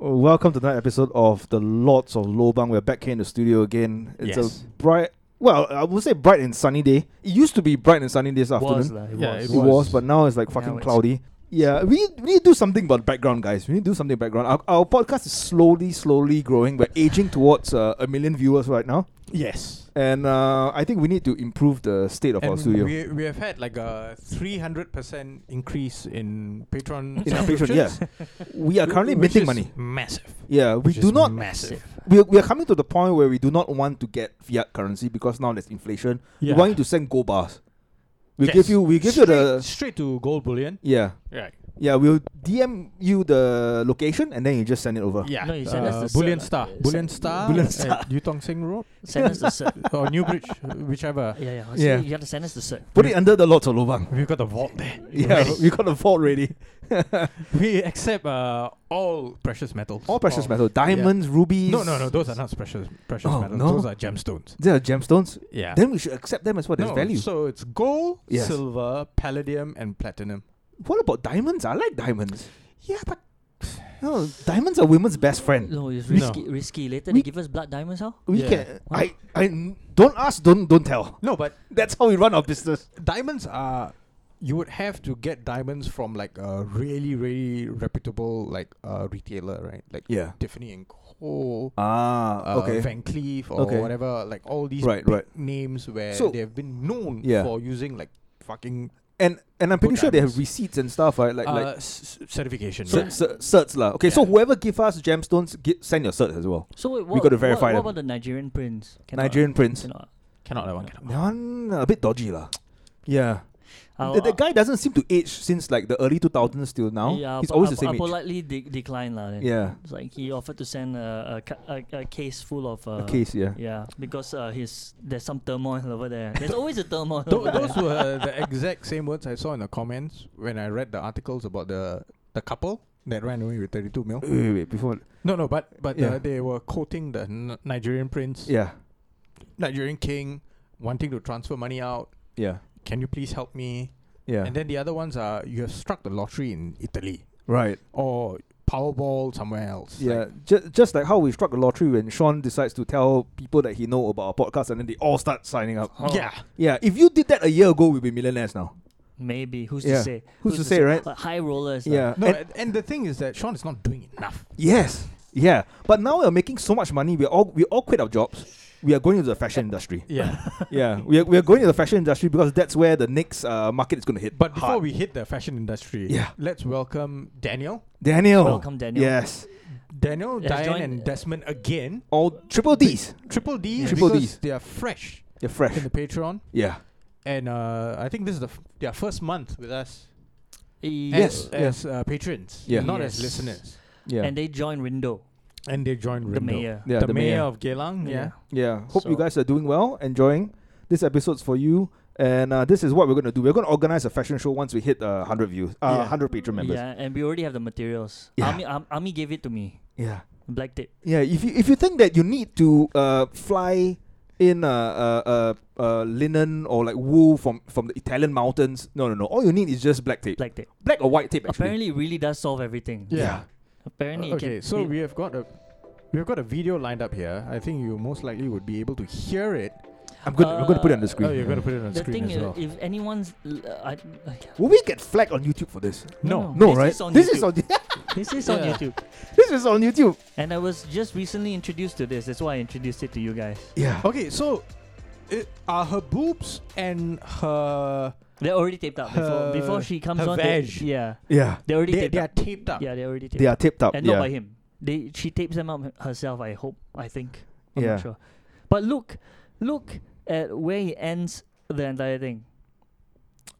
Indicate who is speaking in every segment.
Speaker 1: Welcome to another episode of the Lords of Lobang. We're back here in the studio again. It's
Speaker 2: Yes.
Speaker 1: a bright, well, I would say bright and sunny day. It used to be bright and sunny this
Speaker 2: Was
Speaker 1: afternoon.
Speaker 2: lah, it
Speaker 3: Yeah,
Speaker 2: was.
Speaker 1: It
Speaker 3: it
Speaker 1: was.
Speaker 3: was.
Speaker 1: but now it's like fucking
Speaker 2: Now it's-
Speaker 1: cloudy. Yeah, we need, we need to do something about background, guys. We need to do something background. Our, our podcast is slowly, slowly growing. We're aging towards uh, a million viewers right now,
Speaker 2: Yes.
Speaker 1: and uh, I think we need to improve the state of our
Speaker 3: and
Speaker 1: studio.
Speaker 3: we we have had like a three hundred percent increase in Patreon
Speaker 1: In our Patreon, yeah.
Speaker 3: subscriptions,
Speaker 1: We are currently
Speaker 3: which
Speaker 1: minting
Speaker 3: is
Speaker 1: money.
Speaker 3: Massive.
Speaker 1: Yeah, we
Speaker 3: which
Speaker 1: do
Speaker 3: is
Speaker 1: not
Speaker 3: massive.
Speaker 1: we, we are coming to the point where we do not want to get fiat currency because now there's inflation.
Speaker 3: Yeah.
Speaker 1: We want you to send gold bars. We
Speaker 3: Yes.
Speaker 1: give you we give you the
Speaker 3: straight to gold bullion.
Speaker 1: yeah
Speaker 3: Right.
Speaker 1: yeah we'll DM you the location and then you just send it over.
Speaker 3: Yeah.
Speaker 4: No, you send us the
Speaker 3: bullion
Speaker 4: cert,
Speaker 3: star.
Speaker 4: uh,
Speaker 3: bullion
Speaker 4: send-
Speaker 3: star.
Speaker 1: Ah. Bullion
Speaker 3: at
Speaker 1: Star.
Speaker 3: Yu Tong Sing Road
Speaker 4: Send us the cert.
Speaker 3: or New Bridge, whichever.
Speaker 4: Yeah, yeah.
Speaker 1: Yeah.
Speaker 4: yeah. You have to send us the cert.
Speaker 1: Put it under the lots of lobang.
Speaker 3: We've got the vault there.
Speaker 1: Yeah, we got a vault ready.
Speaker 3: We accept uh, all precious metals.
Speaker 1: All precious metal, diamonds, rubies.
Speaker 3: Oh, No, no, no. Those are not precious precious
Speaker 1: Oh,
Speaker 3: metals.
Speaker 1: no?
Speaker 3: Those are gemstones.
Speaker 1: They are gemstones.
Speaker 3: Yeah.
Speaker 1: Then we should accept them as well. There's
Speaker 3: no,
Speaker 1: value.
Speaker 3: So it's gold,
Speaker 1: Yes.
Speaker 3: silver, palladium, and platinum.
Speaker 1: what about diamonds? I like diamonds.
Speaker 3: Yeah, but
Speaker 1: No, diamonds are women's best friend.
Speaker 4: No, it's
Speaker 3: No.
Speaker 4: risky. Risky. Later
Speaker 1: We-
Speaker 4: they give us blood diamonds. How?
Speaker 1: We
Speaker 3: Yeah.
Speaker 1: can. I. I. Don't ask. Don't. Don't tell.
Speaker 3: no, but
Speaker 1: That's how we run our business.
Speaker 3: diamonds are. You would have to get diamonds from like a really, really reputable like uh, retailer, right? Like
Speaker 1: Yeah.
Speaker 3: Tiffany and Co.
Speaker 1: Ah.
Speaker 3: Uh,
Speaker 1: okay.
Speaker 3: Van Cleef or
Speaker 1: Okay.
Speaker 3: whatever, like all these
Speaker 1: Right,
Speaker 3: big
Speaker 1: right.
Speaker 3: names where
Speaker 1: So-
Speaker 3: they have been known
Speaker 1: Yeah.
Speaker 3: for using like fucking
Speaker 1: and and I'm pretty
Speaker 3: Good
Speaker 1: sure they have
Speaker 3: diamonds.
Speaker 1: receipts and stuff, right? Like
Speaker 3: uh,
Speaker 1: like
Speaker 3: s- s- certification.
Speaker 1: cer-
Speaker 3: right?
Speaker 1: cer- certs lah. Okay, so
Speaker 3: Yeah.
Speaker 1: whoever give us gemstones, gi- send your certs as well.
Speaker 4: So wait, what,
Speaker 1: gotta
Speaker 4: what-
Speaker 1: verify
Speaker 4: What,
Speaker 1: them.
Speaker 4: about the Nigerian prince? Cannot-
Speaker 1: Nigerian prince.
Speaker 4: Cannot.
Speaker 3: Cannot that one. Cannot.
Speaker 1: That one uh, a bit dodgy lah. Yeah,
Speaker 4: I'll-
Speaker 1: the, the
Speaker 4: I'll-
Speaker 1: guy doesn't seem to age since like the early 2000s till now.
Speaker 4: Yeah,
Speaker 1: he's
Speaker 4: I'll-
Speaker 1: always
Speaker 4: I'll-
Speaker 1: the same
Speaker 4: I'll
Speaker 1: age.
Speaker 4: politely de- decline lah. then.
Speaker 1: Yeah,
Speaker 4: It's like he offered to send a, a ca- a, a case full of. Uh,
Speaker 1: a case. Yeah.
Speaker 4: Yeah, because uh, his there's some turmoil over there. There's always a turmoil.
Speaker 3: Tho-
Speaker 4: over
Speaker 3: those uh,
Speaker 4: there.
Speaker 3: were the exact same words I saw in the comments when I read the articles about the the couple that ran away with 32 mil.
Speaker 1: Wait, wait, wait, before
Speaker 3: No, no, but but
Speaker 1: Yeah.
Speaker 3: uh, they were quoting the N- Nigerian prince,
Speaker 1: yeah
Speaker 3: Nigerian king, wanting to transfer money out.
Speaker 1: yeah
Speaker 3: Can you please help me?
Speaker 1: yeah
Speaker 3: And then the other ones are you have struck the lottery in Italy
Speaker 1: right
Speaker 3: or Powerball somewhere else.
Speaker 1: yeah
Speaker 3: Like,
Speaker 1: just just like how we struck a lottery when Sean decides to tell people that he know about our podcast and then they all start signing up.
Speaker 4: Oh,
Speaker 3: Yeah.
Speaker 1: Yeah, if you did that a year ago, we'd be millionaires now.
Speaker 4: Maybe who's
Speaker 1: Yeah.
Speaker 4: to say?
Speaker 1: Who's to say, right?
Speaker 4: Like high rollers. lah.
Speaker 1: Yeah,
Speaker 3: No,
Speaker 1: and-
Speaker 3: and, and the thing is that Sean is not doing enough.
Speaker 1: Yes. Yeah. But now we're making so much money. We all we all quit our jobs. We are going into the fashion industry.
Speaker 3: Yeah.
Speaker 1: Yeah. We are, we are going into the fashion industry because that's where the next uh, market is going to hit.
Speaker 3: but before
Speaker 1: hard.
Speaker 3: we hit the fashion industry,
Speaker 1: Yeah.
Speaker 3: let's welcome Daniel.
Speaker 1: Daniel.
Speaker 4: Welcome, Daniel.
Speaker 1: Yes.
Speaker 3: Daniel,
Speaker 4: Has
Speaker 3: Diane,
Speaker 4: joined-
Speaker 3: and Desmond again.
Speaker 1: All triple D's.
Speaker 3: Triple D,
Speaker 1: Yeah. Triple
Speaker 3: because
Speaker 1: Ds.
Speaker 3: They are fresh
Speaker 1: They're fresh.
Speaker 3: in the Patreon,
Speaker 1: Yeah.
Speaker 3: and uh, I think this is the f- their first month with us
Speaker 4: E-
Speaker 1: Yes,
Speaker 3: as, as uh, patrons,
Speaker 1: Yeah.
Speaker 3: not as
Speaker 4: Yes.
Speaker 3: listeners.
Speaker 1: Yeah.
Speaker 4: And they join window.
Speaker 3: And they joined
Speaker 4: The mayor.
Speaker 1: yeah.
Speaker 3: the, mayor, of Geylang. Yeah.
Speaker 1: Yeah. Hope you
Speaker 4: So-
Speaker 1: guys are doing well, enjoying this episode's for you. And uh, this is what we're going to do. We're going to organize a fashion show once we hit uh, 100 views, uh,
Speaker 3: Yeah.
Speaker 1: 100 patron members.
Speaker 4: Yeah, and we already have the materials.
Speaker 1: Yeah.
Speaker 4: Army, Arm- Army gave it to me.
Speaker 1: yeah.
Speaker 4: Black tape.
Speaker 1: Yeah, if you if you think that you need to uh, fly in uh, uh, uh, uh, linen or like wool from from the Italian mountains, no, no, no. All you need is just black tape,
Speaker 4: Black tape.
Speaker 1: black or white tape. Actually,
Speaker 4: Apparently, it really does solve everything.
Speaker 3: Yeah.
Speaker 4: Apparently,
Speaker 3: Uh,
Speaker 4: it can-
Speaker 3: okay, so
Speaker 4: it-
Speaker 3: we have got a we have got a video lined up here. I think you most likely would be able to hear it.
Speaker 1: I'm gonna I'm gonna put it on the
Speaker 4: Uh,
Speaker 1: screen.
Speaker 3: Oh, you're gonna put it on
Speaker 4: the
Speaker 3: screen
Speaker 4: thing
Speaker 3: as
Speaker 4: is,
Speaker 3: well.
Speaker 4: if anyone's, l- uh, I, I,
Speaker 1: Will we get flagged on YouTube for this?
Speaker 3: No.
Speaker 1: No,
Speaker 4: this
Speaker 1: right?
Speaker 4: Is on
Speaker 1: this
Speaker 4: YouTube.
Speaker 1: is on
Speaker 4: this is on
Speaker 3: Yeah.
Speaker 4: YouTube,
Speaker 1: this is on YouTube.
Speaker 4: and I was just recently introduced to this. That's why I introduced it to you guys.
Speaker 1: Yeah.
Speaker 3: Okay, so it, are her boobs and her
Speaker 4: They're already taped up before
Speaker 3: Her-
Speaker 4: before she comes
Speaker 3: her
Speaker 4: on. they-
Speaker 3: veg.
Speaker 4: yeah,
Speaker 1: Yeah.
Speaker 4: they're already
Speaker 3: they,
Speaker 4: taped
Speaker 3: they are
Speaker 4: up.
Speaker 3: taped up.
Speaker 4: Yeah, they're already taped.
Speaker 1: They are taped up.
Speaker 4: and
Speaker 1: yeah.
Speaker 4: not by him. They she tapes them up herself. I hope. I think. I'm
Speaker 1: Yeah.
Speaker 4: not sure. But look, look at where he ends the entire thing.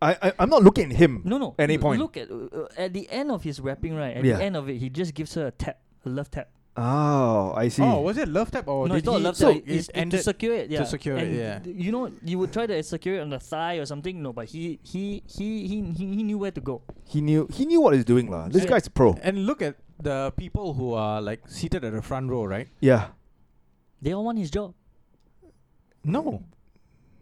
Speaker 1: I, I I'm not looking at him.
Speaker 4: No, no.
Speaker 1: Any
Speaker 4: l-
Speaker 1: point.
Speaker 4: Look at uh, uh, at the end of his rapping, right? At
Speaker 1: Yeah.
Speaker 4: the end of it, he just gives her a tap, a love tap.
Speaker 1: Oh, I see.
Speaker 3: Oh, was it love tap or
Speaker 4: no,
Speaker 3: did
Speaker 4: it's not a
Speaker 3: he-
Speaker 4: love
Speaker 3: so
Speaker 4: tap. It's
Speaker 3: it
Speaker 4: it to
Speaker 3: ended
Speaker 4: secure it. Yeah.
Speaker 3: secure it,
Speaker 4: and
Speaker 3: yeah.
Speaker 4: d- You know, you would try to secure it on the thigh or something. No, but he he he he he, he knew where to go.
Speaker 1: He knew he knew what he's doing, lah. This
Speaker 3: Yeah.
Speaker 1: guy's a pro.
Speaker 3: And look at the people who are like seated at the front row, right?
Speaker 1: Yeah.
Speaker 4: They all want his job.
Speaker 3: No,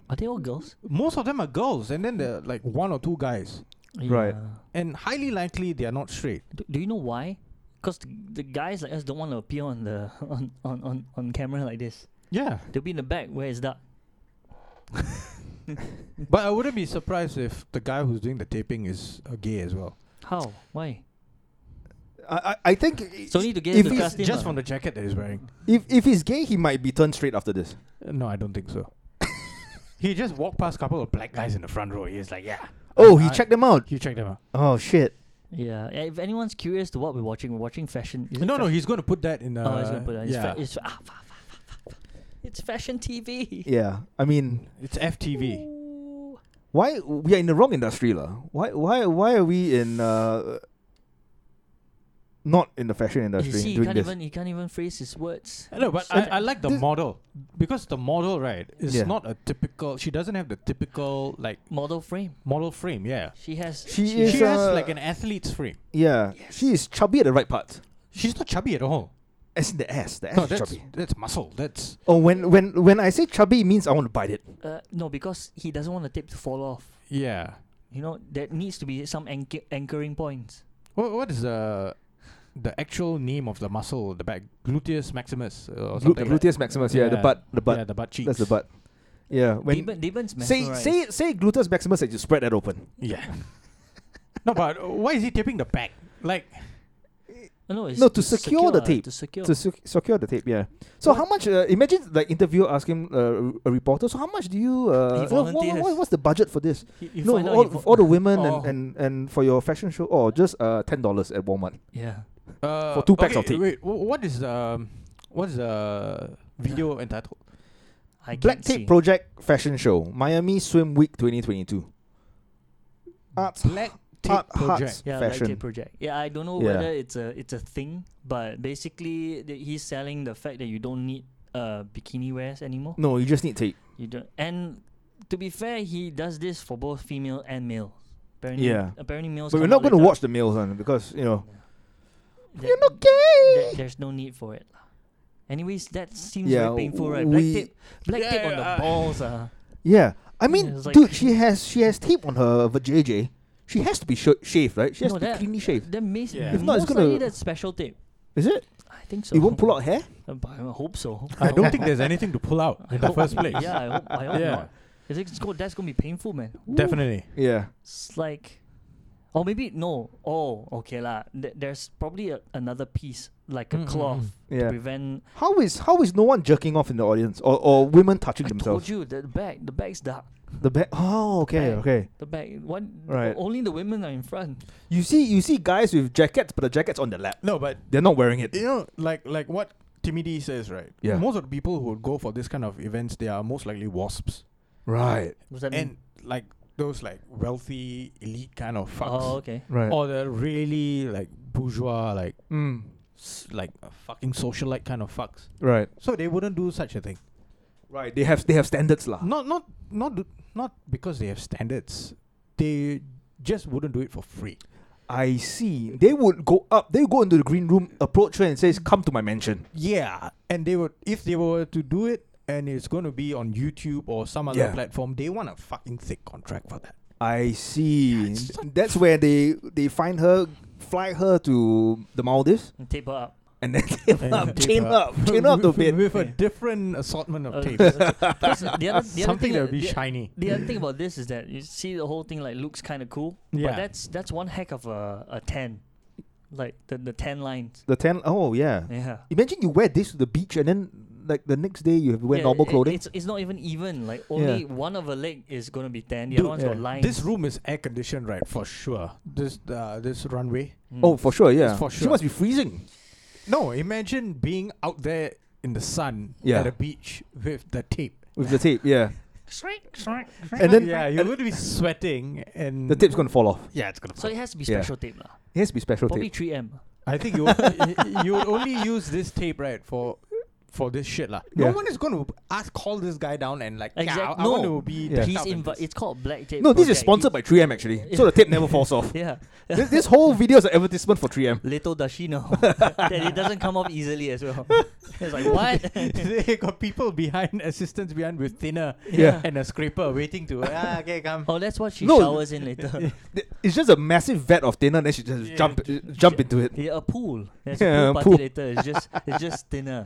Speaker 4: Are they all girls?
Speaker 3: most of them are girls, and then there are like one or two guys,
Speaker 1: Right.
Speaker 4: Yeah.
Speaker 3: and highly likely they are not straight.
Speaker 4: Do, do you know why? because the, the guys like us don't want to appear on the on, on, on, on camera like this.
Speaker 3: Yeah,
Speaker 4: They'll be in the back where it's dark.
Speaker 3: but I wouldn't be surprised if the guy who's doing the taping is uh, gay as well.
Speaker 4: How? Why?
Speaker 1: I, I- I think i-
Speaker 4: So need to get
Speaker 1: if
Speaker 4: him to
Speaker 1: he's-
Speaker 4: cast him.
Speaker 3: Just
Speaker 4: ah.
Speaker 3: from the jacket that he's wearing.
Speaker 1: if if he's gay, he might be turned straight after this.
Speaker 3: Uh, No, I don't think so. he just walked past a couple of black guys in the front row. He's like, yeah.
Speaker 1: Oh, he
Speaker 3: I-
Speaker 1: checked them out.
Speaker 3: He checked them out.
Speaker 1: Oh shit.
Speaker 4: Yeah. eh, If anyone's curious to what we're watching, we're watching fashion. is it
Speaker 3: No, no,
Speaker 4: fashion?
Speaker 3: he's going to put that in. Uh,
Speaker 4: oh, it's gonna put that. It's,
Speaker 3: yeah.
Speaker 4: fa- it's, fa- ah, fa- fa- fa- fa- fa- it's fashion TV.
Speaker 1: Yeah. I mean,
Speaker 3: it's FTV.
Speaker 4: Ooh.
Speaker 1: why we are in the wrong industry, lah? Why why why are we in uh not in the fashion
Speaker 4: You
Speaker 1: industry
Speaker 4: see, he
Speaker 1: doing
Speaker 4: can't
Speaker 1: this?
Speaker 4: even he can't even phrase his words.
Speaker 3: No, but
Speaker 1: So-
Speaker 3: I, I like the
Speaker 1: This-
Speaker 3: model because the model right is
Speaker 1: Yeah.
Speaker 3: not a typical. She doesn't have the typical like
Speaker 4: Model frame.
Speaker 3: model frame. Yeah,
Speaker 4: She has.
Speaker 1: She
Speaker 4: she
Speaker 1: is-
Speaker 3: she has
Speaker 1: uh,
Speaker 3: like an athlete's frame.
Speaker 1: yeah. She is chubby at the right part.
Speaker 3: She's not chubby at all.
Speaker 1: As in the ass. The ass
Speaker 3: No,
Speaker 1: is
Speaker 3: that's
Speaker 1: chubby.
Speaker 3: that's muscle. That's
Speaker 1: Oh, when when when I say chubby, it means I want to bite it.
Speaker 4: Uh, no, because he doesn't want the tape to fall off.
Speaker 3: yeah.
Speaker 4: You know, there needs to be some anch- anchoring points.
Speaker 3: What what is the the actual name of the muscle? The back gluteus maximus uh, or
Speaker 1: Glu-
Speaker 3: something. like that.
Speaker 1: gluteus maximus. Yeah, the
Speaker 3: Yeah.
Speaker 1: butt. The butt.
Speaker 3: yeah, the butt cheeks.
Speaker 1: That's the butt. Yeah. When
Speaker 4: Deben, Deben's
Speaker 1: say
Speaker 4: mesmerized.
Speaker 1: say say gluteus maximus and you spread that open.
Speaker 3: Yeah. no, but uh, why is he taping the back? Like
Speaker 4: Uh, no, it's
Speaker 1: No, to secure the
Speaker 4: ah,
Speaker 1: tape.
Speaker 4: To secure.
Speaker 1: to sec- secure the tape. Yeah. So
Speaker 4: What-
Speaker 1: how much? Uh, imagine like interview asking uh, a reporter. So how much do you? Uh,
Speaker 4: He
Speaker 1: wha- wha- wha-
Speaker 4: volunteers.
Speaker 1: what's the budget for this?
Speaker 4: You- you
Speaker 1: no,
Speaker 4: find out
Speaker 1: all,
Speaker 4: he vo-
Speaker 1: all the women and,
Speaker 3: Oh.
Speaker 1: and and for your fashion show. Oh, just uh ten dollars at Walmart.
Speaker 4: yeah.
Speaker 3: uh,
Speaker 1: For two packs
Speaker 3: okay,
Speaker 1: of tape.
Speaker 3: Wait, wh- what is um what is the video entitled?
Speaker 4: I
Speaker 1: Black
Speaker 4: can't
Speaker 1: Tape
Speaker 4: see.
Speaker 1: Project Fashion Show Miami Swim Week 2022. Arts
Speaker 3: Black tape
Speaker 1: Art-
Speaker 3: project.
Speaker 1: Hearts
Speaker 4: Yeah,
Speaker 1: Fashion.
Speaker 4: Black Tape Project. Yeah, I don't know
Speaker 1: Yeah.
Speaker 4: whether it's a it's a thing, but basically th- he's selling the fact that you don't need uh bikini wears anymore.
Speaker 1: no, you just need tape.
Speaker 4: You don't. And to be fair, he does this for both female and male. Apparently,
Speaker 1: Yeah.
Speaker 4: Apparently, males.
Speaker 1: But we're
Speaker 4: come
Speaker 1: not
Speaker 4: out
Speaker 1: going to
Speaker 4: later.
Speaker 1: watch the males on because you know
Speaker 4: There-
Speaker 1: you're not
Speaker 4: there-
Speaker 1: gay.
Speaker 4: there's no need for it. lah. Anyways, that seems
Speaker 1: Yeah,
Speaker 4: very painful, right?
Speaker 1: we-
Speaker 4: Black tape, black tape
Speaker 3: Yeah,
Speaker 4: on the
Speaker 3: uh,
Speaker 4: balls, uh.
Speaker 1: Yeah, I mean,
Speaker 4: it's like-
Speaker 1: dude, she has she has tape on her vajayjay. She has to be sh- shaved, right? She has
Speaker 4: No,
Speaker 1: to be
Speaker 4: that-
Speaker 1: cleanly shaved.
Speaker 4: That may
Speaker 3: Yeah.
Speaker 1: If not, it's
Speaker 4: most likely
Speaker 1: gonna-
Speaker 4: that's special tape.
Speaker 1: Is it?
Speaker 4: I think so.
Speaker 1: You won't pull out hair.
Speaker 4: Uh, but I hope so.
Speaker 3: I don't think there's anything to pull out
Speaker 4: I
Speaker 3: in the
Speaker 4: hope-
Speaker 3: first place.
Speaker 4: Yeah, I hope, I hope
Speaker 3: Yeah.
Speaker 4: not. If it's go, that's gonna be painful, man. Ooh.
Speaker 3: Definitely.
Speaker 1: Yeah.
Speaker 4: It's like, or maybe no. Oh, okay lah. Th- there's probably a, another piece like a
Speaker 3: Mm, mm,
Speaker 4: cloth to
Speaker 1: Yeah.
Speaker 4: prevent.
Speaker 1: How is how is no one jerking off in the audience or, or women touching
Speaker 4: I told
Speaker 1: themselves?
Speaker 4: you the back. The back's dark.
Speaker 1: The back. Oh, okay,
Speaker 4: Bag.
Speaker 1: okay.
Speaker 4: The back. One.
Speaker 1: Right.
Speaker 4: Only the women are in front.
Speaker 1: You see, you see guys with jackets, but the jackets on their lap.
Speaker 3: No, but
Speaker 1: They're not wearing it.
Speaker 3: you know, like like what Timidi says, right?
Speaker 1: Yeah.
Speaker 3: Most of the people who would go for this kind of events, they are most likely wasps.
Speaker 1: Right.
Speaker 4: What's that
Speaker 3: and
Speaker 4: mean?
Speaker 3: like those like wealthy elite kind of fucks,
Speaker 4: Oh, okay.
Speaker 1: Right.
Speaker 3: or the really like bourgeois like
Speaker 1: Mm.
Speaker 3: s- like uh, fucking socialite kind of fucks.
Speaker 1: Right.
Speaker 3: So they wouldn't do such a thing.
Speaker 1: Right. They have they have standards lah.
Speaker 3: Not not not do- not because they have standards. They just wouldn't do it for free.
Speaker 1: I see. They would go up. They go into the green room, approach her, and says, "Come to my mansion."
Speaker 3: Yeah, and they would if they were to do it. And it's going to be on YouTube or some other
Speaker 1: Yeah.
Speaker 3: platform. They want a fucking thick contract for that.
Speaker 1: I see.
Speaker 3: it's not-
Speaker 1: That's where they they find her, fly her to the Maldives,
Speaker 4: And tape her up.
Speaker 1: and then tape her
Speaker 3: And
Speaker 1: up,
Speaker 3: tape
Speaker 1: chain
Speaker 3: her
Speaker 1: her up, chain her up to a bit.
Speaker 3: with a different assortment
Speaker 4: Uh,
Speaker 3: of tapes.
Speaker 4: Because the other, the other
Speaker 3: Oh, Something
Speaker 4: thing
Speaker 3: that would be
Speaker 4: the-
Speaker 3: shiny.
Speaker 4: The other thing about this is that you see the whole thing like looks kind of cool,
Speaker 3: Yeah.
Speaker 4: but that's that's one heck of a, a ten, like the the ten lines.
Speaker 1: The ten oh yeah.
Speaker 4: Yeah.
Speaker 1: Imagine you wear this to the beach and then like the next day you have to wear
Speaker 4: Yeah,
Speaker 1: normal
Speaker 4: it-
Speaker 1: clothing.
Speaker 4: It's, it's not even even like only one of a leg is gonna be tan. The
Speaker 3: Dude,
Speaker 4: other one's got
Speaker 1: yeah.
Speaker 4: lines.
Speaker 3: This room is air conditioned, right? For sure. This uh, this runway.
Speaker 4: Mm.
Speaker 1: oh, for sure, yeah.
Speaker 3: for
Speaker 1: She
Speaker 3: sure.
Speaker 1: must be freezing.
Speaker 3: No, imagine being out there in the sun
Speaker 1: Yeah.
Speaker 3: at a beach with the tape.
Speaker 1: With the tape, yeah.
Speaker 3: And
Speaker 1: then-
Speaker 3: yeah, you're going to be sweating, and
Speaker 1: The tape's gonna fall off.
Speaker 3: Yeah, it's gonna.
Speaker 4: So it has to be
Speaker 1: Yeah.
Speaker 4: special tape lah.
Speaker 1: It has to be special
Speaker 4: Probably
Speaker 1: tape.
Speaker 4: three M.
Speaker 3: I think you would- you would only use this tape right for for this shit, lah.
Speaker 1: Yeah.
Speaker 3: No one is going to ask call this guy down and like. Yeah,
Speaker 4: Exact-
Speaker 3: I, I want
Speaker 4: no.
Speaker 3: to be.
Speaker 1: Yeah.
Speaker 3: picked
Speaker 4: He's
Speaker 3: up in
Speaker 4: invi-
Speaker 3: this."
Speaker 4: It's called Black Tape.
Speaker 1: No, this is
Speaker 4: Project.
Speaker 1: sponsored by 3M actually, so the tape never falls off.
Speaker 4: Yeah.
Speaker 1: this, this whole video is an advertisement for 3M.
Speaker 4: Little does she know that it doesn't come off easily as well. It's like what?
Speaker 3: they got people behind assistants behind with thinner
Speaker 1: Yeah.
Speaker 3: and a scraper waiting to ah okay come
Speaker 4: Oh, that's what she
Speaker 1: No.
Speaker 4: showers in later.
Speaker 1: Th- It's just a massive vat of thinner, then she just
Speaker 3: Yeah,
Speaker 1: jump jump into it.
Speaker 4: Yeah, a pool. There's
Speaker 1: Yeah, a
Speaker 4: a pool
Speaker 1: pool.
Speaker 4: party later. It's just it's just dinner.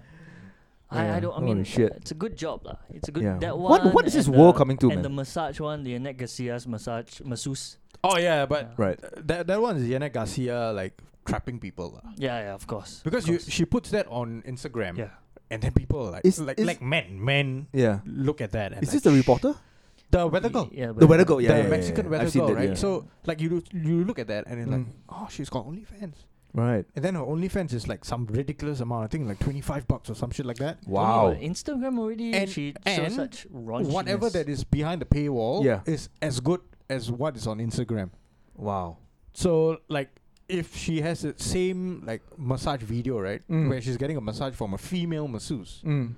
Speaker 4: I, I
Speaker 1: Yeah,
Speaker 4: don't. I
Speaker 1: holy
Speaker 4: mean,
Speaker 1: shit.
Speaker 4: it's a good job, lah. It's a good
Speaker 1: Yeah.
Speaker 4: that one.
Speaker 1: What- what is this
Speaker 4: and
Speaker 1: world
Speaker 4: the-
Speaker 1: coming to,
Speaker 4: And
Speaker 1: man?
Speaker 4: the massage one, the Annette Garcia's massage masseuse.
Speaker 3: oh yeah but
Speaker 1: Right.
Speaker 3: that that one is Yana Garcia like trapping people lah.
Speaker 4: Yeah, yeah, of course.
Speaker 3: because
Speaker 4: of
Speaker 3: you,
Speaker 4: course.
Speaker 3: she puts that on Instagram
Speaker 4: yeah,
Speaker 3: and then people are like
Speaker 1: Is-
Speaker 3: like
Speaker 1: is-
Speaker 3: like men men
Speaker 1: Yeah.
Speaker 3: look at that and
Speaker 1: Is
Speaker 3: like,
Speaker 1: this the
Speaker 3: "Shh."
Speaker 1: reporter?
Speaker 3: the weather girl
Speaker 4: yeah,
Speaker 1: The
Speaker 4: but-
Speaker 1: weather girl, yeah.
Speaker 3: the
Speaker 1: yeah, yeah,
Speaker 3: Mexican
Speaker 1: yeah.
Speaker 3: weather
Speaker 1: I've seen
Speaker 3: girl
Speaker 1: that,
Speaker 3: right
Speaker 1: yeah.
Speaker 3: so like you do, you look at that and then like
Speaker 1: Mm.
Speaker 3: oh she's got OnlyFans
Speaker 1: Right.
Speaker 3: and then her OnlyFans is like some ridiculous amount I think like twenty five bucks or some shit like that
Speaker 1: Wow.
Speaker 4: Oh, Instagram already.
Speaker 3: And-
Speaker 4: she
Speaker 3: and
Speaker 4: shows such raunchiness.
Speaker 3: whatever that is behind the paywall
Speaker 1: Yeah.
Speaker 3: is as good as what is on Instagram.
Speaker 1: Wow.
Speaker 3: So like if she has the same like massage video, right?
Speaker 1: Mm.
Speaker 3: Where she's getting a massage from a female masseuse,
Speaker 1: Mm.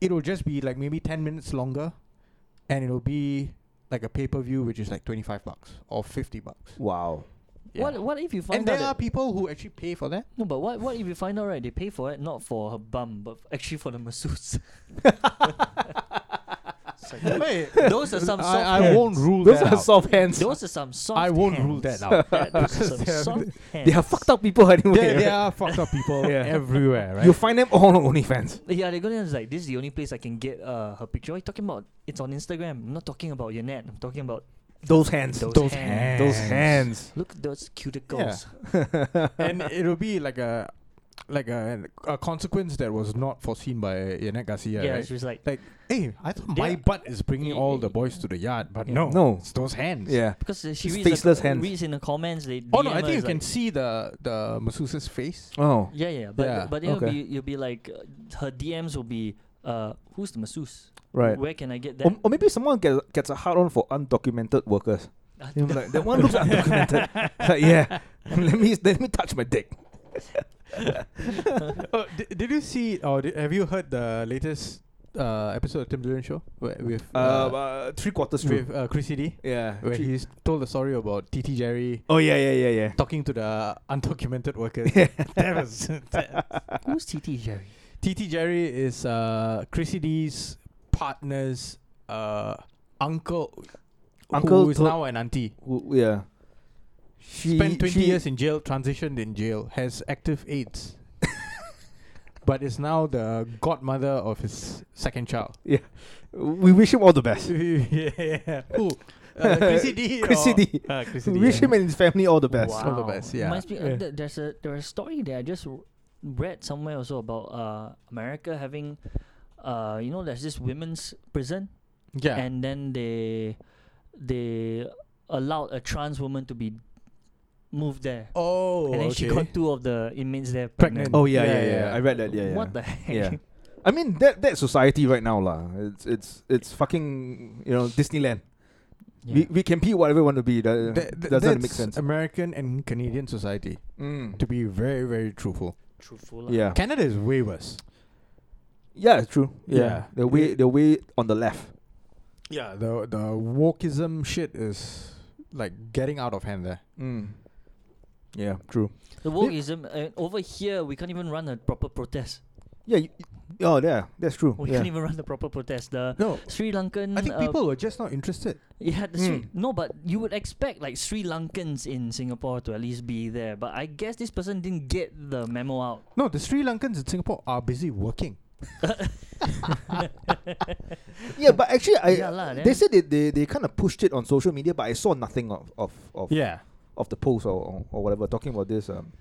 Speaker 3: it'll just be like maybe ten minutes longer and it'll be like a pay per view which is like twenty five bucks or fifty bucks.
Speaker 1: Wow.
Speaker 4: What What if you find
Speaker 3: And
Speaker 4: out?
Speaker 3: there are
Speaker 4: that-
Speaker 3: people who actually pay for that.
Speaker 4: no, but what What if you find out right? They pay for it not for her bum, but actually for the masseuse. It's like, those are some soft
Speaker 3: I, I won't
Speaker 4: hands.
Speaker 3: rule
Speaker 1: Those
Speaker 3: that
Speaker 1: are
Speaker 3: out.
Speaker 1: soft hands.
Speaker 4: Those are some soft.
Speaker 3: I won't
Speaker 4: hands.
Speaker 3: rule that out.
Speaker 4: That- those are some
Speaker 3: They are-
Speaker 4: soft
Speaker 1: They are
Speaker 4: hands.
Speaker 1: fucked up people anyway.
Speaker 3: there, there are fucked up people
Speaker 1: Yeah.
Speaker 3: everywhere, right?
Speaker 1: You'll find them all on OnlyFans.
Speaker 4: Yeah, they're gonna like this is the only place I can get uh, her picture. What are you talking about? It's on Instagram. I'm not talking about your net. I'm talking about
Speaker 1: Those hands.
Speaker 4: Those
Speaker 1: Those
Speaker 4: hands.
Speaker 1: hands. Those hands.
Speaker 4: look at those cuticles.
Speaker 3: and it'll be like a like a, a consequence that was not foreseen by Yannick Garcia.
Speaker 4: Yeah,
Speaker 3: right?
Speaker 4: it's just like
Speaker 3: Like, hey, I thought
Speaker 4: They
Speaker 3: my
Speaker 4: are-
Speaker 3: butt is bringing all the boys to the yard, but
Speaker 4: Yeah.
Speaker 3: no,
Speaker 1: No.
Speaker 3: it's those hands.
Speaker 1: Yeah.
Speaker 4: because uh, she
Speaker 1: It's
Speaker 4: reads, the-
Speaker 1: faceless hands.
Speaker 4: reads in the comments. They
Speaker 3: Oh no, I
Speaker 4: DM her,
Speaker 3: think you
Speaker 4: it's
Speaker 3: can
Speaker 4: like-
Speaker 3: see the the masseuse's face.
Speaker 1: Oh.
Speaker 4: Yeah, yeah, but
Speaker 3: Yeah,
Speaker 4: but it'll
Speaker 1: okay.
Speaker 4: be you'll be like uh, her DMs will be uh who's the masseuse?
Speaker 1: Right. Um,
Speaker 4: Where can I get that?
Speaker 1: Or, or maybe someone gets, gets a hard on for undocumented workers.
Speaker 4: Uh,
Speaker 1: You know, like, that one looks undocumented. Like, yeah, let me let me touch my dick.
Speaker 3: oh, did, did you see or did, have you heard the latest uh, episode of Tim Dillon show where, with
Speaker 1: Uh, uh, three quarters true.
Speaker 3: with uh, Chrissy D,
Speaker 1: Yeah.
Speaker 3: where
Speaker 1: three-
Speaker 3: he's told the story about TT Jerry
Speaker 1: oh yeah, yeah, yeah, yeah.
Speaker 3: talking to the undocumented workers. that was
Speaker 4: who's TT Jerry?
Speaker 3: TT Jerry is uh, Chrissy D's partner's uh, uncle,
Speaker 1: Uncle
Speaker 3: who is
Speaker 1: to-
Speaker 3: now an auntie.
Speaker 1: W- yeah. She
Speaker 3: Spent 20
Speaker 1: she-
Speaker 3: years in jail, transitioned in jail, has active AIDS, but is now the godmother of his second child.
Speaker 1: We wish him all the best.
Speaker 3: yeah. Who? Uh, Chrissy D.
Speaker 1: Chrissy
Speaker 3: or-
Speaker 1: D.
Speaker 3: Uh, Chrissy
Speaker 1: We
Speaker 3: D.
Speaker 1: wish
Speaker 3: yeah.
Speaker 1: him and his family all the best.
Speaker 3: All the best, yeah.
Speaker 4: Reminds me, uh,
Speaker 1: Yeah.
Speaker 4: th- there's a there's a story that I just r- read somewhere also about uh America having uh you know there's this women's prison
Speaker 3: Yeah.
Speaker 4: and then they they allowed a trans woman to be moved there.
Speaker 3: oh.
Speaker 4: and then
Speaker 3: okay.
Speaker 4: she got two of the inmates there
Speaker 3: Pregnant.
Speaker 4: pregnant.
Speaker 1: Oh yeah, yeah,
Speaker 3: Yeah,
Speaker 1: yeah,
Speaker 3: yeah.
Speaker 1: I read that. Yeah, yeah.
Speaker 4: What the heck?
Speaker 1: Yeah. I mean that that society right now, lah. It's it's it's fucking you know Disneyland. We we can be whatever we want to be. That
Speaker 3: Th- th-
Speaker 1: doesn't make sense.
Speaker 3: that's American and Canadian society,
Speaker 1: Mm.
Speaker 3: to be very, very truthful.
Speaker 4: Truthful. lah.
Speaker 1: Yeah.
Speaker 3: Canada is way worse.
Speaker 1: Yeah, it's true. Yeah.
Speaker 3: Yeah.
Speaker 1: The way the way on the left.
Speaker 3: Yeah, the the wokeism shit is like getting out of hand there.
Speaker 1: Mm. Yeah, true.
Speaker 4: The wokeism uh, over here we can't even run a proper protest.
Speaker 1: Yeah. You, oh, yeah. That's true.
Speaker 4: We
Speaker 1: yeah.
Speaker 4: can't even run the proper protest. The
Speaker 3: No, Mm, oh.
Speaker 4: Sri
Speaker 3: I
Speaker 4: Lankan
Speaker 3: think
Speaker 4: uh,
Speaker 3: people were just not interested.
Speaker 4: Yeah, the Sri-
Speaker 1: Mm.
Speaker 4: no, but you would expect like Sri Lankans in Singapore to at least be there. But I guess this person didn't get the memo out.
Speaker 3: No, the Sri Lankans in Singapore are busy working.
Speaker 1: yeah, but actually, I
Speaker 4: Yeah lah,
Speaker 1: they
Speaker 4: then-
Speaker 1: said they, they, they kind of pushed it on social media, but I saw nothing of of of,
Speaker 3: Yeah,
Speaker 1: of the post or, or, or whatever talking about this um,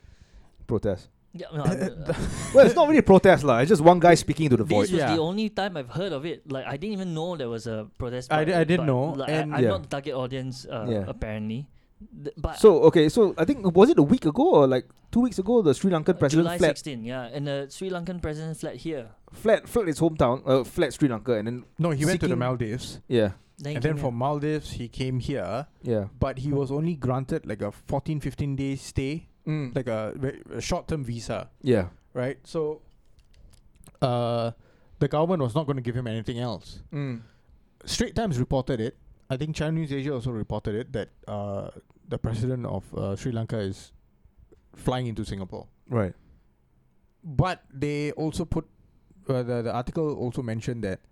Speaker 1: protest.
Speaker 4: Yeah, no, I'm- uh,
Speaker 1: well, it's not really a protest, lah. It's just one guy speaking to the
Speaker 4: this was
Speaker 1: void.
Speaker 3: Yeah.
Speaker 4: the only time I've heard of it. Like I didn't even know there was a protest.
Speaker 3: I
Speaker 4: but-
Speaker 3: di- I didn't
Speaker 4: but,
Speaker 3: know,
Speaker 4: like,
Speaker 3: and-
Speaker 4: I, am
Speaker 1: Yeah.
Speaker 4: not the target audience uh,
Speaker 1: Yeah.
Speaker 4: apparently. Th- but
Speaker 1: So okay, so I think was it a week ago or like two weeks ago? The Sri Lankan
Speaker 4: uh,
Speaker 1: president
Speaker 4: July
Speaker 1: fled,
Speaker 4: 16, yeah, and the Sri Lankan president fled here.
Speaker 1: fled fled his hometown, uh, fled Sri Lanka, and then
Speaker 3: no, he went to the
Speaker 1: Seeking-
Speaker 3: Maldives,
Speaker 1: yeah,
Speaker 4: Then he
Speaker 3: and then
Speaker 4: came
Speaker 3: from Maldives he came here,
Speaker 1: yeah,
Speaker 3: but he was only granted like a 14, 15 day stay,
Speaker 1: mm.
Speaker 3: like a, ve- a short term visa,
Speaker 1: yeah,
Speaker 3: right? So, uh, the government was not going to give him anything else.
Speaker 1: Mm.
Speaker 3: Straight Times reported it. I think Channel News Asia also reported it that uh, the president of uh, Sri Lanka is flying into Singapore.
Speaker 1: Right.
Speaker 3: But they also put uh, the the article also mentioned that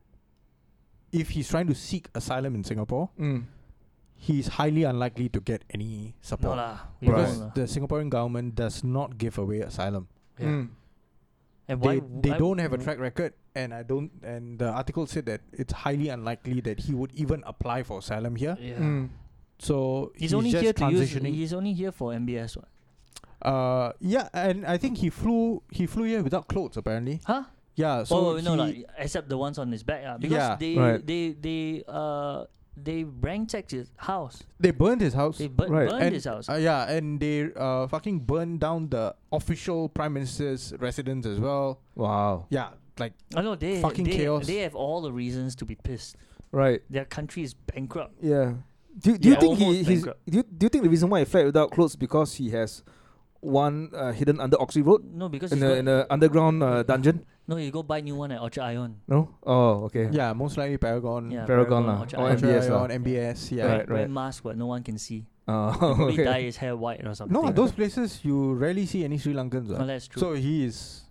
Speaker 3: if he's trying to seek asylum in Singapore,
Speaker 1: Mm.
Speaker 3: he's highly unlikely to get any
Speaker 4: No
Speaker 3: support
Speaker 4: lah. we
Speaker 1: Right.
Speaker 3: because
Speaker 4: won't lah.
Speaker 3: the Singaporean government does not give away asylum.
Speaker 4: Yeah.
Speaker 1: Mm.
Speaker 4: And why
Speaker 3: They,
Speaker 4: w-
Speaker 3: they
Speaker 4: why
Speaker 3: don't have a
Speaker 4: w-
Speaker 3: track record, and I don't. And the article said that it's highly unlikely that he would even apply for asylum here.
Speaker 4: Yeah.
Speaker 1: Mm.
Speaker 3: So
Speaker 4: He's, only
Speaker 3: just
Speaker 4: here to use.
Speaker 3: transitioning.
Speaker 4: He's only here for MBS. What?
Speaker 3: Uh, yeah, and I think he flew. He flew here without clothes, apparently.
Speaker 4: Huh?
Speaker 3: Yeah. So
Speaker 4: oh no, lah,
Speaker 3: he-
Speaker 4: except the ones on his back. ah, because
Speaker 3: Yeah,
Speaker 4: they,
Speaker 1: right.
Speaker 4: they they uh they ransacked his house.
Speaker 3: they burned his house.
Speaker 4: They bur-
Speaker 1: Right.
Speaker 4: burned
Speaker 3: and,
Speaker 4: his house.
Speaker 3: uh, yeah, and they uh fucking burned down the official prime minister's residence as well.
Speaker 1: Wow.
Speaker 3: Yeah, like
Speaker 4: I know Oh, they
Speaker 3: fucking
Speaker 4: they,
Speaker 3: chaos.
Speaker 4: they have all the reasons to be pissed.
Speaker 1: Right.
Speaker 4: Their country is bankrupt.
Speaker 1: Yeah. Do, do you
Speaker 4: Yeah,
Speaker 1: think he,
Speaker 4: almost
Speaker 1: he's do
Speaker 4: bankrupt.
Speaker 1: you, do you think the reason why he fled without clothes because he has one uh, hidden under Oxy Road
Speaker 4: No, because
Speaker 1: in
Speaker 4: he's
Speaker 1: a
Speaker 4: got-
Speaker 1: in a underground uh, dungeon?
Speaker 4: no, you go buy new one at Orchard Ion.
Speaker 1: No. Oh, okay.
Speaker 3: yeah, most likely
Speaker 1: Mm,
Speaker 3: Paragon.
Speaker 4: Yeah,
Speaker 1: Paragon
Speaker 4: Paragon,
Speaker 1: lah.
Speaker 4: Orchard
Speaker 1: Or
Speaker 4: Ion.
Speaker 1: MBS lah.
Speaker 3: on MBS. Yeah.
Speaker 1: uh. Right,
Speaker 4: Wear- Wear
Speaker 1: right.
Speaker 4: mask where no one can see.
Speaker 1: Oh,
Speaker 4: Probably dye
Speaker 1: okay.
Speaker 4: his hair white or something.
Speaker 3: No, those places you rarely see any Sri Lankans.
Speaker 4: No,
Speaker 3: ah.
Speaker 4: that's true.
Speaker 3: so he is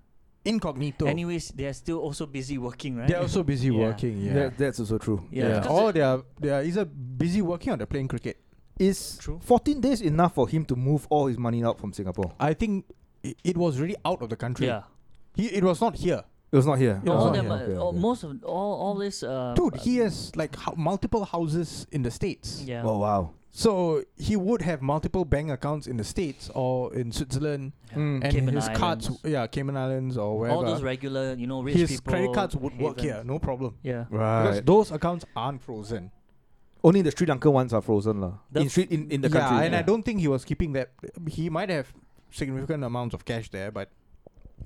Speaker 3: incognito.
Speaker 4: Anyways, they are still also busy working, right?
Speaker 3: They're also busy
Speaker 4: Yeah.
Speaker 3: working. Yeah.
Speaker 1: That, that's also true.
Speaker 4: Yeah.
Speaker 3: Yeah.
Speaker 4: Because
Speaker 3: Or
Speaker 4: it-
Speaker 3: they are they are either busy working or they're playing cricket.
Speaker 1: Is
Speaker 4: True.
Speaker 1: 14 days enough for him to move all his money out from Singapore?
Speaker 3: I think i- it was really out of the country.
Speaker 4: yeah.
Speaker 3: He it was not here.
Speaker 1: It was not here.
Speaker 3: No,
Speaker 1: It was
Speaker 4: all
Speaker 1: not
Speaker 4: them,
Speaker 1: here.
Speaker 4: uh,
Speaker 1: Okay,
Speaker 4: all-
Speaker 1: okay.
Speaker 4: most of all, all this. Uh,
Speaker 3: Dude, he
Speaker 4: uh,
Speaker 3: has like ho- multiple houses in the states.
Speaker 4: Yeah.
Speaker 1: Oh, wow.
Speaker 3: So he would have multiple bank accounts in the states or in Switzerland
Speaker 4: Yeah.
Speaker 1: Mm.
Speaker 3: and
Speaker 4: Cayman
Speaker 3: his cards
Speaker 4: Islands.
Speaker 3: yeah, Cayman Islands or wherever.
Speaker 4: all those regular, you know, rich
Speaker 3: his
Speaker 4: people.
Speaker 3: credit cards would work here,
Speaker 4: havens.
Speaker 3: no problem.
Speaker 4: Yeah.
Speaker 1: Right.
Speaker 3: Because those accounts aren't frozen.
Speaker 1: Only the Sri Lankan ones are frozen lah.
Speaker 4: The
Speaker 1: In Sri in, in the
Speaker 3: yeah,
Speaker 1: country.
Speaker 3: and I
Speaker 4: yeah.
Speaker 3: don't think he was keeping that. He might have significant amounts of cash there, but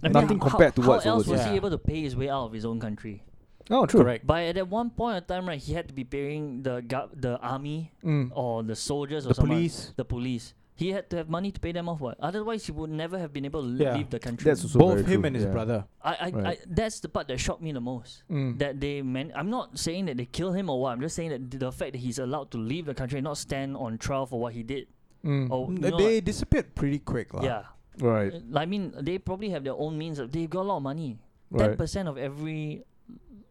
Speaker 4: I mean,
Speaker 1: Nothing
Speaker 4: how-
Speaker 1: compared to
Speaker 4: how
Speaker 1: what's
Speaker 4: else
Speaker 1: overseas.
Speaker 4: was he
Speaker 3: Yeah.
Speaker 4: able to pay his way out of his own country?
Speaker 1: Oh, true.
Speaker 4: But at that one point of time, right, he had to be paying the gov- the army
Speaker 1: Mm.
Speaker 4: or the soldiers or
Speaker 3: The
Speaker 4: someone,
Speaker 3: police,
Speaker 4: the police. He had to have money to pay them off. What? Otherwise, he would never have been able to
Speaker 3: Yeah.
Speaker 4: leave the country.
Speaker 1: That's also
Speaker 3: both
Speaker 1: very
Speaker 3: him
Speaker 1: true,
Speaker 3: and his
Speaker 1: yeah.
Speaker 3: brother.
Speaker 4: I, I,
Speaker 1: Right.
Speaker 4: I, that's the part that shocked me the most.
Speaker 1: Mm.
Speaker 4: That they man, I'm not saying that they kill him or what. I'm just saying that the fact that he's allowed to leave the country and not stand on trial for what he did.
Speaker 1: Mm.
Speaker 4: Or, Oh, you
Speaker 3: N-
Speaker 4: know,
Speaker 3: they
Speaker 4: like-
Speaker 3: disappeared pretty quick, lah.
Speaker 4: yeah.
Speaker 1: Right.
Speaker 4: Uh, I mean, they probably have their own means. Of, they've got a lot of money. Ten
Speaker 1: Right.
Speaker 4: percent of every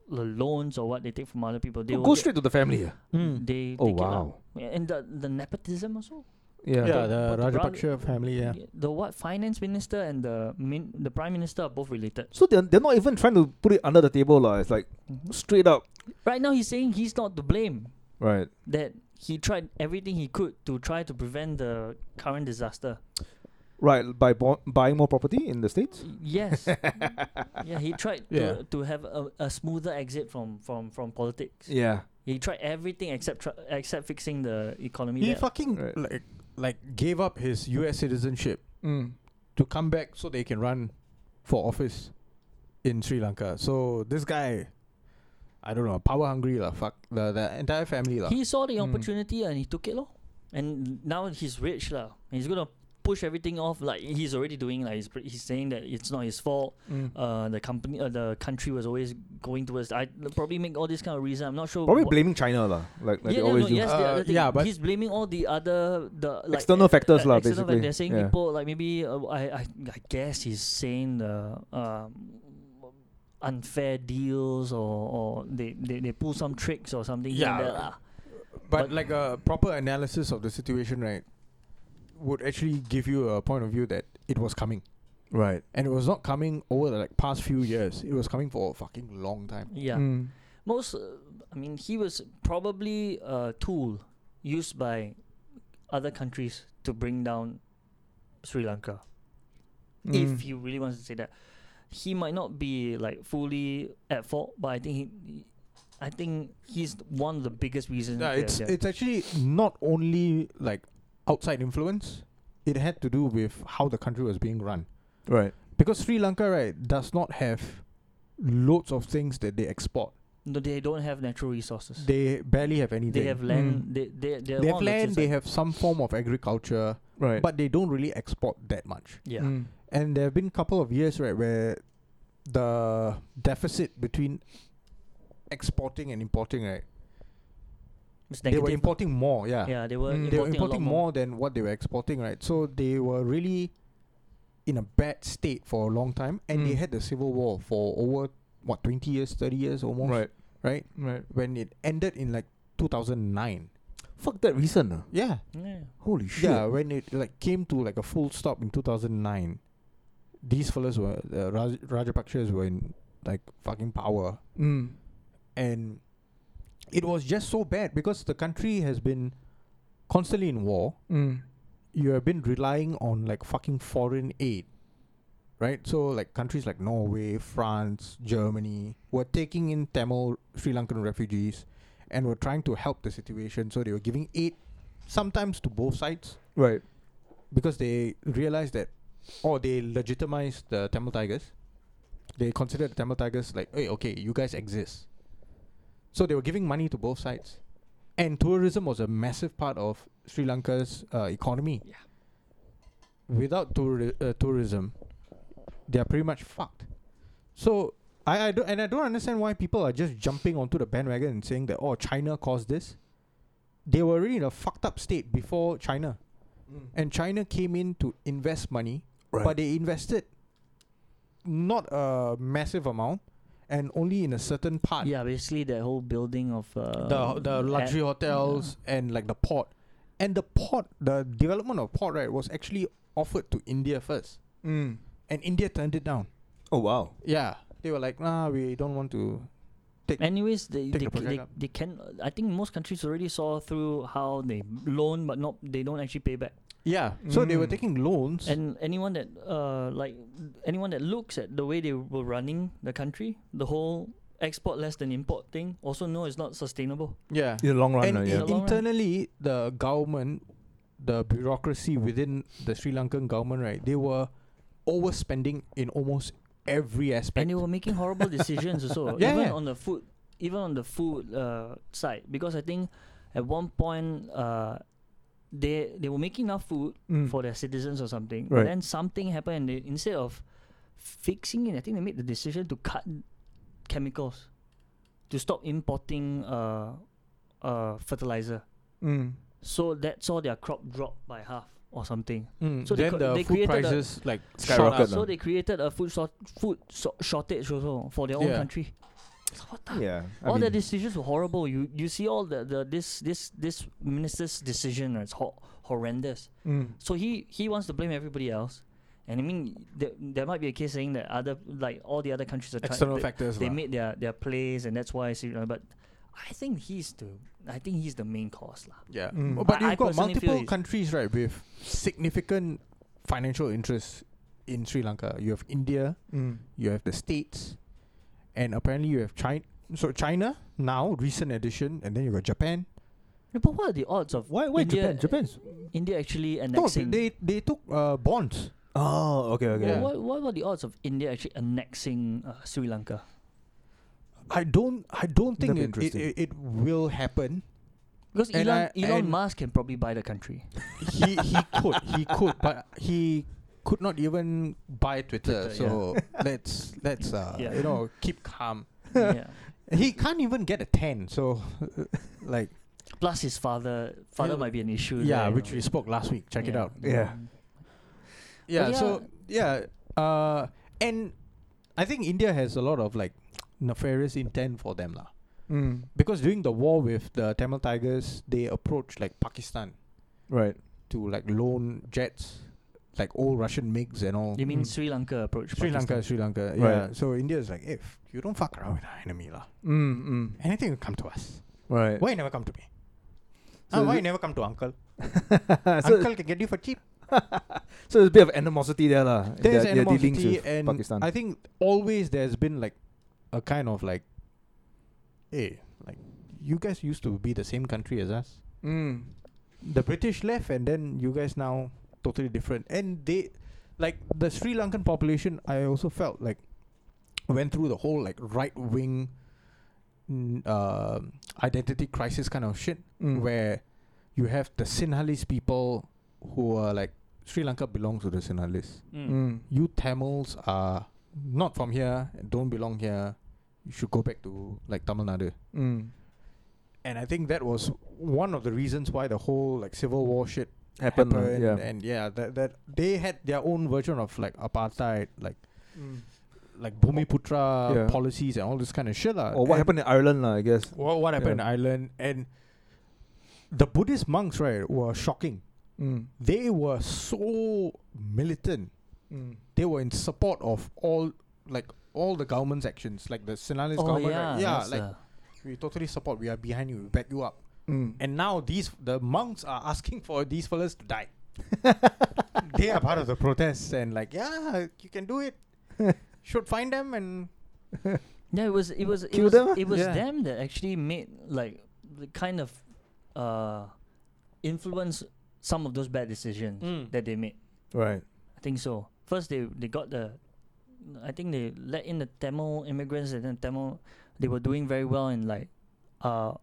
Speaker 4: l- loans or what they take from other people, they
Speaker 1: Go,
Speaker 4: will
Speaker 1: go
Speaker 4: get-
Speaker 1: straight to the family. ah.
Speaker 4: Mm,
Speaker 3: Hmm.
Speaker 4: they.
Speaker 1: Oh
Speaker 4: they get lah.
Speaker 1: wow.
Speaker 4: Yeah, and the the nepotism also.
Speaker 1: Yeah.
Speaker 3: Yeah,
Speaker 4: the-
Speaker 3: the
Speaker 4: but the
Speaker 3: Rajapaksha family. Yeah,
Speaker 4: The what finance minister and the min, the prime minister are both related.
Speaker 1: So they're, they're not even trying to put it under the table lah. It's like straight up.
Speaker 4: Right now, he's saying he's not to blame.
Speaker 1: Right.
Speaker 4: That he tried everything he could to try to prevent the current disaster.
Speaker 1: Right. By bo- buying more property in the states.
Speaker 4: Yes. yeah, he tried
Speaker 3: Yeah.
Speaker 4: to, to have a, a smoother exit from, from, from politics.
Speaker 1: Yeah.
Speaker 4: He tried everything except tr- except fixing the economy.
Speaker 3: he
Speaker 4: there.
Speaker 3: fucking
Speaker 1: Right.
Speaker 3: like like gave up his U.S. citizenship
Speaker 1: Mm.
Speaker 3: to come back so they can run for office in Sri Lanka. So this guy, I don't know, power hungry lah. Fuck the the entire family lah.
Speaker 4: He saw the
Speaker 1: Mm.
Speaker 4: opportunity and he took it, lor. And now he's rich, lah. He's gonna push everything off like he's already doing. Like he's, pr- he's saying that it's not his fault.
Speaker 1: Mm.
Speaker 4: Uh, the company, uh, the country was always going towards. I probably make all this kind of reason. I'm not sure.
Speaker 1: Probably
Speaker 4: wha-
Speaker 1: blaming China lah. Like, like
Speaker 4: yeah,
Speaker 1: they
Speaker 4: yeah,
Speaker 1: always
Speaker 4: no,
Speaker 1: do.
Speaker 4: yes, the
Speaker 3: Uh,
Speaker 4: other thing.
Speaker 3: yeah, but-
Speaker 4: he's blaming all the other the like,
Speaker 1: External
Speaker 4: uh,
Speaker 1: factors
Speaker 4: uh,
Speaker 1: lah,
Speaker 4: external fac-
Speaker 1: basically.
Speaker 4: They're saying
Speaker 1: Yeah.
Speaker 4: people like maybe uh, I, I I guess he's saying the um, unfair deals or, or they, they they pull some tricks or something. here and
Speaker 3: Yeah,
Speaker 4: there lah.
Speaker 3: but
Speaker 4: But-
Speaker 3: like a proper analysis of the situation, right, would actually give you a point of view that it was coming,
Speaker 1: Right.
Speaker 3: and it was not coming over the like past few years. It was coming for a fucking long time.
Speaker 4: yeah.
Speaker 1: Mm.
Speaker 4: most uh, i mean he was probably a tool used by other countries to bring down sri lanka if
Speaker 1: Mm.
Speaker 4: he really wants to say that he might not be like fully at fault but i think he i think he's one of the biggest reasons
Speaker 3: Yeah,
Speaker 4: that-
Speaker 3: it's
Speaker 4: that-
Speaker 3: it's actually not only like outside influence. It had to do with how the country was being run.
Speaker 1: Right.
Speaker 3: Because Sri Lanka, right, does not have loads of things that they export.
Speaker 4: no, they don't have natural resources they,
Speaker 3: They barely have anything.
Speaker 4: have land they, they, they're
Speaker 3: They have
Speaker 4: one of the
Speaker 3: land,
Speaker 4: few
Speaker 3: they
Speaker 4: sites-
Speaker 3: have some form of agriculture,
Speaker 1: Right.
Speaker 3: but they don't really export that much.
Speaker 4: yeah
Speaker 1: Mm.
Speaker 3: And there have been a couple of years, right, where the deficit between exporting and importing, right?
Speaker 4: It's
Speaker 3: They were
Speaker 4: negative.
Speaker 3: importing more, yeah.
Speaker 4: Yeah, they were
Speaker 1: Mm.
Speaker 4: importing,
Speaker 3: They were
Speaker 4: a lot
Speaker 3: importing more than what they were exporting, right? So they were really in a bad state for a long time, and they
Speaker 1: Mm.
Speaker 3: had the civil war for over what twenty years, thirty years, almost,
Speaker 1: Right.
Speaker 3: Right?
Speaker 1: Right.
Speaker 3: When it ended in like two thousand nine.
Speaker 1: Fuck that recent. ah.
Speaker 3: Yeah.
Speaker 4: Yeah.
Speaker 1: Holy shit.
Speaker 3: Yeah, when it like came to like a full stop in 2009, these fellas were the Raj- Rajapaksas were in like fucking power,
Speaker 1: Mm.
Speaker 3: and it was just so bad because the country has been constantly in war.
Speaker 1: Mm.
Speaker 3: You have been relying on like fucking foreign aid, right? So like countries like Norway, France, Germany were taking in Tamil Sri Lankan refugees, and were trying to help the situation. So they were giving aid, sometimes to both sides
Speaker 1: Right.
Speaker 3: because they realized that or they legitimized the Tamil Tigers. They considered the Tamil Tigers like, hey, okay, you guys exist. So they were giving money to both sides. And tourism was a massive part of Sri Lanka's uh, economy.
Speaker 4: Yeah.
Speaker 3: Without touri- uh, tourism, they're pretty much fucked. So I, I don't and I don't understand why people are just jumping onto the bandwagon and saying that oh China caused this. They were really in a fucked up state before China and China came in to invest money,
Speaker 1: Right.
Speaker 3: but they invested not a massive amount and only in a certain part.
Speaker 4: yeah, basically that whole building of uh,
Speaker 3: The the luxury hotels and like the port, and the port, the development of port right was actually offered to India first,
Speaker 1: Mm.
Speaker 3: and India turned it down.
Speaker 1: Oh wow.
Speaker 3: Yeah, they were like, nah, we don't want to.
Speaker 4: a- Anyways, they
Speaker 3: Take
Speaker 4: they,
Speaker 3: the project
Speaker 4: they,
Speaker 3: up.
Speaker 4: they can. I think most countries already saw through how they loan, but not they don't actually pay back.
Speaker 3: Yeah, so they were
Speaker 1: Mm.
Speaker 3: taking loans.
Speaker 4: And anyone that uh like anyone that looks at the way they were running the country, the whole export less than import thing, also know it's not sustainable.
Speaker 3: yeah,
Speaker 1: In the long run,
Speaker 3: and
Speaker 1: ah,
Speaker 3: in-
Speaker 1: yeah.
Speaker 4: long run.
Speaker 3: internally the government the bureaucracy within the sri lankan government right they were overspending in almost every aspect
Speaker 4: And they were making horrible decisions also,
Speaker 3: Yeah,
Speaker 4: even
Speaker 3: yeah.
Speaker 4: on the food, even on the food uh, side, because I think at one point uh, they they were making enough food
Speaker 1: Mm.
Speaker 4: for their citizens or something.
Speaker 1: Right.
Speaker 4: But then something happened, and they, instead of fixing it, I think they made the decision to cut chemicals, to stop importing uh, uh, fertilizer.
Speaker 1: Mm.
Speaker 4: So that saw their crop drop by half or something.
Speaker 3: Mm,
Speaker 4: so they
Speaker 3: then
Speaker 4: co-
Speaker 3: the
Speaker 4: they
Speaker 3: food
Speaker 4: created a-
Speaker 3: prices like
Speaker 1: Skyrocket
Speaker 3: shot up.
Speaker 1: lah.
Speaker 4: So they created a food short food so- shortage also for their own
Speaker 3: Yeah.
Speaker 4: country. What the
Speaker 1: Yeah. I
Speaker 4: all the
Speaker 1: mean,
Speaker 4: decisions were horrible. You you see all the, the this this this minister's decision it's ho- horrendous.
Speaker 1: mm.
Speaker 4: So he he wants to blame everybody else, and I mean there, there might be a case saying that other like all the other countries are
Speaker 3: external
Speaker 4: trying
Speaker 3: factors
Speaker 4: they, they
Speaker 3: lah.
Speaker 4: made their their plays and that's why Sri Lanka- but I think he's the I think he's the main cause lah.
Speaker 3: yeah
Speaker 1: Mm.
Speaker 3: but you've
Speaker 4: I- I
Speaker 3: got
Speaker 4: personally feel
Speaker 3: multiple
Speaker 4: it's-
Speaker 3: countries right with significant financial interests in sri lanka you have india
Speaker 1: Mm.
Speaker 3: you have the states and apparently you have china so china now recent addition and then you got japan
Speaker 4: Yeah, But what are the odds of
Speaker 1: Why? Why
Speaker 4: India- eh,
Speaker 1: Japan? Japan's.
Speaker 4: India actually
Speaker 3: No,
Speaker 4: annexing?
Speaker 3: they they took uh, bonds.
Speaker 1: Oh, okay, okay.
Speaker 3: Yeah.
Speaker 4: What, what were the odds of India actually annexing uh, Sri Lanka?
Speaker 3: I don't I don't think
Speaker 1: That'd
Speaker 3: it,
Speaker 1: be
Speaker 3: it, it, it will happen.
Speaker 4: Because
Speaker 3: And
Speaker 4: Elon,
Speaker 3: I-
Speaker 4: Elon
Speaker 3: and-
Speaker 4: Musk can probably buy the country.
Speaker 3: he he could he could, but he could not even buy Twitter.
Speaker 4: Twitter,
Speaker 3: so let's let's uh,
Speaker 4: Yeah.
Speaker 3: you know keep calm.
Speaker 4: yeah.
Speaker 3: He can't even get a ten. So like
Speaker 4: Plus, his father father
Speaker 3: Yeah.
Speaker 4: might be an issue.
Speaker 3: yeah,
Speaker 4: there,
Speaker 3: which
Speaker 4: you
Speaker 3: we
Speaker 4: know.
Speaker 3: spoke last week. Check it
Speaker 4: Yeah.
Speaker 3: out.
Speaker 1: Yeah.
Speaker 3: Yeah,
Speaker 4: But yeah.
Speaker 3: So yeah, uh, and I think India has a lot of like nefarious intent for them lah.
Speaker 1: Mm.
Speaker 3: because during the war with the Tamil Tigers, they approached like Pakistan
Speaker 1: Right.
Speaker 3: to like loan jets, like old Russian MiGs and all.
Speaker 4: You mean
Speaker 1: Mm.
Speaker 4: Sri Lanka approach?
Speaker 3: Sri Lanka,
Speaker 4: Pakistan?
Speaker 3: Sri Lanka.
Speaker 1: Right.
Speaker 3: Yeah. So India is like, if you don't fuck around with our enemy, lah,
Speaker 1: Mm. Mm.
Speaker 3: anything will come to us.
Speaker 1: Right.
Speaker 3: Why you never come to me?
Speaker 1: So
Speaker 3: Ah, why
Speaker 1: is
Speaker 3: you never come to uncle?
Speaker 1: so,
Speaker 3: uncle can get you for cheap.
Speaker 1: so there's a bit of animosity there, lah. in
Speaker 3: There's
Speaker 1: their, their dealings
Speaker 3: animosity,
Speaker 1: with
Speaker 3: and
Speaker 1: Pakistan.
Speaker 3: I think always there's been like a kind of like, hey, like you guys used to be the same country as us.
Speaker 1: mm.
Speaker 3: the British left, and then you guys now totally different. And they, like the Sri Lankan population, I also felt like went through the whole like right wing mm, uh, identity crisis kind of shit,
Speaker 1: Mm.
Speaker 3: where you have the Sinhalese people who are like Sri Lanka belongs to the Sinhalese.
Speaker 4: Mm.
Speaker 1: Mm.
Speaker 3: You Tamils are not from here, don't belong here, you should go back to like Tamil Nadu.
Speaker 1: Mm.
Speaker 3: And I think that was one of the reasons why the whole like civil war shit
Speaker 1: Happen, uh,
Speaker 3: happened.
Speaker 1: yeah.
Speaker 3: And yeah, that, that they had their own version of like apartheid, like like Bhumiputra
Speaker 1: Yeah.
Speaker 3: policies and all this kind of shit. lah.
Speaker 1: Or what
Speaker 3: And-
Speaker 1: happened in Ireland, lah, I guess.
Speaker 3: what, what happened
Speaker 1: Yeah.
Speaker 3: in Ireland and the Buddhist monks right were shocking.
Speaker 1: Mm.
Speaker 3: They were so militant.
Speaker 1: Mm.
Speaker 3: They were in support of all like all the government's actions, like the Sinhalese
Speaker 4: oh
Speaker 3: government.
Speaker 4: yeah,
Speaker 3: right? yeah,
Speaker 4: that's
Speaker 3: like
Speaker 4: the-
Speaker 3: we totally support. We are behind you. We back you up.
Speaker 1: Mm.
Speaker 3: And now these the monks are asking for these fellas to die. they are part of the protests and like yeah, you can do it. Should find them and
Speaker 4: yeah. It was it was it
Speaker 1: Kill
Speaker 4: was,
Speaker 1: them, ah?
Speaker 4: it was
Speaker 3: Yeah.
Speaker 4: them that actually made like the kind of uh influence some of those bad decisions
Speaker 3: Mm.
Speaker 4: that they made.
Speaker 1: Right.
Speaker 4: I think so. First, they they got the, I think they let in the Tamil immigrants and then Tamil, they were doing very well in like, uh,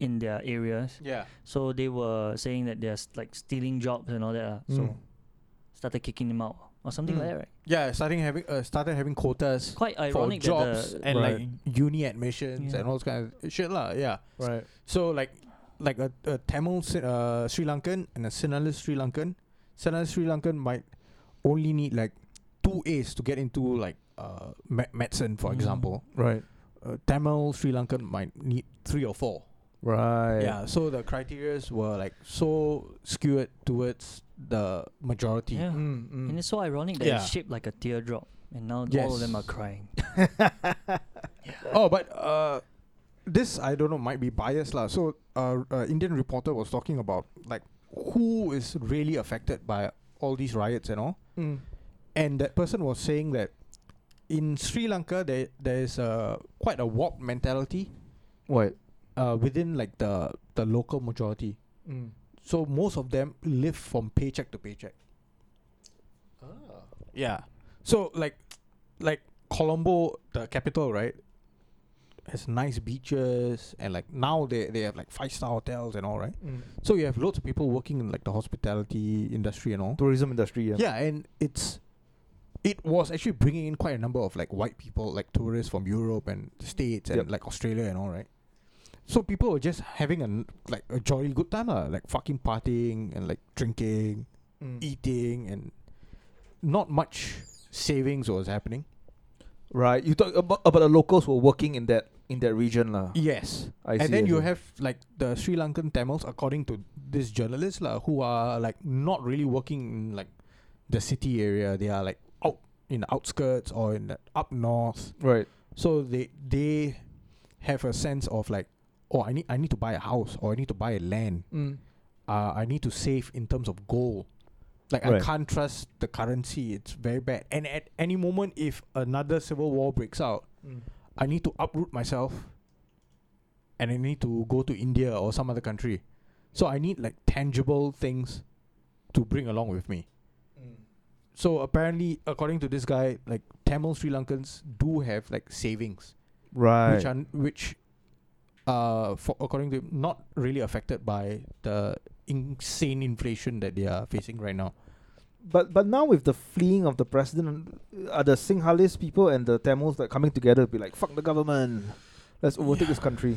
Speaker 4: in their areas.
Speaker 3: yeah.
Speaker 4: So they were saying that they're s- like stealing jobs and all that. Uh, So
Speaker 1: Mm.
Speaker 4: started kicking them out or something
Speaker 3: Mm.
Speaker 4: like that, right?
Speaker 3: Yeah, starting having uh, started having quotas.
Speaker 4: It's quite
Speaker 3: for
Speaker 4: ironic
Speaker 3: jobs
Speaker 4: that the,
Speaker 3: and
Speaker 1: Right.
Speaker 3: like uni admissions
Speaker 4: Yeah.
Speaker 3: and all this kind of shit lah. Yeah.
Speaker 1: Right.
Speaker 3: So like like a, a Tamil Si- uh, Sri Lankan and a Sinhalese Sri Lankan, Sinhalese Sri Lankan might only need like two A's to get into like uh me- medicine, for
Speaker 4: Mm.
Speaker 3: example.
Speaker 1: Right.
Speaker 3: Uh, Tamil Sri Lankan might need three or four.
Speaker 1: Right.
Speaker 3: Yeah. So the criterias were like so skewed towards the majority.
Speaker 4: yeah.
Speaker 1: Mm, mm.
Speaker 4: And it's so ironic that
Speaker 3: Yeah.
Speaker 4: it's shaped like a teardrop, and now all of them are
Speaker 3: Yes.
Speaker 4: crying.
Speaker 3: oh, but uh, this I don't know might be biased lah. So, uh, uh, Indian reporter was talking about like who is really affected by all these riots and all,
Speaker 1: Mm.
Speaker 3: and that person was saying that in Sri Lanka there there is uh, quite a warped mentality
Speaker 1: What?
Speaker 3: uh, within like the the local majority.
Speaker 1: Mm.
Speaker 3: So most of them live from paycheck to paycheck. Yeah. So like like Colombo, the capital, right? Has nice beaches and like now they, they have like five star hotels and all, right?
Speaker 1: Mm.
Speaker 3: So you have loads of people working in like the hospitality industry and all.
Speaker 1: Tourism industry. Yeah.
Speaker 3: Yeah, and it's it was actually bringing in quite a number of like white people, like tourists from Europe and the States and
Speaker 1: Yep.
Speaker 3: like Australia and all, right? So people were just having a n- like a jolly good time, lah, like fucking partying and like drinking
Speaker 1: Mm.
Speaker 3: E eating and not much savings was happening.
Speaker 1: Right. You talk about about the locals who are working in that in that region, lah.
Speaker 3: Yes.
Speaker 1: I see.
Speaker 3: and then
Speaker 1: I
Speaker 3: you
Speaker 1: see.
Speaker 3: have like the Sri Lankan Tamils, according to this journalist, lah, who are like not really working in like the city area. They are like out in the outskirts or in the up north.
Speaker 1: right.
Speaker 3: So they they have a sense of like, oh, I need I need to buy a house or I need to buy a land.
Speaker 1: Mm.
Speaker 3: uh, I need to save in terms of gold. Like
Speaker 1: Right.
Speaker 3: I can't trust the currency; it's very bad. And at any moment, if another civil war breaks out,
Speaker 1: Mm.
Speaker 3: I need to uproot myself, and I need to go to India or some other country. So I need like tangible things to bring along with me. So apparently, according to this guy, like Tamil Sri Lankans do have like savings,
Speaker 1: Right.
Speaker 3: which are n- which, uh, for according to him, not really affected by the insane inflation that they are facing right now.
Speaker 1: but but now with the fleeing of the president, uh, are the Sinhalese people and the Tamils like coming together to be like fuck the government, let's overtake this country?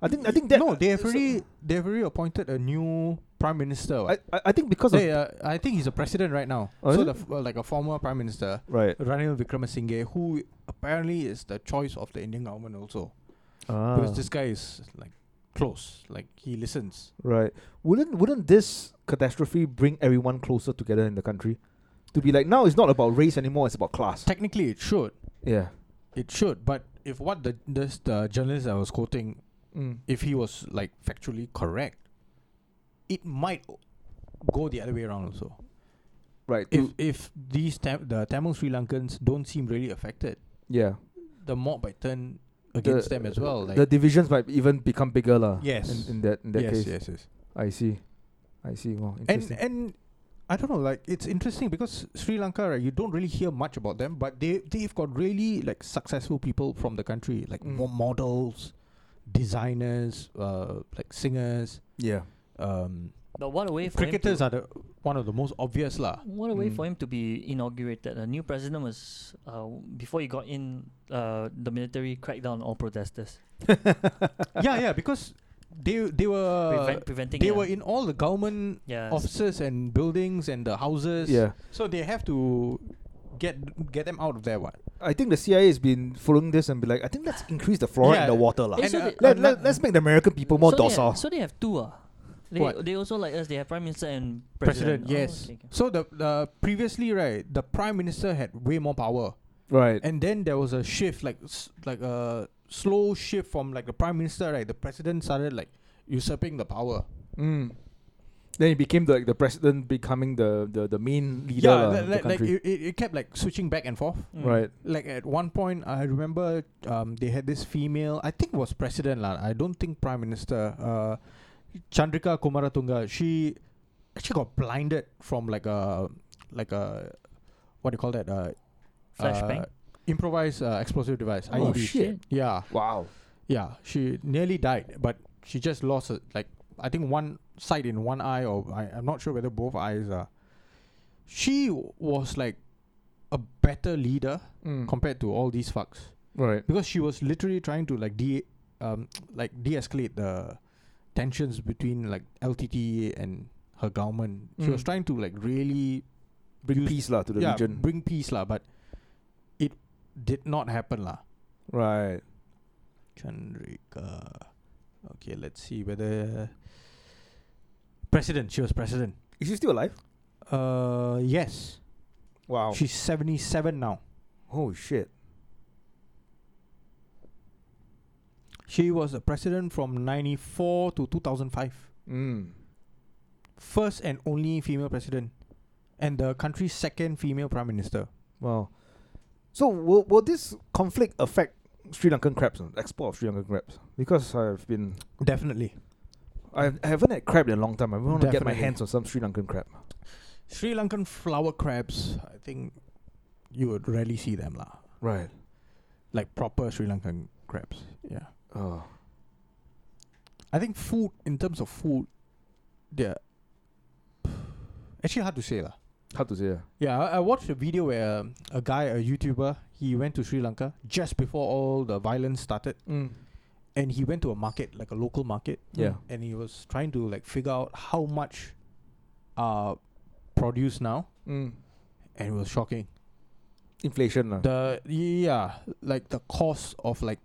Speaker 1: I think I think that
Speaker 3: no, they have
Speaker 1: so-
Speaker 3: already they have already appointed a new prime minister.
Speaker 1: I,
Speaker 3: what?
Speaker 1: I, I think because
Speaker 3: They,
Speaker 1: of
Speaker 3: uh, I think he's a president right now.
Speaker 1: Oh, is
Speaker 3: so
Speaker 1: it?
Speaker 3: the f- uh, like a former prime minister,
Speaker 1: right
Speaker 3: Ranil Vikramasinghe, who apparently is the choice of the Indian government also,
Speaker 1: Ah.
Speaker 3: because this guy is like close, like he listens.
Speaker 1: right wouldn't wouldn't this catastrophe bring everyone closer together in the country to be like now it's not about race anymore it's about class
Speaker 3: Technically, it should,
Speaker 1: yeah
Speaker 3: it should. But if what the this the journalist I was quoting,
Speaker 1: mm.
Speaker 3: if he was like factually correct, it might o- go the other way around also.
Speaker 1: right
Speaker 3: If
Speaker 1: to-
Speaker 3: if these Tam- the Tamil Sri Lankans don't seem really affected.
Speaker 1: yeah
Speaker 3: the mob might turn against them as well. Like
Speaker 1: the divisions might even become bigger lah.
Speaker 3: Yes.
Speaker 1: in, in that in that
Speaker 3: yes,
Speaker 1: case
Speaker 3: yes, yes.
Speaker 1: I see I see wow
Speaker 3: And
Speaker 1: interesting
Speaker 3: and I don't know, like it's interesting because Sri Lanka, right, you don't really hear much about them, but they they've got really like successful people from the country, like
Speaker 1: Mm.
Speaker 3: mo- models, designers, uh, like singers,
Speaker 1: yeah
Speaker 3: um,
Speaker 4: But what a way for him
Speaker 3: Cricketers
Speaker 4: to,
Speaker 3: are the one of the most obvious lah.
Speaker 4: what a way for
Speaker 1: Mm.
Speaker 4: him to be inaugurated. A new president was uh, before he got in. Uh, the military cracked down on all protesters,
Speaker 3: yeah, yeah, because they they were
Speaker 4: prevent, preventing.
Speaker 3: they
Speaker 4: it,
Speaker 3: were
Speaker 4: uh,
Speaker 3: in all the government
Speaker 4: yeah, s-
Speaker 3: offices and buildings and the houses.
Speaker 1: yeah.
Speaker 3: So they have to get get them out of there.
Speaker 4: Oh,
Speaker 3: What?
Speaker 1: I think the CIA has been following this and be like, I think let's increase the flora
Speaker 3: Yeah.
Speaker 1: and the water lah.
Speaker 4: Eh,
Speaker 3: And,
Speaker 4: so
Speaker 3: uh,
Speaker 4: they-
Speaker 1: Let,
Speaker 3: ano-
Speaker 1: let, let's make the American people more
Speaker 4: so They
Speaker 1: docile.
Speaker 4: have, so they have two. Uh. They,
Speaker 3: What?
Speaker 4: they also like us. They have prime minister and
Speaker 3: president.
Speaker 4: president. Oh,
Speaker 3: yes.
Speaker 4: okay, okay.
Speaker 3: So the the previously right, the prime minister had way more power,
Speaker 1: right.
Speaker 3: and then there was a shift like s- like a slow shift from like the prime minister right. The president started like usurping the power.
Speaker 1: Mm. Then he became the, like, the president, becoming the, the, the main leader lah
Speaker 3: yeah, li-
Speaker 1: of
Speaker 3: like,
Speaker 1: the
Speaker 3: like
Speaker 1: country.
Speaker 3: it, it, it kept like switching back and forth.
Speaker 4: Mm.
Speaker 1: Right.
Speaker 3: Like at one point, I remember um, they had this female. I think it was president lah. I don't think prime minister. Uh, Chandrika Kumaratunga. She actually got blinded from like a like a what do you call that? Uh,
Speaker 4: Flashbang.
Speaker 3: uh, improvised uh, explosive device.
Speaker 1: Oh,
Speaker 3: IED.
Speaker 1: shit.
Speaker 3: Yeah,
Speaker 1: Wow.
Speaker 3: yeah. She nearly died, but she just lost uh, like I think one sight in one eye, or I, I'm not sure whether both eyes are. She w- was like a better leader
Speaker 5: Hmm.
Speaker 1: Mm.
Speaker 3: compared to all these fucks
Speaker 1: right.
Speaker 3: because she was literally trying to like de um like de-escalate the tensions between like LTT and her government. She was
Speaker 1: Mm.
Speaker 3: trying to like really
Speaker 1: Bring
Speaker 3: use-
Speaker 1: peace lah to the
Speaker 3: yeah,
Speaker 1: region.
Speaker 3: bring peace lah, but it did not happen lah.
Speaker 1: right.
Speaker 3: Chandrika. Okay, let's see whether president. She was president.
Speaker 1: Is he still alive?
Speaker 3: Uh, yes.
Speaker 1: Wow.
Speaker 3: She's seventy-seven now.
Speaker 1: oh shit.
Speaker 3: She was the president from ninety-four to two thousand five.
Speaker 1: Mm.
Speaker 3: First and only female president, and the country's second female prime minister.
Speaker 1: Wow. So will will this conflict affect Sri Lankan crabs, uh, export of Sri Lankan crabs? Because I've been
Speaker 3: Definitely.
Speaker 1: I I haven't had crab in a long time. I want to get my
Speaker 3: Definitely.
Speaker 1: hands on some Sri Lankan crab.
Speaker 3: Sri Lankan flower crabs. I think you would rarely see them lah.
Speaker 1: Right.
Speaker 3: Like proper Sri Lankan crabs. Yeah.
Speaker 1: Oh.
Speaker 3: I think food in terms of food, yeah. Actually, hard to say lah.
Speaker 1: Hard to say. ah.
Speaker 3: Yeah, I, I watched a video where um, a guy, a YouTuber, he went to Sri Lanka just before all the violence started,
Speaker 1: Mm.
Speaker 3: and he went to a market, like a local market.
Speaker 1: Yeah.
Speaker 3: And he was trying to like figure out how much, uh, produce now,
Speaker 1: Mm.
Speaker 3: and it was shocking.
Speaker 1: Inflation uh. lah.
Speaker 3: The yeah, like the cost of like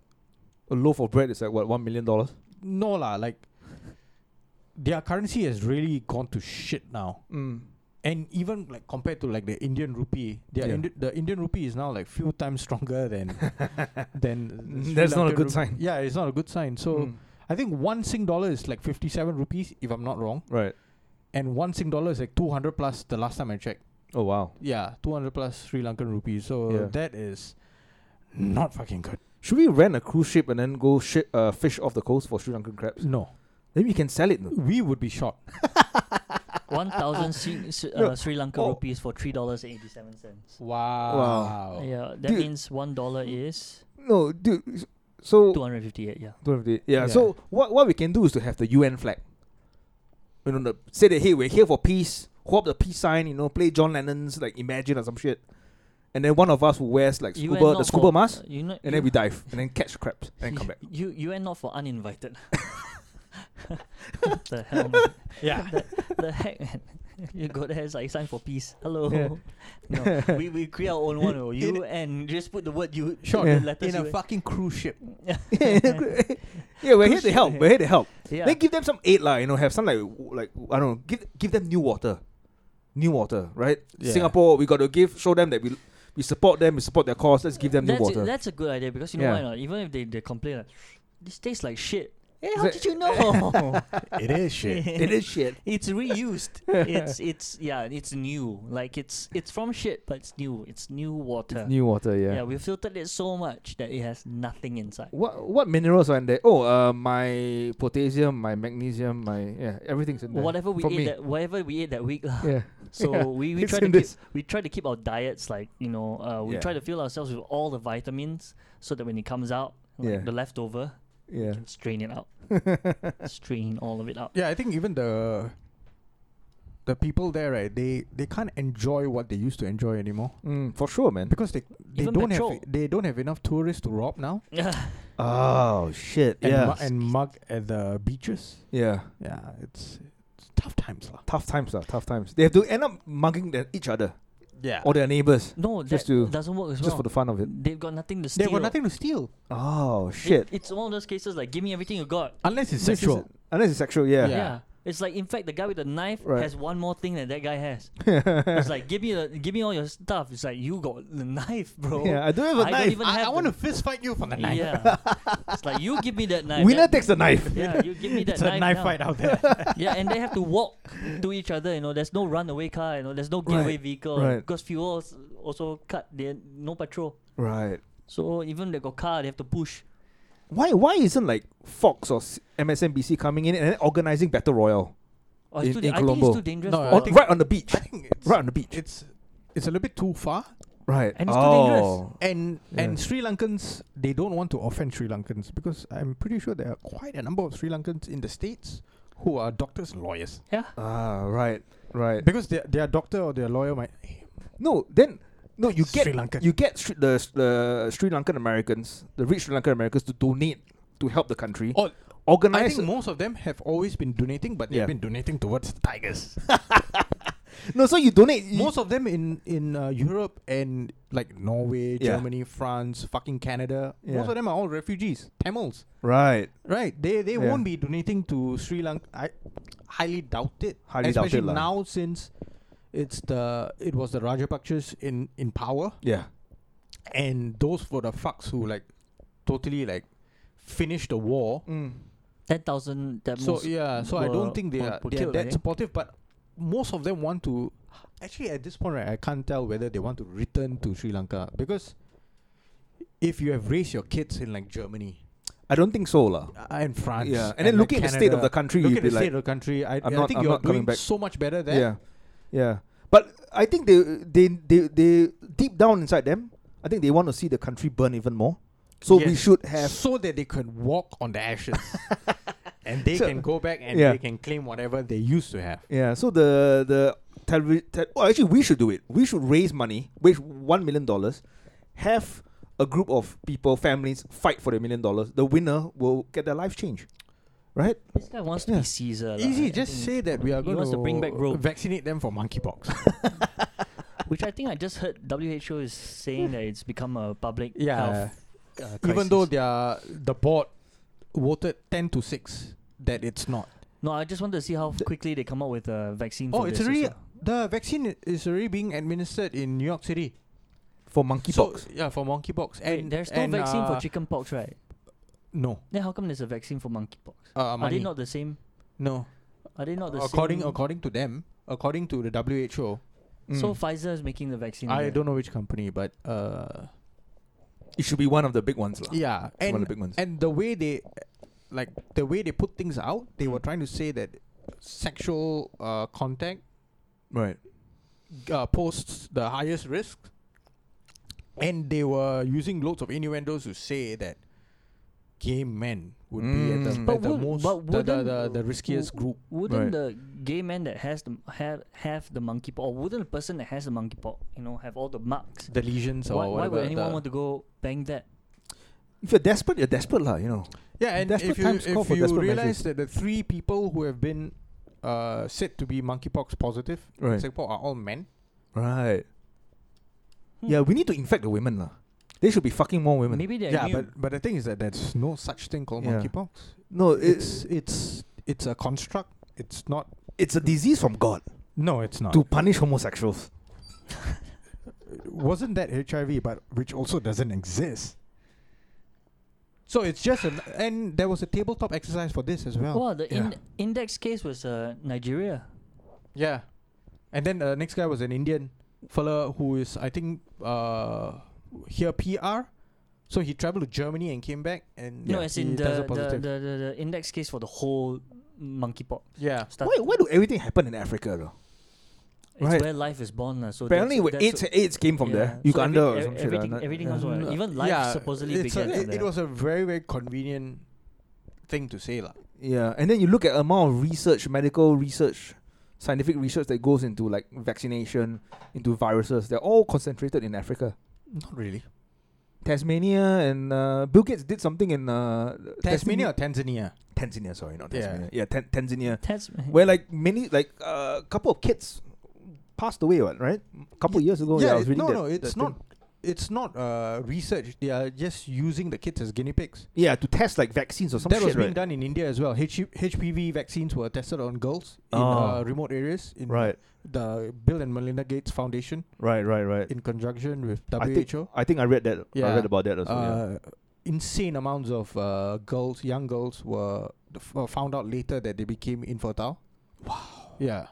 Speaker 1: A loaf of bread is like what one million dollars.
Speaker 3: no lah, like their currency has really gone to shit now.
Speaker 1: Mm.
Speaker 3: and even like compared to like the Indian rupee, the,
Speaker 1: Yeah.
Speaker 3: Indi- the Indian rupee is now like few times stronger than than the Sri
Speaker 1: That's not a
Speaker 3: Lankan
Speaker 1: good
Speaker 3: rup-
Speaker 1: sign.
Speaker 3: Yeah, it's not a good sign. So
Speaker 1: Mm.
Speaker 3: I think one Sing dollar is like fifty-seven rupees, if I'm not wrong,
Speaker 1: Right.
Speaker 3: and one Sing dollar is like two hundred plus. The last time I checked,
Speaker 1: Oh wow.
Speaker 3: yeah, two hundred plus Sri Lankan rupees. So
Speaker 1: Yeah.
Speaker 3: that is not fucking good.
Speaker 1: Should we rent a cruise ship and then go shi uh, fish off the coast for Sri Lankan crabs?
Speaker 3: No,
Speaker 1: Then we can sell it. No?
Speaker 3: we would be shot.
Speaker 4: One thousand Sri, S- uh,
Speaker 1: No,
Speaker 4: Sri Lankan
Speaker 1: oh.
Speaker 4: rupees for three dollars eighty-seven cents.
Speaker 3: Wow.
Speaker 4: Yeah, that
Speaker 1: Dude.
Speaker 4: means one dollar is
Speaker 1: No, dude. s- So
Speaker 4: two hundred fifty-eight. Yeah.
Speaker 1: Don't have the- yeah.
Speaker 3: Yeah.
Speaker 1: So what what we can do is to have the UN flag. You know, the, say that hey, we're here for peace. Hold up the peace sign. You know, play John Lennon's like Imagine or some shit, and then one of us will wears like
Speaker 4: UN
Speaker 1: scuba the
Speaker 4: not
Speaker 1: scuba
Speaker 4: for-
Speaker 1: mask,
Speaker 4: You know,
Speaker 1: and then we dive, and then catch crabs, and then come back.
Speaker 4: You you end not for uninvited. What the hell? man?
Speaker 3: Yeah.
Speaker 4: the, the heck, man. You go there, it's like sign for peace. Hello.
Speaker 1: Yeah.
Speaker 4: No, we, we create our own one. oh,
Speaker 3: In-
Speaker 4: You and just put the word you.
Speaker 3: Sure.
Speaker 4: The
Speaker 1: Yeah.
Speaker 4: letters
Speaker 3: In a
Speaker 4: UN.
Speaker 3: fucking cruise ship.
Speaker 1: yeah, we're here to help. We're here to help.
Speaker 4: yeah.
Speaker 1: Then give them some aid, lah. You know, have some like w- like I don't know, give give them new water, new water, right?
Speaker 3: Yeah.
Speaker 1: Singapore, we got to give show them that we we support them, we support their cause. Let's give them
Speaker 4: that's
Speaker 1: new
Speaker 4: A,
Speaker 1: water.
Speaker 4: that's a good idea because you know
Speaker 1: Yeah.
Speaker 4: why not? Even if they, they complain, like, this tastes like shit. Hey,
Speaker 1: Is
Speaker 4: how
Speaker 1: it-
Speaker 4: did you know?
Speaker 3: it is shit.
Speaker 1: it is shit.
Speaker 4: It's reused. it's it's yeah. It's new. Like it's it's from shit, but it's new. It's new water.
Speaker 1: New water, yeah.
Speaker 4: we filtered it so much that it has nothing inside.
Speaker 1: What what minerals are in there? Oh, uh, my potassium, my magnesium, my yeah, everything's in there.
Speaker 4: Whatever we
Speaker 1: for
Speaker 4: ate
Speaker 1: me.
Speaker 4: that whatever we ate that week lah.
Speaker 1: Yeah.
Speaker 4: So
Speaker 1: Yeah,
Speaker 4: we, we
Speaker 1: it's
Speaker 4: try to
Speaker 1: in
Speaker 4: keep
Speaker 1: this.
Speaker 4: we try to keep our diets like you know uh, we
Speaker 1: Yeah.
Speaker 4: try to fill ourselves with all the vitamins so that when it comes out like
Speaker 1: Yeah.
Speaker 4: the leftover
Speaker 1: Yeah.
Speaker 4: strain it out strain all of it out
Speaker 3: Yeah, I think even the the people there, right? They they can't enjoy what they used to enjoy anymore
Speaker 1: Mm, for sure, man.
Speaker 3: because they they
Speaker 4: Even
Speaker 3: don't
Speaker 4: petrol.
Speaker 3: have they don't have enough tourists to rob now
Speaker 1: Oh shit!
Speaker 3: and,
Speaker 1: yeah,
Speaker 3: mu- and mug at the beaches.
Speaker 1: yeah.
Speaker 3: Yeah, it's, it's tough times lah.
Speaker 1: Tough times, lah. Tough times. They have to end up mugging their, each other
Speaker 3: Yeah,
Speaker 1: or their neighbors
Speaker 4: no, that
Speaker 1: Just to-
Speaker 4: doesn't work as
Speaker 1: just
Speaker 4: well.
Speaker 1: for the fun of it.
Speaker 4: They've got nothing to steal.
Speaker 3: they've got nothing to steal
Speaker 1: Oh
Speaker 4: It-
Speaker 1: shit!
Speaker 4: it's one of those cases like, give me everything you got.
Speaker 3: unless it's
Speaker 1: This is-
Speaker 3: sexual.
Speaker 1: unless it's sexual, yeah.
Speaker 3: Yeah.
Speaker 4: It's like, in fact, the guy with the knife
Speaker 1: Right.
Speaker 4: has one more thing than that guy has. it's like, give me the, give me all your stuff. It's like, you got the knife, bro.
Speaker 1: Yeah, I don't have a
Speaker 4: I don't
Speaker 1: knife.
Speaker 4: even have the-
Speaker 3: fist fight you for the
Speaker 4: Yeah. it's like, you give me that knife.
Speaker 1: Winner
Speaker 4: that-
Speaker 1: takes the knife.
Speaker 4: Yeah, you give me
Speaker 3: it's
Speaker 4: that
Speaker 3: a knife
Speaker 4: now.
Speaker 3: fight out there.
Speaker 4: yeah, and they have to walk to each other. You know, there's no runaway car. You know, there's no getaway
Speaker 1: Right,
Speaker 4: vehicle
Speaker 1: right.
Speaker 4: because fuel als- also cut. There no patrol,
Speaker 1: Right.
Speaker 4: so even they got car, they have to push.
Speaker 1: Why? Why isn't like Fox or S- MSNBC coming in and then organizing battle royale
Speaker 4: Oh, it's
Speaker 1: In-
Speaker 4: too
Speaker 1: in
Speaker 4: da- I think
Speaker 1: Colombo.
Speaker 4: it's too dangerous.
Speaker 3: No,
Speaker 4: for-
Speaker 3: I
Speaker 1: on,
Speaker 3: think-
Speaker 1: right on the beach?
Speaker 3: Uh, I think it's
Speaker 1: Right on the beach.
Speaker 3: it's it's a little bit too far.
Speaker 1: Right.
Speaker 4: And it's too dangerous.
Speaker 1: oh.
Speaker 3: And
Speaker 1: Yeah.
Speaker 3: and Sri Lankans they don't want to offend Sri Lankans because I'm pretty sure there are quite a number of Sri Lankans in the states who are doctors and lawyers
Speaker 4: yeah,
Speaker 1: Ah, right, right.
Speaker 3: because their their doctor or their lawyer might hey,
Speaker 1: No, then no. You
Speaker 3: Sri
Speaker 1: get
Speaker 3: Lankan.
Speaker 1: you get Sri, the the Sri Lankan Americans, the rich Sri Lankan Americans, to donate to help the country.
Speaker 3: Oh, I
Speaker 1: Organize
Speaker 3: think most of them have always been donating, but they've
Speaker 1: Yeah.
Speaker 3: been donating towards the tigers.
Speaker 1: no, so you donate you-
Speaker 3: most of them in in uh, Europe and like Norway,
Speaker 1: Yeah.
Speaker 3: Germany, France, fucking Canada.
Speaker 1: Yeah.
Speaker 3: Most of them are all refugees, Tamils.
Speaker 1: right.
Speaker 3: Right, they they
Speaker 1: Yeah.
Speaker 3: won't be donating to Sri Lanka. I highly doubt it.
Speaker 1: Highly doubt
Speaker 3: especially
Speaker 1: it lah.
Speaker 3: now since it's the it was the Rajapakshas in in power,
Speaker 1: Yeah,
Speaker 3: and those were the fucks who like totally like finished the war.
Speaker 4: ten thousand. That
Speaker 3: uh, So
Speaker 4: most
Speaker 3: yeah, so I
Speaker 4: were-
Speaker 3: don't think they
Speaker 4: were-
Speaker 3: are,
Speaker 4: were
Speaker 3: they are
Speaker 4: killed, eh?
Speaker 3: that
Speaker 4: right?
Speaker 3: supportive, but most of them want to. Actually, at this point, right, I can't tell whether they want to return to Sri Lanka because if you have raised your kids in like Germany,
Speaker 1: I don't think so, lah.
Speaker 3: uh, and France.
Speaker 1: Yeah, and then
Speaker 3: like
Speaker 1: looking at the state of
Speaker 3: Canada.
Speaker 1: the country,
Speaker 3: Look
Speaker 1: you'd
Speaker 3: at
Speaker 1: be
Speaker 3: the
Speaker 1: like,
Speaker 3: state of the country. I, I
Speaker 1: not- I'm
Speaker 3: think you're
Speaker 1: not coming
Speaker 3: doing
Speaker 1: back.
Speaker 3: so much better there.
Speaker 1: yeah, yeah. But I think they they they they deep down inside them, I think they want to see the country burn even more. So we
Speaker 3: Yes.
Speaker 1: should have
Speaker 3: so that they can walk on the ashes, and they
Speaker 1: So-
Speaker 3: can go back and
Speaker 1: Yeah.
Speaker 3: they can claim whatever they used to have.
Speaker 1: Yeah, so the the televi- te- well, actually we should do it. We should raise money, raise one million dollars, have a group of people, families fight for the million dollars. The winner will get their life changed, right?
Speaker 4: this guy wants to
Speaker 1: Yeah.
Speaker 4: be Caesar. lah,
Speaker 3: Easy,
Speaker 4: I
Speaker 3: just
Speaker 4: think.
Speaker 3: say that we are
Speaker 4: He
Speaker 3: going
Speaker 4: wants to bring back Rome.
Speaker 3: vaccinate them for monkeypox.
Speaker 4: Which I think I just heard WHO is saying that it's become a public health. uh,
Speaker 3: even though
Speaker 4: crisis.
Speaker 3: they are the board voted ten to six that it's not.
Speaker 4: no, I just want to see how quickly they come up with a vaccine.
Speaker 3: Oh,
Speaker 4: for
Speaker 3: it's
Speaker 4: this as
Speaker 3: already
Speaker 4: well.
Speaker 3: the vaccine i- is already being administered in New York City.
Speaker 1: For monkeypox.
Speaker 3: So, yeah, for monkeypox.
Speaker 4: Wait,
Speaker 3: And
Speaker 4: there's no
Speaker 3: and,
Speaker 4: vaccine
Speaker 3: uh,
Speaker 4: for chickenpox, right?
Speaker 3: No,
Speaker 4: Then how come there's a vaccine for monkeypox?
Speaker 3: uh,
Speaker 4: Are
Speaker 3: money.
Speaker 4: they not the same?
Speaker 3: no.
Speaker 4: Are they not the
Speaker 3: according
Speaker 4: same?
Speaker 3: according to them, according to the WHO,
Speaker 4: So Pfizer is making the vaccine.
Speaker 3: mm. I
Speaker 4: again.
Speaker 3: don't know which company, but uh,
Speaker 1: it should be one of the big ones, lah.
Speaker 3: yeah,
Speaker 1: It's one of
Speaker 3: and
Speaker 1: the big ones.
Speaker 3: and the way they, like the way they put things out, they
Speaker 4: Mm.
Speaker 3: were trying to say that sexual uh, contact
Speaker 1: Right.
Speaker 3: uh, posts the highest risk, and they were using loads of innuendos to say that gay men would be at the,
Speaker 1: Mm.
Speaker 4: But
Speaker 3: at the
Speaker 4: would-
Speaker 3: most
Speaker 4: but
Speaker 3: the, the,
Speaker 4: wouldn't-
Speaker 3: the, the riskiest group.
Speaker 4: Wouldn't
Speaker 1: Right.
Speaker 4: the gay man that has the have have the monkeypox, or wouldn't the person that has the monkeypox, you know, have all the marks?
Speaker 3: The lesions
Speaker 4: Why,
Speaker 3: or
Speaker 4: why
Speaker 3: whatever.
Speaker 4: would anyone
Speaker 3: the-
Speaker 4: want to go bang that?
Speaker 1: If you're desperate, you're desperate, lah. You know.
Speaker 3: Yeah, and
Speaker 1: Desperate
Speaker 3: if you,
Speaker 1: times call
Speaker 3: if
Speaker 1: for
Speaker 3: you
Speaker 1: desperate
Speaker 3: realize
Speaker 1: measures.
Speaker 3: that the three people who have been uh, said to be monkeypox positive in
Speaker 1: Right.
Speaker 3: Singapore are all men.
Speaker 1: Right.
Speaker 4: Hmm.
Speaker 1: Yeah, we need to infect the women, lah. They should be fucking more women.
Speaker 4: Maybe they're
Speaker 3: yeah,
Speaker 4: immune.
Speaker 3: but but the thing is that there's no such thing called
Speaker 1: Yeah.
Speaker 3: monkeypox.
Speaker 1: No,
Speaker 3: It's
Speaker 1: it's
Speaker 3: it's it's a construct. It's not.
Speaker 1: it's a disease from God
Speaker 3: No, it's not.
Speaker 1: to punish homosexuals.
Speaker 3: Wasn't that HIV, but which also doesn't exist. So it's just an and there was a tabletop exercise for this as well.
Speaker 4: well, the
Speaker 1: yeah.
Speaker 4: in- index case was uh, Nigeria.
Speaker 3: Yeah, and then the next guy was an Indian fella who is I think uh here PR, so he traveled to Germany and came back and
Speaker 4: No, as in
Speaker 3: he
Speaker 4: the
Speaker 3: tested
Speaker 4: the, the,
Speaker 3: positive.
Speaker 4: the the index case for the whole monkeypox.
Speaker 3: yeah.
Speaker 4: Start-
Speaker 1: Why, why do everything happen in Africa though?
Speaker 4: It's
Speaker 1: right.
Speaker 4: where life is born. lah, so that's-
Speaker 1: Apparently, where
Speaker 4: that's
Speaker 1: AIDS
Speaker 4: what-
Speaker 1: AIDS came from
Speaker 4: yeah.
Speaker 1: there,
Speaker 4: So
Speaker 1: Uganda
Speaker 4: every-
Speaker 1: or some
Speaker 4: e-
Speaker 1: shit. like
Speaker 4: everything-
Speaker 1: that.
Speaker 4: everything
Speaker 1: Yeah.
Speaker 4: comes from there. Even life
Speaker 3: Yeah,
Speaker 4: supposedly
Speaker 3: it's a-
Speaker 4: began from
Speaker 3: it, it
Speaker 4: there.
Speaker 3: was a very very convenient thing to say lah.
Speaker 1: Yeah, and then you look at amount of research, medical research
Speaker 5: scientific research that goes into like vaccination, into viruses, they're all concentrated in Africa.
Speaker 3: Not really.
Speaker 5: Tasmania and uh, Bill Gates did something in uh,
Speaker 3: Tasmania or Tanzania?
Speaker 5: Tanzania, sorry, not
Speaker 3: Yeah.
Speaker 5: Tasmania. Yeah, Tan Tanzania,
Speaker 4: That's
Speaker 5: where like many, like a couple of kids passed away, what, right? A couple of years ago. Oh, Yeah, I was
Speaker 3: it-
Speaker 5: reading
Speaker 3: no,
Speaker 5: that-
Speaker 3: no,
Speaker 5: that
Speaker 3: it's
Speaker 5: thing.
Speaker 3: not. It's not uh, research. They are just using the kids as guinea pigs.
Speaker 5: Yeah, to test like vaccines or some
Speaker 3: that
Speaker 5: shit,
Speaker 3: was being
Speaker 5: right?
Speaker 3: done in India as well. H- HPV vaccines were tested on girls in
Speaker 5: Oh.
Speaker 3: uh, remote areas. In
Speaker 5: Right,
Speaker 3: The Bill and Melinda Gates Foundation,
Speaker 5: right, right, right.
Speaker 3: in conjunction with
Speaker 5: I
Speaker 3: WHO,
Speaker 5: think I think I read that. I
Speaker 3: Yeah.
Speaker 5: read about that as well. yeah.
Speaker 3: uh, insane amounts of uh, girls, young girls, were f- uh, found out later that they became infertile. Wow. Yeah.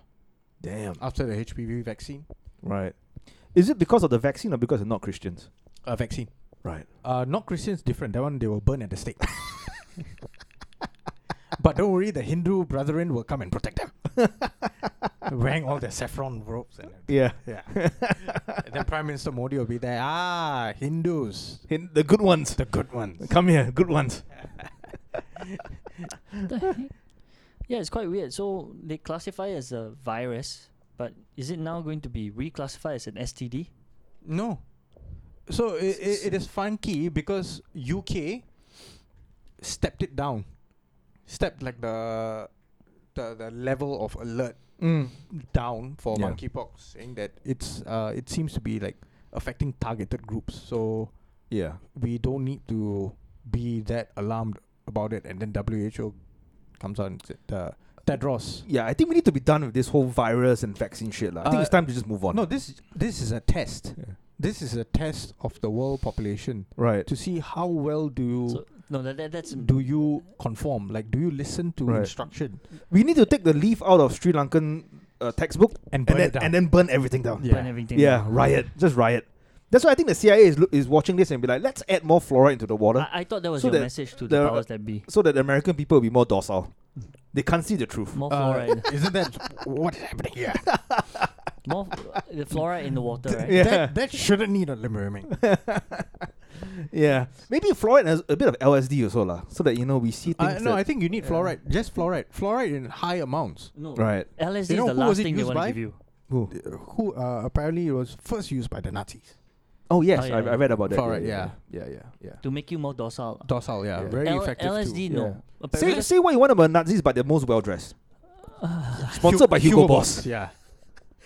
Speaker 5: Damn.
Speaker 3: After the HPV vaccine,
Speaker 5: Right. Is it because of the vaccine or because they're not Christians?
Speaker 3: uh, vaccine.
Speaker 5: Right.
Speaker 3: Uh, not Christians different. That one they will burn at the stake. but don't worry, the Hindu brethren will come and protect them, wearing all their saffron robes. And everything.
Speaker 5: Yeah.
Speaker 3: yeah. And then Prime Minister Modi will be there. Ah, Hindus,
Speaker 5: In the good ones.
Speaker 3: the good ones.
Speaker 5: Come here, good ones.
Speaker 4: the heck? Yeah, it's quite weird. So they classify it as a virus, but is it now going to be reclassified as an STD?
Speaker 3: No. So it, it, it is funky because UK stepped it down, stepped like the the, the level of alert
Speaker 5: Mm.
Speaker 3: down for
Speaker 5: Yeah.
Speaker 3: monkeypox, saying that it's uh it seems to be like affecting targeted groups. So
Speaker 5: Yeah.
Speaker 3: we don't need to be that alarmed about it. And then WHO comes out and said, uh, Tedros.
Speaker 5: Yeah, I think we need to be done with this whole virus and vaccine shit. lah. I think
Speaker 3: Uh,
Speaker 5: it's time to just move on.
Speaker 3: No, this this is a test.
Speaker 5: Yeah.
Speaker 3: This is a test of the world population
Speaker 5: Right.
Speaker 3: to see how well do you
Speaker 4: So no, that, that that's
Speaker 3: do you conform? Like, do you listen to
Speaker 5: Right.
Speaker 3: instruction
Speaker 5: We need to take the leaf out of Sri Lankan uh, textbook
Speaker 3: and
Speaker 5: and
Speaker 3: burn
Speaker 5: then,
Speaker 3: it down?
Speaker 5: and then burn everything down.
Speaker 4: burn
Speaker 3: Yeah.
Speaker 4: everything.
Speaker 5: Yeah,
Speaker 4: down.
Speaker 5: riot. Just riot. That's why I think the CIA is, lo- is watching this and be like, let's add more fluoride into the water
Speaker 4: I, I thought that was
Speaker 5: So
Speaker 4: your
Speaker 5: that
Speaker 4: message to
Speaker 5: the-
Speaker 4: the powers that be.
Speaker 5: so that the American people will be more docile. They can't see the truth.
Speaker 4: More
Speaker 3: Uh,
Speaker 4: fluoride.
Speaker 3: isn't that what is happening here?
Speaker 4: More f- uh, the fluoride in the water, right?
Speaker 5: Yeah.
Speaker 3: That, that shouldn't need a limerick.
Speaker 5: yeah, maybe fluoride has a bit of LSD also lah, so that you know we see things.
Speaker 3: Uh, no,
Speaker 5: that-
Speaker 3: I think you need
Speaker 4: Yeah.
Speaker 3: fluoride. Just fluoride. Fluoride in high amounts.
Speaker 4: No.
Speaker 5: right.
Speaker 4: LSD
Speaker 3: You know
Speaker 4: is
Speaker 3: who
Speaker 4: the last
Speaker 3: was it
Speaker 4: thing they
Speaker 3: used
Speaker 4: want
Speaker 3: by?
Speaker 4: to give you.
Speaker 5: Who?
Speaker 3: Who uh, apparently it was first used by the Nazis.
Speaker 5: Oh yes,
Speaker 4: Oh, yeah,
Speaker 5: I,
Speaker 4: yeah.
Speaker 5: I read about that.
Speaker 3: Fluoride,
Speaker 5: yeah, yeah, yeah.
Speaker 4: to make you more docile.
Speaker 3: Docile, yeah,
Speaker 5: Yeah.
Speaker 3: very
Speaker 4: L-
Speaker 3: effective.
Speaker 4: LSD,
Speaker 3: too.
Speaker 4: no.
Speaker 5: Yeah.
Speaker 4: Apparently
Speaker 5: Say
Speaker 4: that's-
Speaker 5: say what you want about Nazis, but they're most well dressed. Sponsored by Hugo, Boss.
Speaker 3: Yeah,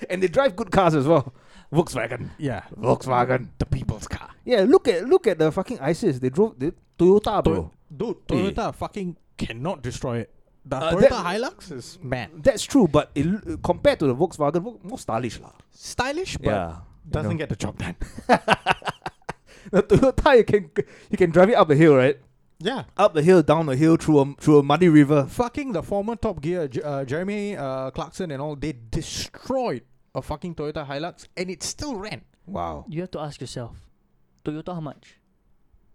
Speaker 5: and they drive good cars as well. Volkswagen,
Speaker 3: yeah.
Speaker 5: Volkswagen.
Speaker 3: The people's car.
Speaker 5: Yeah, look at look at the fucking ISIS. They drove the Toyota, bro. Eh.
Speaker 3: Toy- Dude, Toyota fucking cannot destroy it. The
Speaker 5: Uh,
Speaker 3: Toyota
Speaker 5: that-
Speaker 3: Hilux is mad,
Speaker 5: That's true, but it, l- compared to the Volkswagen, Vol- more stylish lah.
Speaker 3: stylish, but doesn't get the job done.
Speaker 5: the Toyota. You can you can drive it up the hill, right?
Speaker 3: Yeah.
Speaker 5: Up the hill, down the hill, through a through a muddy river.
Speaker 3: fucking the former Top Gear, J- uh, Jeremy uh, Clarkson and all, they destroyed a fucking Toyota Hilux and it still ran.
Speaker 5: Wow.
Speaker 4: you have to ask yourself, Toyota how much?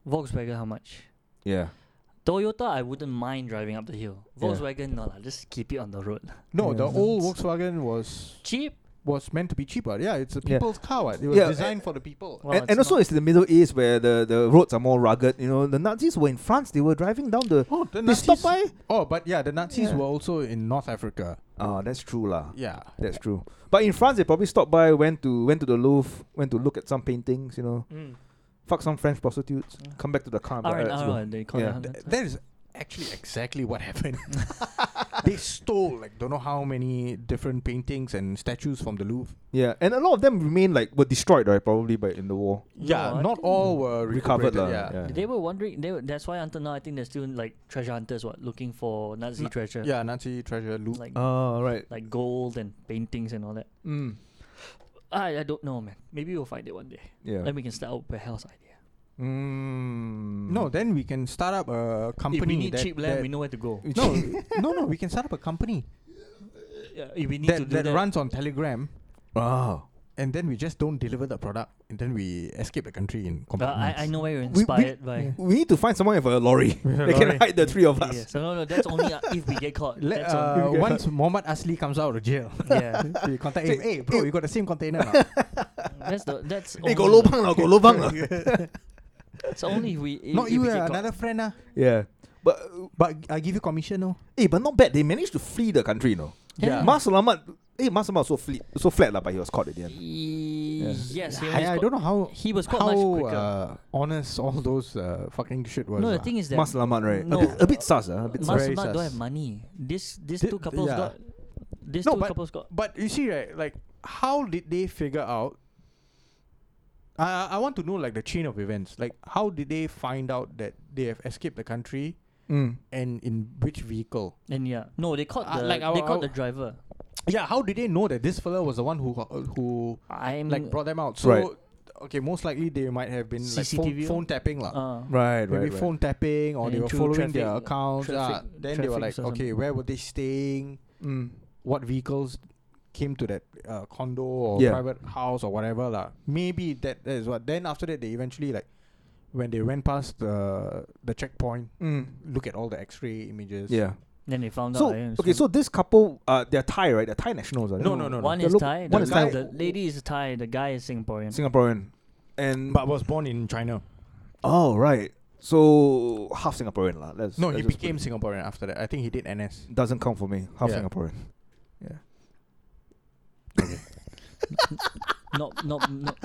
Speaker 4: Volkswagen how much?
Speaker 5: Yeah.
Speaker 4: Toyota I wouldn't mind driving up the hill.
Speaker 5: Yeah.
Speaker 4: Volkswagen no lah, just keep it on the road.
Speaker 3: No, the
Speaker 5: Yeah.
Speaker 3: old Volkswagen was
Speaker 4: Cheap.
Speaker 3: was meant to be cheaper. Yeah, it's a
Speaker 5: Yeah.
Speaker 3: people's car. what. It was
Speaker 5: Yeah,
Speaker 3: designed for the people.
Speaker 4: Well,
Speaker 5: and and also,
Speaker 4: not-
Speaker 5: it's the Middle East where the, the roads are more rugged. You know, the Nazis were in France. They were driving down the.
Speaker 3: Oh, the
Speaker 5: They stopped
Speaker 3: Nazis.
Speaker 5: by.
Speaker 3: Oh, but yeah, the Nazis
Speaker 5: Yeah.
Speaker 3: were also in North Africa.
Speaker 5: Oh, that's true, lah.
Speaker 3: Yeah.
Speaker 5: That's true. But in France, they probably stopped by, went to went to the Louvre, went to look at some paintings. You know, fuck some French prostitutes,
Speaker 4: Yeah.
Speaker 5: come back to the
Speaker 3: Ah,
Speaker 5: car. and be
Speaker 4: R
Speaker 5: like,
Speaker 4: and
Speaker 5: "Alright,
Speaker 4: R
Speaker 5: let's
Speaker 4: they call it.
Speaker 5: Yeah.
Speaker 4: huh?
Speaker 3: Th-
Speaker 4: That's-
Speaker 3: that is actually exactly what happened. they stole like don't know how many different paintings and statues from the Louvre.
Speaker 5: go." yeah, and a lot of them remain like were destroyed, right? Probably by in the war,
Speaker 3: Yeah,
Speaker 4: No, I
Speaker 3: not
Speaker 4: think-
Speaker 3: all were
Speaker 5: recovered, lah.
Speaker 3: recuperated, Yeah.
Speaker 4: They were wondering. They were, that's why until now I think they're still like treasure hunters, what looking for Nazi
Speaker 3: Na-
Speaker 4: treasure,
Speaker 3: Yeah, Uh. Nazi treasure loot.
Speaker 4: like
Speaker 5: Oh right.
Speaker 4: like gold and paintings and all that.
Speaker 5: Mm.
Speaker 4: I I don't know, man. Maybe we'll find it one day.
Speaker 5: Yeah.
Speaker 4: Then we can start out with house idea.
Speaker 5: Mm.
Speaker 3: No, then we can start up a company.
Speaker 4: if we need
Speaker 3: that-
Speaker 4: cheap land,
Speaker 3: that-
Speaker 4: we know where to go.
Speaker 3: no, no, no. We can start up a company
Speaker 4: Yeah, if we need to
Speaker 3: that,
Speaker 4: do that,
Speaker 3: that runs on Telegram,
Speaker 5: Oh.
Speaker 3: and then we just don't deliver the product, and then we escape the country in
Speaker 4: Uh, I, I
Speaker 3: compartments.
Speaker 4: know where you're
Speaker 5: we-
Speaker 4: inspired by.
Speaker 3: yeah.
Speaker 5: We need to find someone with a lorry.
Speaker 3: With a
Speaker 5: they can
Speaker 3: lorry.
Speaker 5: hide the three of
Speaker 4: Yeah,
Speaker 5: us.
Speaker 4: yeah. So no, no, that's only uh, if we get caught.
Speaker 3: Le-
Speaker 4: that's
Speaker 3: uh,
Speaker 5: on-
Speaker 3: once Muhammad Asli comes out of jail,
Speaker 4: only, yeah.
Speaker 3: we contact him.
Speaker 5: Say,
Speaker 3: Hey, bro, you got the same container. now."
Speaker 4: That's the that's.
Speaker 5: Eh,
Speaker 4: only
Speaker 5: got
Speaker 4: the-
Speaker 5: lobang lah, got lobang lah.
Speaker 4: It's only if we. If,
Speaker 3: Not
Speaker 4: if
Speaker 3: you,
Speaker 4: we get
Speaker 3: uh,
Speaker 4: caught.
Speaker 3: another friend. Uh,
Speaker 5: Yeah. But uh,
Speaker 3: but I give you commission, no.
Speaker 5: eh, but not bad. They managed to flee the country, you know.
Speaker 4: Yeah.
Speaker 5: Mas Selamat
Speaker 1: Hey, Masamar was so fleet, so flat lah, but he was caught at the end.
Speaker 4: E- Yes, he
Speaker 3: I, I
Speaker 4: was
Speaker 3: don't
Speaker 4: caught-
Speaker 3: know how
Speaker 4: He was caught much
Speaker 3: how
Speaker 4: quicker.
Speaker 3: uh, honest all those uh, fucking shit was.
Speaker 4: no, the
Speaker 3: ah.
Speaker 4: thing is that
Speaker 1: Mas Laman, right?
Speaker 4: No.
Speaker 1: A bit, a bit sus, ah, a bit
Speaker 3: it's
Speaker 4: Mas
Speaker 1: sus.
Speaker 3: very
Speaker 4: Mat don't
Speaker 3: sus.
Speaker 4: have money. This these
Speaker 3: Thi-
Speaker 4: two couples
Speaker 3: yeah.
Speaker 4: got these
Speaker 3: No,
Speaker 4: two
Speaker 3: but-
Speaker 4: couples got
Speaker 3: But you see, right? Like, how did they figure out? I I- I want to know like the chain of events. Like, how did they find out that they have escaped the country
Speaker 1: Mm.
Speaker 3: and in which vehicle?
Speaker 4: and yeah. No, they caught
Speaker 3: Uh,
Speaker 4: the
Speaker 3: like, I
Speaker 4: they
Speaker 3: wa-
Speaker 4: caught
Speaker 3: I
Speaker 4: the driver.
Speaker 3: Yeah, how did they know that this fella was the one who uh, who
Speaker 4: I'm
Speaker 3: like brought them out? So,
Speaker 1: Right.
Speaker 3: okay, most likely they might have been like phone,
Speaker 4: CCTV?
Speaker 3: phone tapping lah.
Speaker 4: uh,
Speaker 1: Right, right,
Speaker 3: Maybe
Speaker 1: right.
Speaker 3: phone tapping, or
Speaker 4: And
Speaker 3: they
Speaker 4: then
Speaker 3: were
Speaker 4: through
Speaker 3: following their
Speaker 4: traffic-
Speaker 3: accounts. ah.
Speaker 4: traffic-
Speaker 3: then they were like,
Speaker 4: traffics or
Speaker 3: okay,
Speaker 4: something.
Speaker 3: where were they staying?
Speaker 1: Mm.
Speaker 3: what vehicles came to that uh, condo or
Speaker 1: Yeah.
Speaker 3: private house or whatever lah. Maybe that, that is what. Then after that, they eventually like when they went past the the checkpoint,
Speaker 1: Mm.
Speaker 3: look at all the X-ray images.
Speaker 1: Yeah.
Speaker 4: then they found
Speaker 1: So
Speaker 4: out. eh,
Speaker 1: okay, so this couple, uh, they're Thai, right? They're Thai nationals, right?
Speaker 3: No, no, no, no.
Speaker 4: one
Speaker 1: The
Speaker 4: is
Speaker 1: loc-
Speaker 4: Thai,
Speaker 1: one
Speaker 4: the
Speaker 1: is
Speaker 4: guy-
Speaker 1: Thai.
Speaker 4: the lady is Thai, the guy is Singaporean.
Speaker 1: Singaporean, and
Speaker 3: but was born in China.
Speaker 1: oh right, so half Singaporean lah. Let's-
Speaker 3: No,
Speaker 1: let's
Speaker 3: he
Speaker 1: just put
Speaker 3: became
Speaker 1: it.
Speaker 3: Singaporean after that. I think he did NS.
Speaker 1: doesn't count for me. Half
Speaker 3: Yeah.
Speaker 1: Singaporean.
Speaker 4: not not, not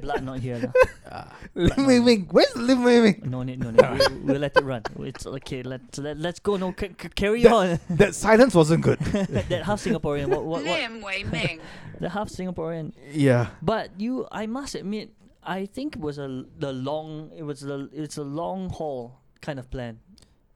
Speaker 4: blood not here. lah.
Speaker 3: Ah.
Speaker 1: Lim Wei Wing, where's Lim Wei Wing?
Speaker 4: No need, no need. we'll, we'll let it run. It's okay. Let's let, let's go. No, c- c- carry on.
Speaker 1: That silence wasn't good.
Speaker 4: that half Singaporean. What what what?
Speaker 2: Lim Wei Ming.
Speaker 4: The half Singaporean.
Speaker 1: yeah.
Speaker 4: But you, I must admit, I think it was a the long. It was the it's a long haul kind of plan.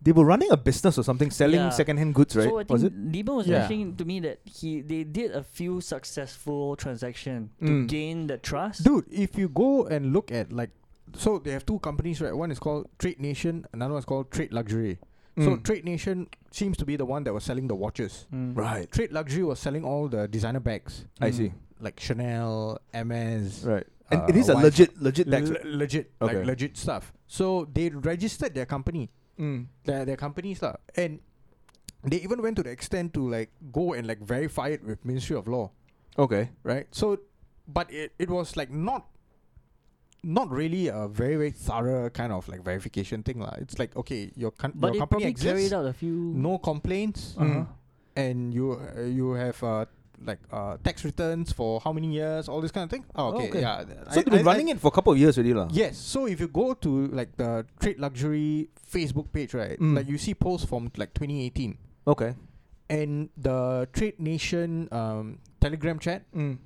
Speaker 1: They were running a business or something, selling
Speaker 4: Yeah.
Speaker 1: secondhand goods, right?
Speaker 4: So I think
Speaker 1: was it?
Speaker 4: Liban was
Speaker 3: Yeah.
Speaker 4: mentioning to me that he they did a few successful transaction to
Speaker 1: Mm.
Speaker 4: gain the trust.
Speaker 3: Dude, if you go and look at like, so they have two companies, right? One is called Trade Nation, another one is called Trade Luxury. So
Speaker 1: Mm.
Speaker 3: Trade Nation seems to be the one that was selling the watches.
Speaker 4: Mm.
Speaker 1: right.
Speaker 3: Trade Luxury was selling all the designer bags.
Speaker 1: I see.
Speaker 3: like Chanel, MS,
Speaker 1: Right. And
Speaker 3: Uh,
Speaker 1: it is a
Speaker 3: why-
Speaker 1: legit, legit tax.
Speaker 3: le- legit,
Speaker 1: Okay.
Speaker 3: like legit stuff. So they registered their company,
Speaker 1: Mm.
Speaker 3: their their companies lah, and they even went to the extent to like go and like verify it with Ministry of Law,
Speaker 1: Okay.
Speaker 3: right? So, but it it was like not. Not really a very very thorough kind of like verification thing lah. It's like okay, your, con- your
Speaker 4: But they
Speaker 3: company
Speaker 4: probably
Speaker 3: exists,
Speaker 4: carried out a few.
Speaker 3: no complaints,
Speaker 1: Mm.
Speaker 4: Uh-huh.
Speaker 3: and you uh, you have uh, like uh, tax returns for how many years, all this kind of thing.
Speaker 1: Oh,
Speaker 3: Oh, okay,
Speaker 1: okay.
Speaker 3: yeah.
Speaker 1: So
Speaker 3: I-
Speaker 1: they've been
Speaker 3: I- I-
Speaker 1: running it for a couple of years already, lah.
Speaker 3: Yes. So if you go to like the trade luxury Facebook page, right?
Speaker 1: Mm.
Speaker 3: Like you see posts from like 2018
Speaker 1: Okay.
Speaker 3: and the Trade Nation um, Telegram chat
Speaker 1: Mm.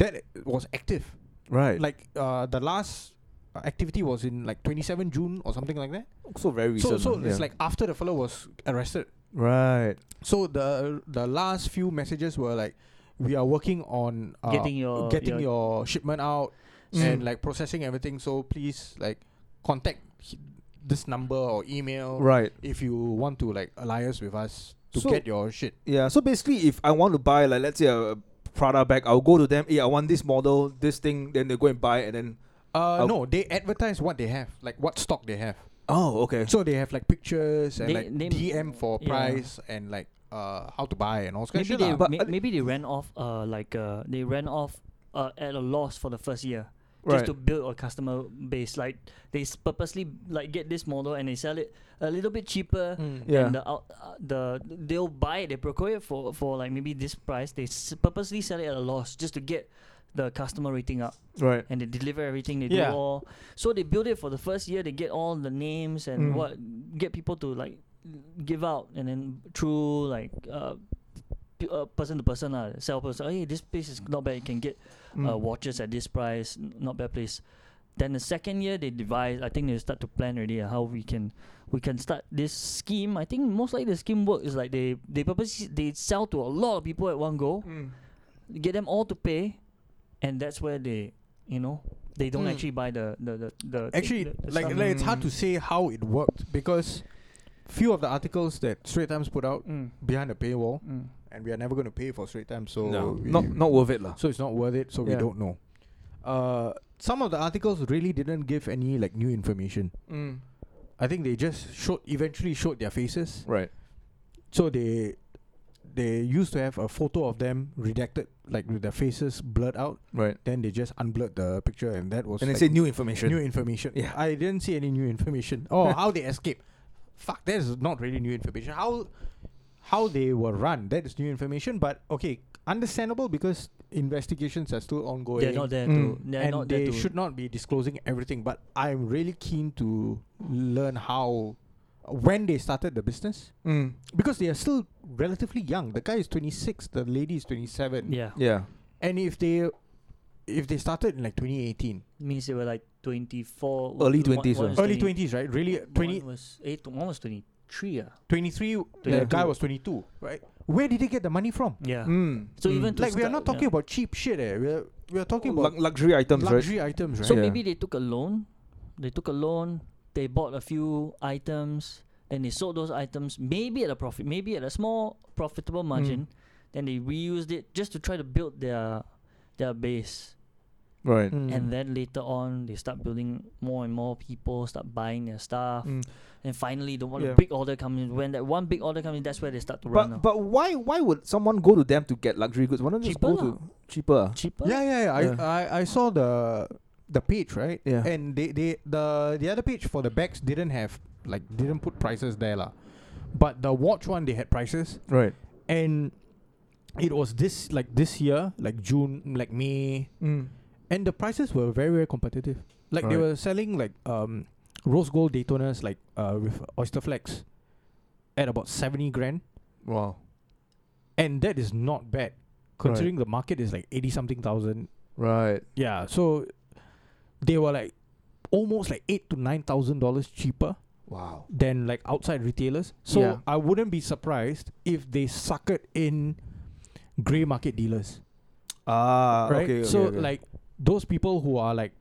Speaker 3: that was active.
Speaker 1: Right.
Speaker 3: Like uh, the last uh, activity was in like 27 June or something like that.
Speaker 1: so very
Speaker 3: so
Speaker 1: recent.
Speaker 3: so
Speaker 1: lah,
Speaker 3: it's
Speaker 1: yeah.
Speaker 3: like after the fellow was arrested.
Speaker 1: right.
Speaker 3: So the the last few messages were like, we are working on uh,
Speaker 4: Getting your-
Speaker 3: getting your shipment out. and
Speaker 1: Mm.
Speaker 3: like processing everything. So please like contact h- this number or email
Speaker 1: Right.
Speaker 3: if you want to like alliance with us to
Speaker 1: So-
Speaker 3: get your shit.
Speaker 1: Yeah. So basically, if I want to buy, like, let's say a Prada bag, I'll go to them. Hey, I want this model, this thing. Then they go and buy, and then
Speaker 3: Uh,
Speaker 1: Oh.
Speaker 3: no, they advertise what they have, like what stock they have.
Speaker 1: oh, okay.
Speaker 3: So they have like pictures and
Speaker 4: They-
Speaker 3: like
Speaker 4: they-
Speaker 3: DM for
Speaker 4: yeah.
Speaker 3: price and like uh how to buy and all that
Speaker 4: Maybe
Speaker 3: shit.
Speaker 4: they
Speaker 3: lah.
Speaker 1: But
Speaker 4: may,
Speaker 1: I-
Speaker 4: maybe they ran off uh like uh they ran off uh at a loss for the first year
Speaker 1: right.
Speaker 4: just to build a customer base. Like they s- purposely like get this model and they sell it a little bit cheaper.
Speaker 3: Mm.
Speaker 1: yeah.
Speaker 4: And the out, uh, the they'll buy it, they procure it for for like maybe this price. They s- purposely sell it at a loss just to get the customer rating up,
Speaker 1: right.
Speaker 4: and they deliver everything. They
Speaker 3: Yeah.
Speaker 4: do all. So they build it for the first year. They get all the names and
Speaker 1: Mm.
Speaker 4: what get people to like give out, and then through like uh, p- uh person to person uh, sell person. Hey, this place is not bad. You can get
Speaker 1: Mm.
Speaker 4: uh, watches at this price, n- not bad place. Then the second year they devise, I think they start to plan already uh, how we can we can start this scheme. I think most likely the scheme work is like they they purposely they sell to a lot of people at one
Speaker 5: Mm.
Speaker 4: go,
Speaker 1: Mm.
Speaker 4: get them all to pay, and that's where they you know they don't
Speaker 3: Mm.
Speaker 4: actually buy the the the, the thi-
Speaker 3: Actually,
Speaker 4: the- the
Speaker 3: like,
Speaker 4: stuff.
Speaker 3: like it's hard
Speaker 1: Mm.
Speaker 3: to say how it worked because few of the articles that Straight Times put out
Speaker 4: Mm,
Speaker 3: behind a paywall,
Speaker 4: mm.
Speaker 3: and we are never going to pay for Straight Times. So
Speaker 1: no,
Speaker 3: we-
Speaker 1: not not worth it, lah.
Speaker 3: so it's not worth it. So we
Speaker 1: Yeah.
Speaker 3: don't know. Uh, some of the articles really didn't give any like new information.
Speaker 1: Mm.
Speaker 3: I think they just showed eventually showed their faces.
Speaker 1: Right.
Speaker 3: So they they used to have a photo of them redacted, like with their faces blurred out.
Speaker 1: Right.
Speaker 3: Then they just unblurred the picture, and that was
Speaker 1: And they
Speaker 3: like
Speaker 1: say new information.
Speaker 3: new information.
Speaker 1: Yeah.
Speaker 3: I didn't see any new information. Oh, how they escape? Fuck, that is not really new information. How How they were run, that is new information, but okay, understandable because investigations are still ongoing.
Speaker 4: They're not there
Speaker 1: Mm.
Speaker 4: to. They're
Speaker 3: and
Speaker 4: not
Speaker 3: they
Speaker 4: there to.
Speaker 3: should not be disclosing everything, but I'm really keen to learn how when they started the business
Speaker 1: Mm.
Speaker 3: because they are still relatively young. The guy is 26, the lady is 27.
Speaker 4: yeah.
Speaker 1: Yeah.
Speaker 3: And if they if they started in like 2018,
Speaker 4: means they were like 24.
Speaker 1: Early
Speaker 4: one-
Speaker 1: 20s,
Speaker 4: one
Speaker 1: uh.
Speaker 4: was
Speaker 3: early
Speaker 4: 20
Speaker 3: 20s, right? Really 20
Speaker 4: One was, eight, one was 23. Yeah.
Speaker 3: 23 the
Speaker 4: 22.
Speaker 3: guy was 22, right? Where did they get the money from?
Speaker 4: yeah.
Speaker 1: Mm.
Speaker 4: So
Speaker 1: Mm.
Speaker 4: even
Speaker 3: Hmm.
Speaker 4: to
Speaker 3: Like we are
Speaker 4: start-
Speaker 3: not talking
Speaker 4: yeah.
Speaker 3: about cheap shit. Eh. We are we are talking
Speaker 1: Lux-
Speaker 3: about
Speaker 1: luxury items,
Speaker 3: luxury items, right?
Speaker 4: So
Speaker 1: Yeah.
Speaker 4: maybe they took a loan. They took a loan. They bought a few items. Then they sold those items, maybe at a profit, maybe at a small
Speaker 1: Hmm.
Speaker 4: profitable margin. Then they reused it just to try to build their their base.
Speaker 1: right? Right.
Speaker 3: Mm.
Speaker 4: And then later on, they start building more and more people, start buying their stuff.
Speaker 1: Mm.
Speaker 4: And finally, the one
Speaker 1: Yeah.
Speaker 4: big order comes in. When that one big order comes in, that's where they start to run.
Speaker 1: But
Speaker 4: out.
Speaker 1: but why why would someone go to them to get luxury goods? Why don't they just
Speaker 4: Cheaper
Speaker 1: go to cheaper?
Speaker 4: cheaper?
Speaker 3: Yeah, yeah, yeah. I,
Speaker 1: Yeah.
Speaker 3: I, I saw the the page, right?
Speaker 1: Yeah.
Speaker 3: And they, they the the other page for the bags didn't have like didn't put prices there lah. But the watch one they had prices
Speaker 1: Right.
Speaker 3: and it was this like this year, like June, like May,
Speaker 1: Mm.
Speaker 3: and the prices were very very competitive. Like they
Speaker 1: Right.
Speaker 3: were selling like um rose gold Daytonas like uh with oyster flex at about 70 grand
Speaker 1: Wow.
Speaker 3: and that is not bad considering the market is like 80 something thousand
Speaker 1: Right.
Speaker 3: Yeah, so they were like almost like eight to nine thousand dollars cheaper
Speaker 1: Wow.
Speaker 3: than like outside retailers. So
Speaker 1: Yeah.
Speaker 3: I wouldn't be surprised if they suckered in grey market dealers,
Speaker 1: Ah.
Speaker 3: right?
Speaker 1: Okay, okay,
Speaker 3: so
Speaker 1: okay.
Speaker 3: like those people who are like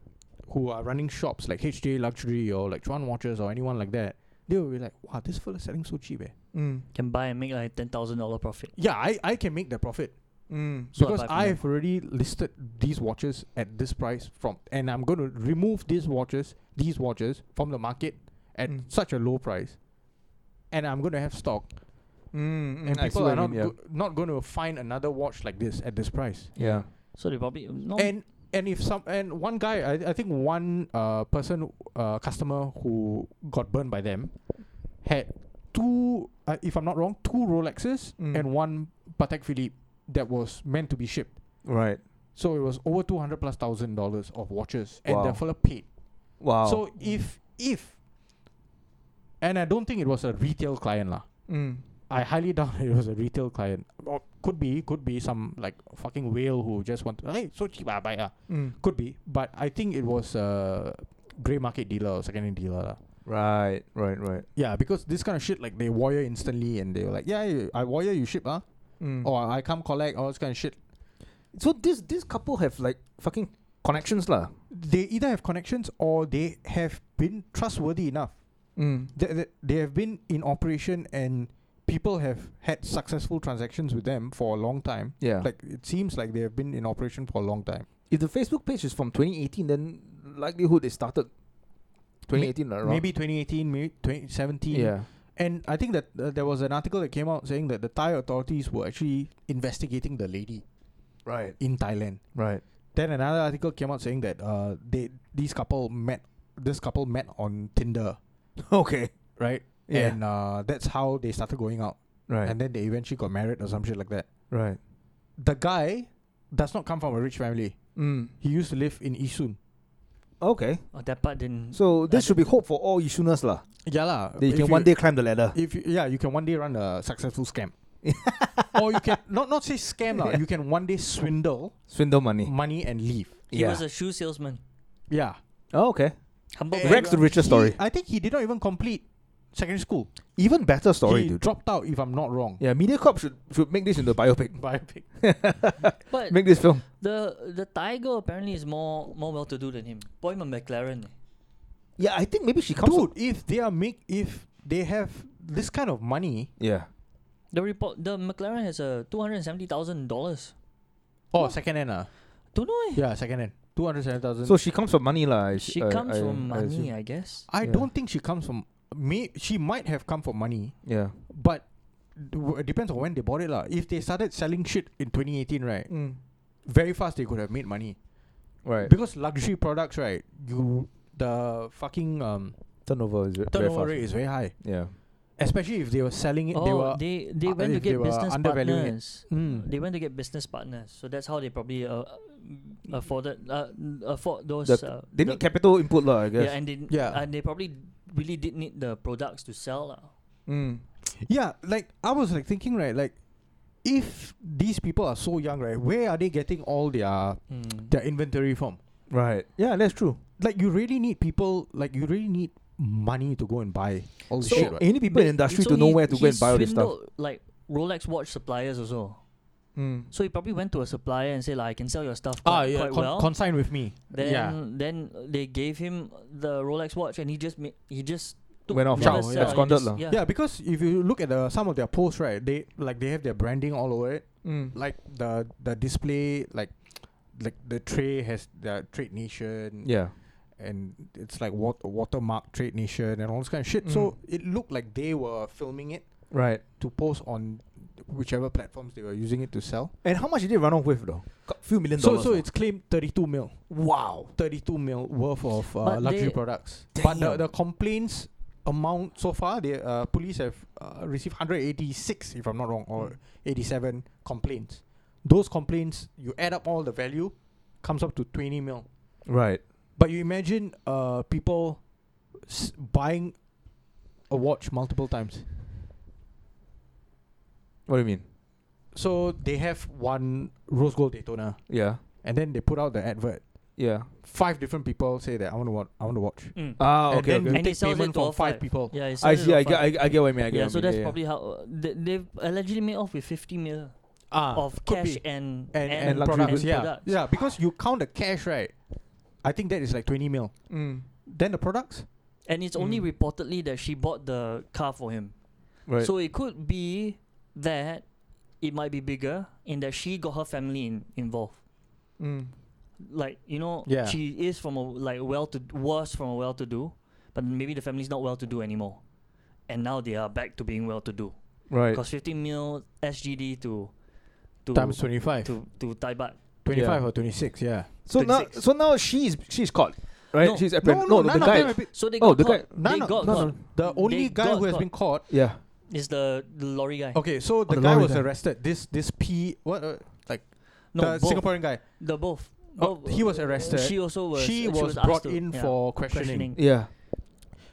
Speaker 3: who are running shops like HJ Luxury or like Chuan Watches or anyone like that, they will be like, "Wow, this fella is selling so cheap." Eh?
Speaker 1: Mm.
Speaker 4: Can buy and make like $10,000 profit.
Speaker 3: Yeah, I I can make that profit
Speaker 1: Mm.
Speaker 4: So I
Speaker 3: because
Speaker 4: buy from them.
Speaker 3: I've already listed these watches at this price from, and I'm going to remove these watches, these watches from the market at
Speaker 1: Mm.
Speaker 3: such a low price, and I'm going to have stock,
Speaker 1: Mm. mm,
Speaker 3: and
Speaker 1: I see
Speaker 3: people
Speaker 1: what
Speaker 3: are
Speaker 1: you
Speaker 3: not
Speaker 1: mean, yeah.
Speaker 3: go- not going to find another watch like this at this price.
Speaker 1: yeah.
Speaker 4: So they probably. No,
Speaker 3: And and if some and one guy, I, I think one uh person uh customer who got burned by them, had two, uh, if I'm not wrong, two Rolexes
Speaker 1: Mm.
Speaker 3: and one Patek Philippe that was meant to be shipped.
Speaker 1: Right.
Speaker 3: So it was over two hundred plus thousand dollars of watches, and
Speaker 1: Wow.
Speaker 3: the fella paid.
Speaker 1: Wow.
Speaker 3: So if if, and I don't think it was a retail client lah.
Speaker 1: mm.
Speaker 3: I highly doubt it was a retail client. Or could be, could be some like fucking whale who just want to hey so cheap ah buy ah.
Speaker 1: Mm.
Speaker 3: Could be, but I think it was a grey market dealer or second hand dealer lah.
Speaker 1: Right. Right. Right.
Speaker 3: Yeah, because this kind of shit like they wire instantly, and they were like, yeah, you- I wire you ship ah,
Speaker 1: Mm.
Speaker 3: or I come collect, all this kind of shit.
Speaker 1: So this this couple have like fucking connections lah.
Speaker 3: They either have connections or they have been trustworthy enough.
Speaker 1: Mm.
Speaker 3: th- th- they have been in operation and people have had successful transactions with them for a long time.
Speaker 1: Yeah.
Speaker 3: Like it seems like they have been in operation for a long time.
Speaker 1: if the Facebook page is from 2018, then likelihood they started 2018 lah, around.
Speaker 3: Maybe 2018, maybe 2017.
Speaker 1: Yeah.
Speaker 3: And I think that uh, there was an article that came out saying that the Thai authorities were actually investigating the lady
Speaker 1: Right.
Speaker 3: in Thailand.
Speaker 1: Right.
Speaker 3: Then another article came out saying that uh, they these couple met this couple met on Tinder,
Speaker 1: Okay.
Speaker 3: right?
Speaker 1: Yeah.
Speaker 3: And uh, that's how they started going out.
Speaker 1: Right.
Speaker 3: And then they eventually got married or some shit like that.
Speaker 1: right.
Speaker 3: the guy does not come from a rich family.
Speaker 1: Mm.
Speaker 3: He used to live in Isun.
Speaker 1: Okay.
Speaker 4: oh, that part didn't.
Speaker 1: So
Speaker 4: I
Speaker 1: this should be hope for all Ishunas lah.
Speaker 3: Yeah lah.
Speaker 1: They
Speaker 3: if
Speaker 1: can one day climb the ladder.
Speaker 3: If you, yeah, you can one day run a successful scam, or you can not not say scam lah.
Speaker 1: Yeah.
Speaker 3: You can one day swindle
Speaker 1: Swindle money.
Speaker 3: money and leave.
Speaker 4: He
Speaker 1: yeah.
Speaker 4: was a shoe salesman.
Speaker 3: Yeah.
Speaker 1: oh, okay.
Speaker 4: Humble
Speaker 3: And
Speaker 1: Rex the
Speaker 4: background.
Speaker 1: Richer story.
Speaker 3: He- I think he did not even complete secondary school.
Speaker 1: Even better story,
Speaker 3: he
Speaker 1: dude.
Speaker 3: dropped out, if I'm not wrong.
Speaker 1: Yeah, MediaCorp should should make this into a biopic.
Speaker 3: Biopic.
Speaker 4: But
Speaker 1: Make this film.
Speaker 4: the the tiger apparently is more more well to do than him. Boy, my McLaren.
Speaker 1: Yeah, I think maybe she comes.
Speaker 3: Dude, if they are make if they have this kind of money,
Speaker 1: Yeah.
Speaker 4: The report the McLaren has a two hundred seventy thousand dollars.
Speaker 3: oh second hand ah,
Speaker 4: Don't know. Eh.
Speaker 3: yeah second hand, two hundred seven thousand.
Speaker 1: So she comes from money lah. I s-
Speaker 4: She
Speaker 1: I-
Speaker 4: comes
Speaker 1: uh, I-
Speaker 4: from
Speaker 1: I assume.
Speaker 4: money, I, guess.
Speaker 3: I
Speaker 1: Yeah.
Speaker 3: don't think she comes from. May she might have come for money,
Speaker 1: Yeah.
Speaker 3: but d- w- it depends on when they bought it, lah. If they started selling shit in 2018, right?
Speaker 1: Mm.
Speaker 3: Very fast they could have made money
Speaker 1: Right.
Speaker 3: because luxury products, right? You the fucking um,
Speaker 1: Turnover is ve- very
Speaker 3: turnover
Speaker 1: fast.
Speaker 3: rate is very high,
Speaker 1: Yeah.
Speaker 3: especially if they were selling it.
Speaker 4: oh,
Speaker 3: they were
Speaker 4: they, they
Speaker 3: uh,
Speaker 4: went to
Speaker 3: if they
Speaker 4: get
Speaker 3: were
Speaker 4: business
Speaker 3: undervaluing it.
Speaker 4: partners.
Speaker 1: Hmm.
Speaker 3: Mm.
Speaker 4: They went to get business partners, so that's how they probably uh, afforded uh, afford those.
Speaker 1: The-
Speaker 4: uh,
Speaker 1: They need
Speaker 4: the-
Speaker 1: capital input, lah. I guess.
Speaker 4: Yeah, and they
Speaker 3: Yeah.
Speaker 4: and they probably really did need the products to sell. lah.
Speaker 3: Mm. Yeah, like I was like thinking, right? Like, if these people are so young, right? Where are they getting all their
Speaker 4: Hmm.
Speaker 3: their inventory from?
Speaker 1: Right. Yeah, that's true.
Speaker 3: Like, you really need people. Like, you really need money to go and buy all this
Speaker 4: So-
Speaker 3: shit. Right?
Speaker 1: Any people in the industry
Speaker 4: so
Speaker 1: to know
Speaker 4: he-
Speaker 1: where to
Speaker 4: he
Speaker 1: go and buy all this stuff. Hmm.
Speaker 4: swindled, Like Rolex watch suppliers also.
Speaker 3: Mm.
Speaker 4: So he probably went to a supplier and said, like, I can sell your stuff
Speaker 3: Ah,
Speaker 4: quite,
Speaker 3: yeah,
Speaker 4: quite
Speaker 3: con-
Speaker 4: well.
Speaker 3: consign with me.
Speaker 4: then
Speaker 3: yeah,
Speaker 4: then they gave him the Rolex watch and he just ma- he just took
Speaker 1: Went off,
Speaker 4: never
Speaker 3: yeah.
Speaker 4: sell,
Speaker 3: Yeah.
Speaker 4: he
Speaker 1: Absconded
Speaker 4: just-
Speaker 1: lah.
Speaker 4: yeah.
Speaker 3: yeah. Because if you look at the some of their posts, right? They like they have their branding all over it.
Speaker 5: Mm.
Speaker 3: Like the the display, like like the tray has the trade nation.
Speaker 1: Yeah.
Speaker 3: and it's like wat- watermark trade nation and all this kind of shit. So it looked like they were filming it
Speaker 1: Mm. Right.
Speaker 3: to post on whichever platforms they were using it to sell.
Speaker 1: And how much did they run off with though? A few million
Speaker 3: So
Speaker 1: dollars.
Speaker 3: so
Speaker 1: lah.
Speaker 3: it's claimed 32 mil. Wow, 32 mil worth of uh,
Speaker 4: But
Speaker 3: luxury
Speaker 4: they-
Speaker 3: products. But the,
Speaker 1: Damn.
Speaker 3: the complaints amount so far, the uh, police have uh, received 186, if I'm not wrong,
Speaker 1: Mm.
Speaker 3: or 87 complaints. Those complaints, you add up all the value, comes up to 20 mil.
Speaker 1: right.
Speaker 3: But you imagine uh, people s- buying a watch multiple times.
Speaker 1: What do you mean?
Speaker 3: So they have one rose gold Daytona,
Speaker 1: Yeah.
Speaker 3: and then they put out the advert.
Speaker 1: Yeah.
Speaker 3: Five different people say that I want to watch. I want to watch.
Speaker 4: Mm.
Speaker 1: Ah,
Speaker 3: and
Speaker 1: okay.
Speaker 3: then
Speaker 1: okay.
Speaker 3: you
Speaker 4: And he
Speaker 3: take
Speaker 4: sells it
Speaker 3: payment
Speaker 4: to
Speaker 3: from
Speaker 4: all
Speaker 3: five
Speaker 4: five.
Speaker 3: people.
Speaker 4: Yeah, he sold
Speaker 1: I
Speaker 4: it
Speaker 1: see.
Speaker 4: off,
Speaker 1: I get.
Speaker 4: right?
Speaker 1: I, I get what you mean. I get
Speaker 4: yeah,
Speaker 1: what
Speaker 4: so
Speaker 1: you mean.
Speaker 4: that's
Speaker 1: yeah,
Speaker 4: probably how uh, they, they've allegedly made off with 50 mil
Speaker 3: Ah,
Speaker 4: of
Speaker 3: could
Speaker 4: cash
Speaker 3: be.
Speaker 4: and
Speaker 3: and, and,
Speaker 1: and luxury
Speaker 3: products.
Speaker 1: goods.
Speaker 3: yeah,
Speaker 4: products.
Speaker 3: yeah. Because you count the cash, right? I think that is like twenty mil.
Speaker 1: yeah. Mm.
Speaker 3: Then the products.
Speaker 4: And it's only
Speaker 1: Mm.
Speaker 4: reportedly that she bought the car for him.
Speaker 1: Right.
Speaker 4: So it could be that it might be bigger in that she got her family in, involved.
Speaker 1: mm.
Speaker 4: Like, you know,
Speaker 3: Yeah.
Speaker 4: she is from a like well to was from a well to do, but maybe the family's not well to do anymore. And now they are back to being well to do.
Speaker 1: Right.
Speaker 4: Because 15 mil SGD to to
Speaker 3: times 25.
Speaker 4: to to Thai baht.
Speaker 3: 25
Speaker 1: Yeah.
Speaker 3: or 26, yeah.
Speaker 1: So now,
Speaker 4: 26.
Speaker 1: so now she's she's caught, right?
Speaker 4: No.
Speaker 1: She's apprehended.
Speaker 3: no,
Speaker 1: the
Speaker 3: none of
Speaker 1: guy.
Speaker 3: them have been-
Speaker 4: So they got
Speaker 1: Oh, the
Speaker 4: caught.
Speaker 1: guy-
Speaker 4: they
Speaker 3: none of-
Speaker 4: got
Speaker 3: no,
Speaker 4: caught.
Speaker 3: no, The only
Speaker 4: They
Speaker 3: guy
Speaker 4: got
Speaker 3: who has
Speaker 4: caught.
Speaker 3: been caught
Speaker 1: yeah.
Speaker 4: Is the, the lorry guy.
Speaker 3: Okay, so the,
Speaker 1: the
Speaker 3: guy
Speaker 1: lorry
Speaker 3: was
Speaker 1: guy.
Speaker 3: arrested. This this P what uh, like
Speaker 4: No,
Speaker 3: the
Speaker 4: both.
Speaker 3: Singaporean guy.
Speaker 4: The both.
Speaker 3: Oh,
Speaker 4: Both,
Speaker 3: he was
Speaker 4: uh,
Speaker 3: arrested.
Speaker 4: She also was.
Speaker 3: she, was
Speaker 4: asked
Speaker 3: brought
Speaker 4: to-
Speaker 3: in
Speaker 4: yeah,
Speaker 3: for questioning.
Speaker 1: Yeah.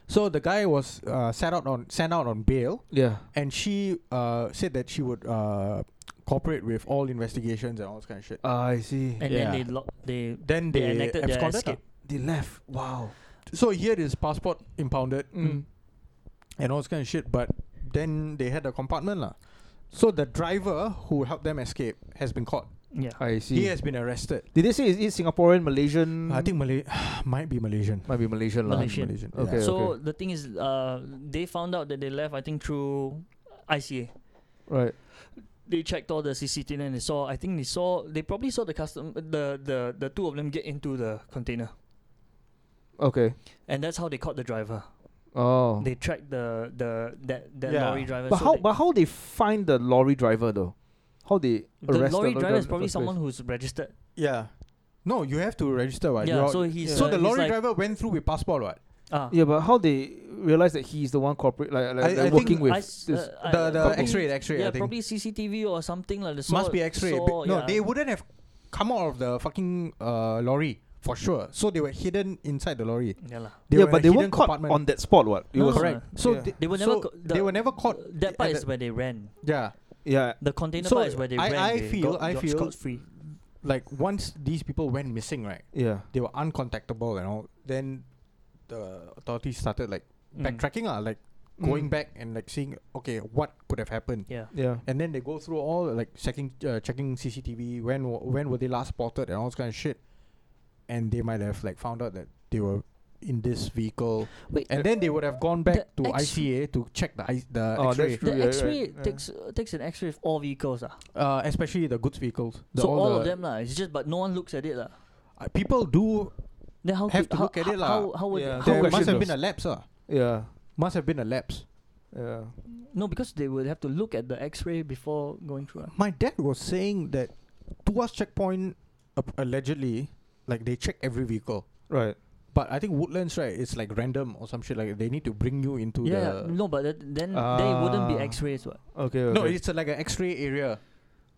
Speaker 3: So the guy was uh, sat out on sent out on bail,
Speaker 1: Yeah.
Speaker 3: and she uh, said that she would uh, cooperate with all investigations and all this kind of shit.
Speaker 1: I see.
Speaker 4: And
Speaker 3: Yeah.
Speaker 4: then they lo- they
Speaker 3: then
Speaker 4: they
Speaker 3: they,
Speaker 4: enacted their
Speaker 3: absconded.
Speaker 4: escape.
Speaker 3: lah.
Speaker 1: they left. Wow.
Speaker 3: So he had his passport impounded
Speaker 1: Mm.
Speaker 3: and all this kind of shit, but then they had a compartment lah. So the driver who helped them escape has been caught.
Speaker 4: yeah.
Speaker 1: I see.
Speaker 3: He has been arrested.
Speaker 1: Did they say is it Singaporean, Malaysian?
Speaker 3: I think Malay might be Malaysian.
Speaker 1: might be Malaysian, lah.
Speaker 4: Malaysian.
Speaker 3: yeah.
Speaker 1: Okay.
Speaker 4: so the thing is, uh, they found out that they left. I think through ICA.
Speaker 1: Right.
Speaker 4: They checked all the CCTV and they saw. I think they saw. They probably saw the custom. The the the two of them get into the container,
Speaker 1: Okay.
Speaker 4: and that's how they caught the driver.
Speaker 1: Oh.
Speaker 4: They tracked the the that that
Speaker 3: Yeah.
Speaker 4: lorry driver.
Speaker 1: But
Speaker 4: Uh, so
Speaker 1: how
Speaker 4: they-
Speaker 1: but how they find the lorry driver though? How they
Speaker 4: the
Speaker 1: arrest
Speaker 4: lorry
Speaker 1: the
Speaker 4: driver
Speaker 1: in
Speaker 4: is
Speaker 1: the
Speaker 4: probably
Speaker 1: first place?
Speaker 4: someone who's registered.
Speaker 3: Yeah. No, you have to register, right?
Speaker 4: Yeah,
Speaker 3: You're-
Speaker 4: so he's,
Speaker 3: so
Speaker 4: uh,
Speaker 3: the
Speaker 4: he's
Speaker 3: lorry
Speaker 4: like-
Speaker 3: driver went through with passport, right?
Speaker 4: Ah,
Speaker 1: Yeah, but how they realize that he's the one corporate like, like,
Speaker 3: I-
Speaker 1: like
Speaker 3: I
Speaker 1: working
Speaker 3: think
Speaker 1: with
Speaker 4: I s-
Speaker 1: this?
Speaker 4: uh, I-
Speaker 3: The the
Speaker 4: probably-
Speaker 3: X-ray, the X-ray.
Speaker 4: Yeah,
Speaker 3: I think
Speaker 4: probably CCTV or something like this.
Speaker 3: must be X-ray. Be- no, they wouldn't have come out of the fucking uh, lorry for sure. So they were hidden inside the lorry.
Speaker 4: Yeah, lah.
Speaker 1: yeah,
Speaker 3: were in a
Speaker 1: but they
Speaker 3: hidden
Speaker 1: weren't caught
Speaker 3: compartment.
Speaker 1: on that spot. What? It
Speaker 4: No,
Speaker 1: was
Speaker 4: no, no.
Speaker 3: correct. So
Speaker 1: Yeah.
Speaker 3: they,
Speaker 4: They were
Speaker 3: so
Speaker 4: never co- the-
Speaker 3: they were never caught.
Speaker 4: That part
Speaker 3: at
Speaker 4: is where they ran.
Speaker 3: yeah.
Speaker 1: yeah,
Speaker 4: The container
Speaker 3: So,
Speaker 4: part is where they
Speaker 3: I-
Speaker 4: ran.
Speaker 3: I
Speaker 4: they
Speaker 3: feel-
Speaker 4: got,
Speaker 3: I
Speaker 4: got
Speaker 3: feel-
Speaker 4: scot-free.
Speaker 3: Like once these people went missing, right?
Speaker 1: yeah.
Speaker 3: They were uncontactable and all. Then the authorities started like
Speaker 4: Mm.
Speaker 3: backtracking, uh, like going
Speaker 1: Mm.
Speaker 3: back and like seeing okay what could have happened.
Speaker 4: Yeah.
Speaker 1: Yeah.
Speaker 3: and then they go through all like checking uh, checking CCTV when wa- when were they last spotted and all this kind of shit, and they might have like found out that they were in this vehicle,
Speaker 4: Wait,
Speaker 3: and then they would have gone
Speaker 4: the
Speaker 3: back to
Speaker 4: X-
Speaker 3: ICA to check the I- the
Speaker 1: Oh, that's
Speaker 3: X-ray,
Speaker 1: true,
Speaker 4: the
Speaker 1: yeah,
Speaker 4: X-ray
Speaker 1: right, yeah.
Speaker 4: takes takes an X-ray of all vehicles, ah.
Speaker 3: uh, especially the goods vehicles. The-
Speaker 4: So all,
Speaker 3: the-
Speaker 4: of them, lah. It's just but no one looks at it, lah.
Speaker 3: uh, people do.
Speaker 4: Then how
Speaker 3: Have
Speaker 4: could-
Speaker 3: to
Speaker 4: how,
Speaker 3: look at it lah.
Speaker 4: How, how would
Speaker 1: Yeah.
Speaker 4: how
Speaker 1: There
Speaker 3: There
Speaker 4: would
Speaker 3: must
Speaker 1: question
Speaker 3: have
Speaker 1: those.
Speaker 3: been a lapse, uh.
Speaker 1: Yeah.
Speaker 3: Must have been a lapse.
Speaker 1: Yeah.
Speaker 4: no because they would have to look at the X-ray before going through. ah.
Speaker 3: My dad was saying that Tuas checkpoint ap- allegedly, like they check every vehicle.
Speaker 1: Right.
Speaker 3: But I think Woodlands, right? It's like random or some shit. Like they need to bring you into
Speaker 4: yeah,
Speaker 3: the. Uh,
Speaker 4: no, but that, then then it wouldn't be
Speaker 1: Ah.
Speaker 4: X-rays, what?
Speaker 1: Okay.
Speaker 3: No, it's a, like an X-ray area.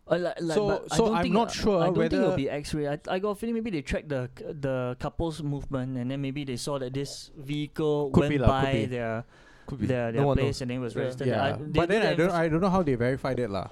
Speaker 4: Uh, li- like,
Speaker 3: So-
Speaker 4: but I
Speaker 3: so
Speaker 4: don't
Speaker 3: I'm
Speaker 4: think,
Speaker 3: not
Speaker 4: uh,
Speaker 3: sure
Speaker 4: I don't think
Speaker 3: whether-
Speaker 4: it'll be X-ray. I, I got a feeling maybe they tracked the c- the couple's movement and then maybe they saw that this vehicle
Speaker 3: Could be
Speaker 4: went
Speaker 3: lah, could
Speaker 4: by
Speaker 3: be.
Speaker 4: their
Speaker 1: could
Speaker 4: their, their
Speaker 1: no one
Speaker 4: place
Speaker 1: knows.
Speaker 4: and then it was
Speaker 1: Yeah.
Speaker 4: registered.
Speaker 3: Yeah,
Speaker 4: I, they
Speaker 3: but then
Speaker 4: did
Speaker 3: I
Speaker 4: the
Speaker 3: don't. I don't know how they verified it, lah.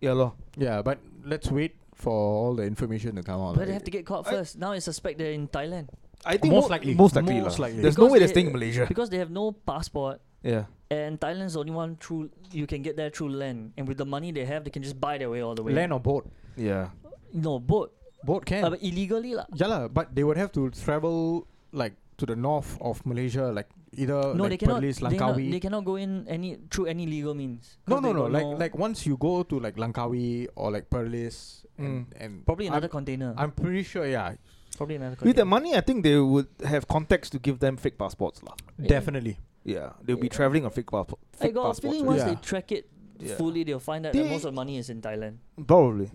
Speaker 1: Yeah, lor.
Speaker 3: Yeah, but let's wait for all the information to come out.
Speaker 4: But they
Speaker 3: like-
Speaker 4: have to get caught
Speaker 1: I-
Speaker 4: first. now I suspect they're in Thailand
Speaker 1: I think
Speaker 3: Most
Speaker 1: mo-
Speaker 3: likely.
Speaker 1: Most likely.
Speaker 3: Most
Speaker 1: lah.
Speaker 3: likely.
Speaker 1: There's no
Speaker 4: Because
Speaker 1: way they're
Speaker 4: they-
Speaker 1: staying in Malaysia.
Speaker 4: because they have no passport.
Speaker 1: Yeah.
Speaker 4: And Thailand's the only one through you can get there through land, and with the money they have, they can just buy their way all the way.
Speaker 3: land or boat.
Speaker 1: Yeah.
Speaker 4: no boat,
Speaker 3: Boat can.
Speaker 4: uh, but illegally lah.
Speaker 3: yeah, lah. But they would have to travel like to the north of Malaysia, like either
Speaker 4: No,
Speaker 3: like
Speaker 4: they cannot.
Speaker 3: Perlis,
Speaker 4: they, cannot
Speaker 3: Langkawi.
Speaker 4: they cannot go in any through any legal means. 'Cause
Speaker 3: no, no,
Speaker 4: they
Speaker 3: no.
Speaker 4: got
Speaker 3: Like like once you go to like Langkawi or like Perlis and, and
Speaker 4: probably
Speaker 3: I'm-
Speaker 4: another container.
Speaker 3: I'm pretty sure, yeah,
Speaker 4: probably another
Speaker 1: With
Speaker 4: container.
Speaker 1: the money, I think they would have contacts to give them fake passports, lah.
Speaker 4: Yeah.
Speaker 3: definitely.
Speaker 1: Yeah, they'll be
Speaker 4: Yeah.
Speaker 1: traveling on fake, passport.
Speaker 4: I
Speaker 1: fake
Speaker 4: got a
Speaker 1: passports. already.
Speaker 4: feeling once
Speaker 3: Yeah.
Speaker 4: they track it
Speaker 1: Yeah.
Speaker 4: fully, they'll find out that
Speaker 1: They-
Speaker 4: most of the money is in Thailand.
Speaker 1: Probably.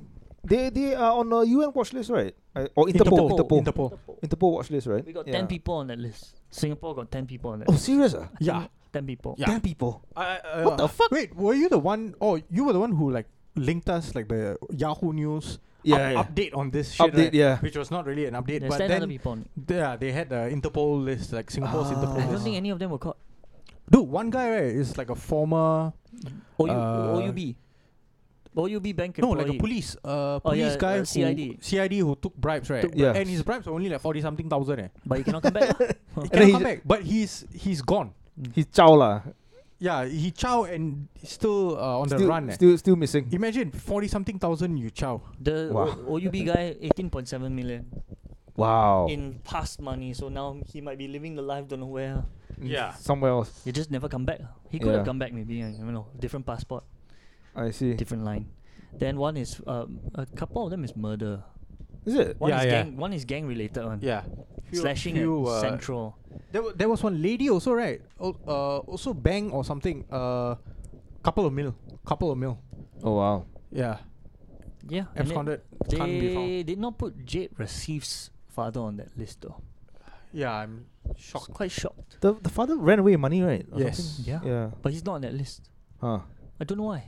Speaker 1: They they are on a UN watch list, right? I, or Interpol.
Speaker 3: Interpol.
Speaker 1: Interpol. Interpol.
Speaker 3: Interpol.
Speaker 1: watch list, right?
Speaker 4: We got
Speaker 1: Yeah.
Speaker 4: ten people on that list. Singapore got ten people on that.
Speaker 1: Oh,
Speaker 4: list.
Speaker 1: serious? Ah?
Speaker 4: I
Speaker 3: Yeah.
Speaker 4: think ten people.
Speaker 3: Yeah.
Speaker 1: Ten people.
Speaker 3: I, I,
Speaker 1: What the fuck?
Speaker 3: Wait, were you the one? Oh, you were the one who like linked us like the Yahoo News
Speaker 1: Yeah.
Speaker 3: up-
Speaker 1: yeah.
Speaker 3: update on this shit,
Speaker 1: Update,
Speaker 3: right?
Speaker 1: yeah.
Speaker 3: which was not really an update,
Speaker 4: There's
Speaker 3: but
Speaker 4: ten other
Speaker 3: then
Speaker 4: people. On it.
Speaker 3: they- yeah, they had the Interpol list, like Singapore's Interpol.
Speaker 4: I
Speaker 1: Ah.
Speaker 4: don't
Speaker 3: List.
Speaker 4: think any of them were caught.
Speaker 3: Dude, one guy right is like a former
Speaker 4: OU,
Speaker 3: Uh,
Speaker 4: OUB. OUB bank
Speaker 3: no,
Speaker 4: employee.
Speaker 3: like a police, uh, police
Speaker 4: yeah,
Speaker 3: guy,
Speaker 4: uh,
Speaker 3: who-
Speaker 4: CID.
Speaker 3: CID who took bribes, right?
Speaker 4: Took
Speaker 1: Yeah. bribes.
Speaker 3: and his bribes were only like forty something thousand. Eh,
Speaker 4: But you cannot come back. lah.
Speaker 3: he
Speaker 1: then
Speaker 3: cannot
Speaker 1: he's-
Speaker 3: come back, but he's he's gone.
Speaker 1: He's Chao lah.
Speaker 3: Yeah, he chow and still uh, on the
Speaker 1: Still,
Speaker 3: run. eh.
Speaker 1: still, still missing.
Speaker 3: Imagine forty something thousand you chow.
Speaker 4: The
Speaker 1: Wow.
Speaker 4: O- OUB guy, 18.7 million
Speaker 5: Oh.
Speaker 1: Wow.
Speaker 4: in past money. So now he might be living the life, don't know where.
Speaker 3: Yeah.
Speaker 1: Somewhere else.
Speaker 4: He just never come back. He could
Speaker 1: Yeah.
Speaker 4: have come back maybe. I don't know. Different passport,
Speaker 1: I see.
Speaker 4: different line. Then one is um, a couple of them is murder.
Speaker 1: Is it?
Speaker 4: One
Speaker 3: Yeah,
Speaker 4: is
Speaker 3: yeah.
Speaker 4: gang. One is gang related one.
Speaker 3: Yeah.
Speaker 4: Slashing
Speaker 3: Few,
Speaker 4: at
Speaker 3: uh,
Speaker 4: Central.
Speaker 3: There, wa- there was one lady also, right? Al- uh, also bang or something. Uh, couple of mil, couple of mil.
Speaker 1: Oh wow.
Speaker 3: Yeah.
Speaker 4: Yeah. and then
Speaker 3: absconded,
Speaker 4: They
Speaker 3: can't be found.
Speaker 4: did not put Jade Receive's father on that list though.
Speaker 3: Yeah, I'm
Speaker 4: I was
Speaker 3: shocked.
Speaker 4: quite shocked.
Speaker 1: The the father ran away with money, right? Or
Speaker 3: Yes.
Speaker 1: something?
Speaker 4: Yeah.
Speaker 1: Yeah.
Speaker 4: But he's not on that list.
Speaker 1: Huh.
Speaker 4: I don't know why.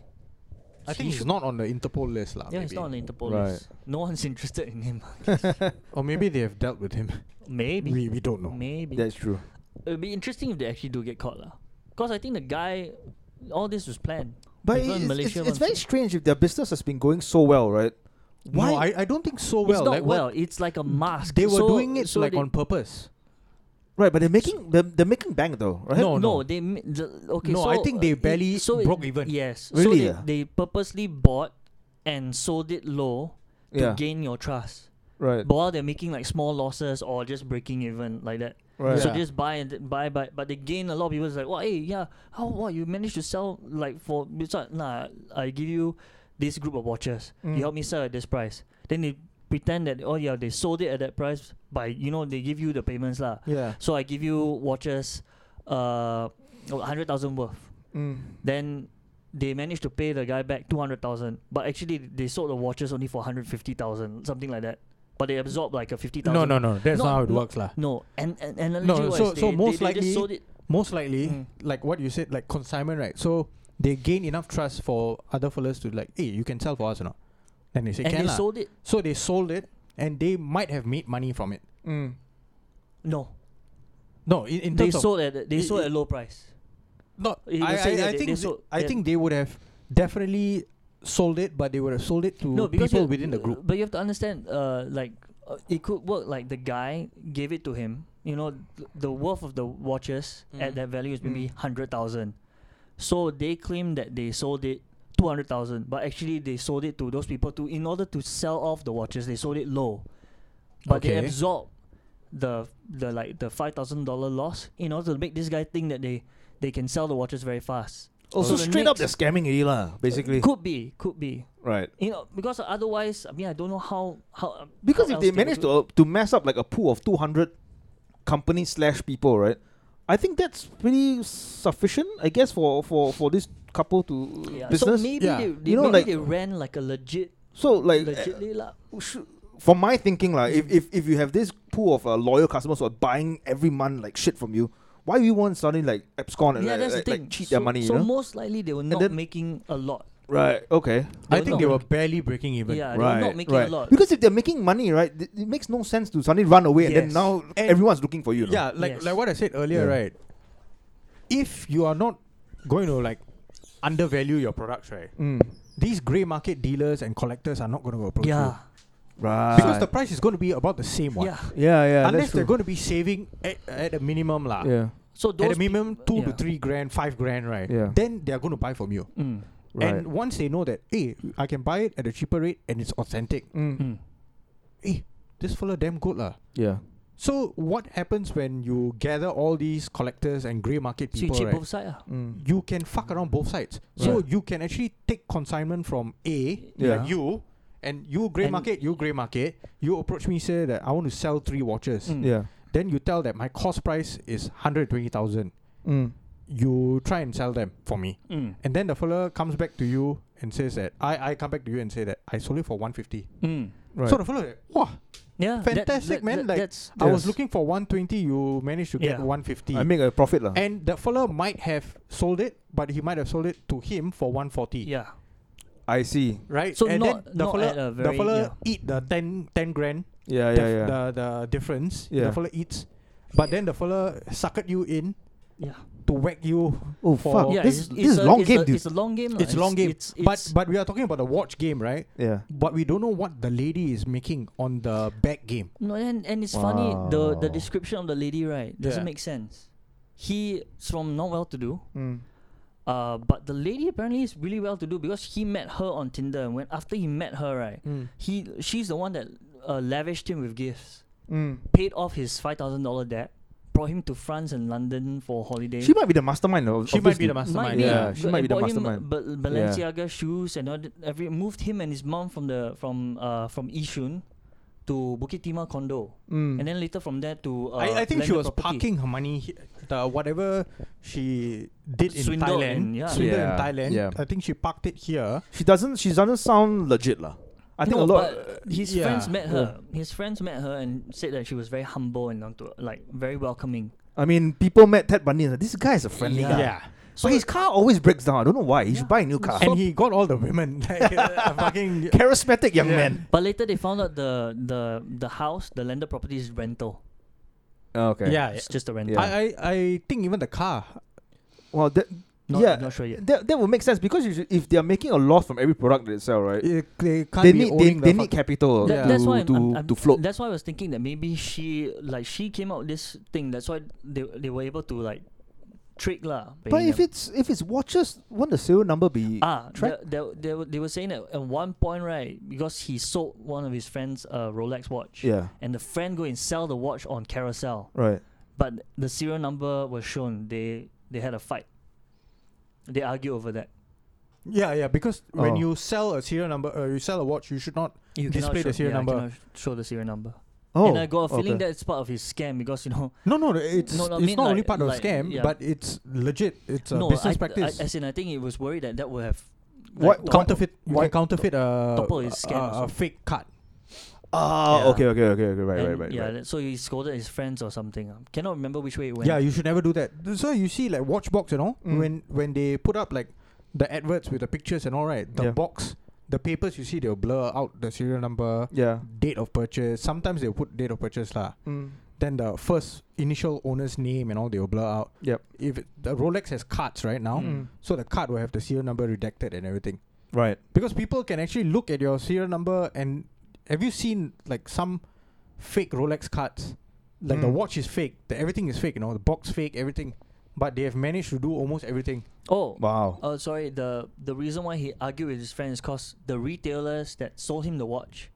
Speaker 3: I think
Speaker 4: He
Speaker 3: he's
Speaker 4: should-
Speaker 3: not on the Interpol list, lah.
Speaker 4: Yeah, he's
Speaker 3: maybe.
Speaker 4: not on the Interpol
Speaker 1: Right.
Speaker 4: list. No one's interested in him.
Speaker 3: Or maybe they have dealt with him.
Speaker 4: Maybe.
Speaker 3: We- we don't know.
Speaker 4: Maybe.
Speaker 1: That's true.
Speaker 4: It'd be interesting if they actually do get caught, lah. Because I think the guy, all this was planned.
Speaker 1: But
Speaker 4: Even
Speaker 1: it's, it's,
Speaker 4: Malaysia
Speaker 1: it's
Speaker 4: wants
Speaker 1: very
Speaker 4: to-
Speaker 1: strange if their business has been going so well, right? Why?
Speaker 3: No, I, I don't think so
Speaker 4: It's
Speaker 3: well.
Speaker 4: not
Speaker 3: like, what-
Speaker 4: well. It's like a mask.
Speaker 3: They were
Speaker 4: So-
Speaker 3: doing it
Speaker 4: so
Speaker 3: like
Speaker 4: they-
Speaker 3: on purpose.
Speaker 1: right, but they're making they're, they're making bank though, right?
Speaker 3: No, no.
Speaker 4: they mi- the, okay.
Speaker 3: No,
Speaker 4: so,
Speaker 3: I think they
Speaker 4: uh, it-
Speaker 3: barely
Speaker 4: so it-
Speaker 3: broke even.
Speaker 4: Yes.
Speaker 1: Really,
Speaker 4: So
Speaker 1: ah?
Speaker 4: they, they purposely bought and sold it low to
Speaker 1: Yeah.
Speaker 4: gain your trust.
Speaker 1: Right.
Speaker 4: But while they're making like small losses or just breaking even like that.
Speaker 1: Right.
Speaker 4: So
Speaker 3: Yeah.
Speaker 4: just buy and th- buy, buy, but they gain a lot of people. It's like, wow, hey, yeah, how what you managed to sell like for? It's like, nah, I give you this group of watches.
Speaker 1: Mm.
Speaker 4: You help me sell at this price. Then they pretend that oh yeah, they sold it at that price, but you know they give you the payments lah.
Speaker 3: Yeah.
Speaker 4: So I give you watches, uh, hundred thousand worth.
Speaker 1: Mm.
Speaker 4: Then they managed to pay the guy back two hundred thousand, but actually they sold the watches only for hundred fifty thousand, something like that. But they absorbed like a fifty thousand.
Speaker 3: No, no, no. That's
Speaker 4: No,
Speaker 3: not how it
Speaker 4: no,
Speaker 3: works, lah.
Speaker 4: No, and and, and
Speaker 3: No,
Speaker 4: analogy-wise,
Speaker 3: so-
Speaker 4: they,
Speaker 3: so most
Speaker 4: they, they
Speaker 3: likely-
Speaker 4: just sold it.
Speaker 3: Most likely,
Speaker 4: Mm.
Speaker 3: like what you said, like consignment, right? So they gain enough trust for other fellas to like, hey, you can sell for us or not? And they say
Speaker 4: and
Speaker 3: can
Speaker 4: they
Speaker 3: lah.
Speaker 4: sold it.
Speaker 3: So they sold it, and they might have made money from it.
Speaker 1: Mm.
Speaker 4: No,
Speaker 3: No, in, in
Speaker 4: they
Speaker 3: terms of
Speaker 4: sold at they
Speaker 3: i-
Speaker 4: sold
Speaker 3: i-
Speaker 4: at low price.
Speaker 3: no,
Speaker 4: you
Speaker 3: I,
Speaker 4: can say
Speaker 3: I-
Speaker 4: that
Speaker 3: I
Speaker 4: they-
Speaker 3: think
Speaker 4: they
Speaker 3: they-
Speaker 4: sold-
Speaker 3: I
Speaker 4: yeah.
Speaker 3: think they would have definitely sold it, but they would have sold it to
Speaker 4: No, because
Speaker 3: people
Speaker 4: you-
Speaker 3: within the group.
Speaker 4: But you have to understand, uh, like uh, it could work. Like the guy gave it to him. You know, th- the worth of the watches at
Speaker 3: Mm.
Speaker 4: that value is maybe
Speaker 1: Mm.
Speaker 4: hundred thousand. So they claim that they sold it two hundred thousand, but actually they sold it to those people to in order to sell off the watches. They sold it low, but they
Speaker 3: Okay.
Speaker 4: absorb the the like the five thousand dollar loss in order to make this guy think that they they can sell the watches very fast.
Speaker 1: Oh, so
Speaker 4: So the
Speaker 1: straight up they're
Speaker 4: next-
Speaker 1: scamming you lah, basically.
Speaker 4: Could be, could be.
Speaker 1: Right.
Speaker 4: You know, because otherwise, I mean, I don't know how how
Speaker 1: Because
Speaker 4: how
Speaker 1: if they
Speaker 4: else would
Speaker 1: manage
Speaker 4: do
Speaker 1: to
Speaker 4: it.
Speaker 1: uh, to mess up like a pool of two hundred companies slash people, right? I think that's pretty sufficient, I guess, for for for this couple to uh,
Speaker 4: Yeah.
Speaker 1: business.
Speaker 4: So maybe
Speaker 3: Yeah.
Speaker 4: they, they
Speaker 1: You know,
Speaker 4: maybe
Speaker 1: like-
Speaker 4: they ran like a legit
Speaker 1: So like,
Speaker 4: legitly lah.
Speaker 1: uh, sh- from my thinking, like if, if if you have this pool of uh, loyal customers who are buying every month like shit from you, why do you want suddenly like abscond and
Speaker 4: yeah,
Speaker 1: like,
Speaker 4: that's
Speaker 1: like-
Speaker 4: the
Speaker 1: like
Speaker 4: thing.
Speaker 1: cheat
Speaker 4: so,
Speaker 1: their money?
Speaker 4: So
Speaker 1: you know?
Speaker 4: most likely they were not
Speaker 1: then-
Speaker 4: making a lot.
Speaker 1: right? Okay.
Speaker 3: I
Speaker 4: They
Speaker 3: think
Speaker 4: not
Speaker 3: they were
Speaker 4: making-
Speaker 3: barely breaking even.
Speaker 4: Yeah, they were
Speaker 1: right.
Speaker 4: not making
Speaker 1: right.
Speaker 4: a lot.
Speaker 1: Because if they're making money, right, th- it makes no sense to suddenly run away and then
Speaker 4: Yes.
Speaker 1: now
Speaker 3: And-
Speaker 1: everyone's looking for you. you know?
Speaker 3: Yeah, like
Speaker 4: Yes.
Speaker 3: like what I said earlier,
Speaker 1: Yeah.
Speaker 3: right? If you are not going to like undervalue your products, right?
Speaker 1: Mm.
Speaker 3: These grey market dealers and collectors are not going to approach
Speaker 4: yeah, Ah.
Speaker 1: Right.
Speaker 3: you because the price is going to be about the same one.
Speaker 4: yeah.
Speaker 1: yeah, yeah.
Speaker 3: Unless they're going to be saving at, at a minimum lah.
Speaker 1: Yeah.
Speaker 4: So
Speaker 3: At a
Speaker 4: those
Speaker 3: minimum,
Speaker 4: peop-
Speaker 3: two to
Speaker 4: yeah.
Speaker 3: three grand, five grand, right?
Speaker 1: Yeah.
Speaker 3: Then they are going to buy from you.
Speaker 4: Mm,
Speaker 3: And once they know that, hey, I can buy it at a cheaper rate and it's authentic.
Speaker 4: mm.
Speaker 3: Hey, this fella damn good lah.
Speaker 1: Yeah.
Speaker 3: So what happens when you gather all these collectors and grey market
Speaker 4: So you
Speaker 3: people?
Speaker 4: cheat
Speaker 3: right? Mm.
Speaker 4: both sides. ah.
Speaker 1: Mm.
Speaker 3: you can fuck around both sides. So
Speaker 1: Right.
Speaker 3: you can actually take consignment from A,
Speaker 1: Yeah.
Speaker 3: like you, and you grey
Speaker 4: And-
Speaker 3: market, you grey market. You approach me say that I want to sell three watches.
Speaker 4: Mm.
Speaker 1: Yeah.
Speaker 3: Then you tell that my cost price is hundred twenty thousand.
Speaker 1: Mm.
Speaker 3: You try and sell them for me,
Speaker 4: Mm.
Speaker 3: and then the fella comes back to you and says that I I come back to you and say that I sold it for one fifty.
Speaker 4: Mm.
Speaker 1: Right.
Speaker 3: So the fella, like, wow,
Speaker 4: Yeah, that-
Speaker 3: Fantastic,
Speaker 4: that-
Speaker 3: man,
Speaker 4: that-
Speaker 3: like-
Speaker 4: that's
Speaker 3: I was
Speaker 1: Yes.
Speaker 3: looking for one twenty. You managed to get
Speaker 4: Yeah.
Speaker 3: one fifty.
Speaker 1: I make a profit
Speaker 4: Ah.
Speaker 1: lah.
Speaker 3: and the fella might have sold it, but he might have sold it to him for one forty.
Speaker 4: yeah.
Speaker 1: I see.
Speaker 3: right?
Speaker 4: So
Speaker 3: and
Speaker 4: not-
Speaker 3: then the
Speaker 4: not
Speaker 3: fella,
Speaker 4: at a
Speaker 3: the
Speaker 4: very-
Speaker 3: fella
Speaker 4: yeah.
Speaker 3: eat the 10, 10 grand,
Speaker 1: Yeah,
Speaker 3: dif-
Speaker 1: yeah, yeah.
Speaker 3: the the difference.
Speaker 1: Yeah.
Speaker 3: The fella eats, but then the fella suckered you in
Speaker 4: Yeah,
Speaker 3: to whack you.
Speaker 1: oh fuck!
Speaker 3: for-
Speaker 4: yeah.
Speaker 1: this
Speaker 4: it's,
Speaker 1: this is
Speaker 4: it's a,
Speaker 1: long
Speaker 4: it's
Speaker 1: game,
Speaker 4: a,
Speaker 1: dude.
Speaker 4: It's a long game. lah.
Speaker 3: It's long game,
Speaker 4: It's, it's,
Speaker 3: but but we are talking about the watch game, right?
Speaker 1: yeah.
Speaker 3: But we don't know what the lady is making on the back game.
Speaker 4: No, and and it's funny the the
Speaker 1: Wow.
Speaker 4: description of the lady right
Speaker 3: Yeah.
Speaker 4: doesn't make sense. He's from not well to do, uh, but the lady apparently is really well to do because he met her on Tinder and when after he met her right, he she's the one that uh, lavished him with gifts, paid off his five thousand dollar debt, brought him to France and London for holiday.
Speaker 1: She might be the mastermind of.
Speaker 3: She
Speaker 1: of
Speaker 3: might
Speaker 1: this
Speaker 3: be the
Speaker 1: dude.
Speaker 3: mastermind.
Speaker 1: be.
Speaker 3: Yeah.
Speaker 1: Yeah. she might be the
Speaker 4: bought him
Speaker 1: mastermind.
Speaker 4: Ba- Balenciaga shoes and all that, every moved him and his mom from the from uh from Yishun to Bukit Timah condo,
Speaker 1: Mm.
Speaker 4: and then later from there to uh,
Speaker 3: I, I think she
Speaker 4: landed
Speaker 3: was
Speaker 4: property.
Speaker 3: parking her money, he- the whatever she did in
Speaker 4: Swindled
Speaker 3: Thailand,
Speaker 4: in, yeah.
Speaker 3: swindled
Speaker 1: Yeah,
Speaker 3: in Thailand.
Speaker 1: yeah.
Speaker 3: I think she parked it here.
Speaker 1: She doesn't. She doesn't sound legit lah. I think
Speaker 4: No,
Speaker 1: a lot.
Speaker 4: but his
Speaker 3: yeah,
Speaker 4: friends met her. His friends met her and said that she was very humble and onto, like very welcoming.
Speaker 1: I mean, people met Ted Bundy. and said, This guy is a friendly
Speaker 4: Yeah.
Speaker 1: guy. So his car always breaks down. I don't know why. He should buy
Speaker 4: Yeah.
Speaker 1: a new car.
Speaker 3: and he got all the women. Like, uh, fucking
Speaker 1: charismatic young
Speaker 3: Yeah.
Speaker 1: man.
Speaker 4: But later they found out the the the house, the landed property is rental. Oh,
Speaker 1: Okay.
Speaker 3: yeah.
Speaker 4: It's just a rental.
Speaker 1: Yeah.
Speaker 3: I, I I think even the car. uh,
Speaker 1: Well, that
Speaker 4: Not,
Speaker 1: yeah,
Speaker 4: not sure yet.
Speaker 1: that, that would make sense because you should, if they are making a loss from every product they sell, right?
Speaker 3: It, they can't
Speaker 1: They
Speaker 3: be
Speaker 1: need they,
Speaker 3: owning
Speaker 1: they
Speaker 3: the
Speaker 1: need
Speaker 3: fuck-
Speaker 1: capital
Speaker 4: That-
Speaker 3: Yeah.
Speaker 1: to
Speaker 4: That's why I'm-
Speaker 1: to,
Speaker 4: I'm- I'm-
Speaker 1: to float.
Speaker 4: That's why I was thinking that maybe she like she came out this thing. That's why they they were able to like trick lah.
Speaker 1: But
Speaker 4: paying
Speaker 1: if
Speaker 4: them.
Speaker 1: it's if it's watches, won't the serial number be
Speaker 4: ah,
Speaker 1: track-
Speaker 4: they, they, they were saying that at one point right because he sold one of his friends a Rolex watch.
Speaker 1: Yeah.
Speaker 4: And the friend go and sell the watch on Carousel,
Speaker 1: Right.
Speaker 4: but the serial number was shown. They they had a fight. They argue over that.
Speaker 3: Yeah, yeah. Because when
Speaker 1: Oh.
Speaker 3: you sell a serial number, uh, you sell a watch, you should not.
Speaker 4: You cannot
Speaker 3: Display the
Speaker 4: show,
Speaker 3: serial
Speaker 4: yeah, I
Speaker 3: number.
Speaker 4: cannot Show the serial number.
Speaker 1: Oh.
Speaker 4: and I got a feeling
Speaker 1: okay.
Speaker 4: that's part of his scam because you know
Speaker 3: No, no. It's
Speaker 4: No, no, I
Speaker 3: it's
Speaker 4: mean
Speaker 3: not only
Speaker 4: like-
Speaker 3: part of the
Speaker 4: like,
Speaker 3: scam,
Speaker 4: yeah.
Speaker 3: but it's legit. It's a
Speaker 4: no, I,
Speaker 3: business
Speaker 4: I-
Speaker 3: practice.
Speaker 4: as in I think he was worried that that would have
Speaker 1: What-
Speaker 4: like, top-
Speaker 3: counterfeit. You
Speaker 1: why-
Speaker 3: can counterfeit a
Speaker 4: Topple is scam
Speaker 3: a- a,
Speaker 4: also.
Speaker 3: fake card.
Speaker 1: Ah,
Speaker 4: Yeah.
Speaker 1: okay, okay, okay, okay, right, right,
Speaker 4: And
Speaker 1: right.
Speaker 4: Yeah,
Speaker 1: right.
Speaker 4: that- so he scolded his friends or something. I cannot remember which way it went.
Speaker 3: Yeah, you should never do that. So you see, like Watchbox and all,
Speaker 1: Mm.
Speaker 3: when when they put up like the adverts with the pictures and all, right? The
Speaker 1: Yeah.
Speaker 3: box, the papers you see, they'll blur out the serial number,
Speaker 1: Yeah.
Speaker 3: date of purchase. Sometimes they'll put date of purchase lah.
Speaker 1: Mm.
Speaker 3: then the first initial owner's name and all they will blur out.
Speaker 1: Yep.
Speaker 3: If it, the Rolex has cards right now,
Speaker 4: Mm.
Speaker 3: so the card will have the serial number redacted and everything.
Speaker 1: Right.
Speaker 3: Because people can actually look at your serial number and have you seen like some fake Rolex cards? Like the
Speaker 1: Mm.
Speaker 3: watch is fake, the everything is fake, you know, the box fake, everything. But they have managed to do almost everything.
Speaker 4: oh,
Speaker 1: Wow.
Speaker 4: uh, sorry. The the reason why he argued with his friends is because the retailers that sold him the watch,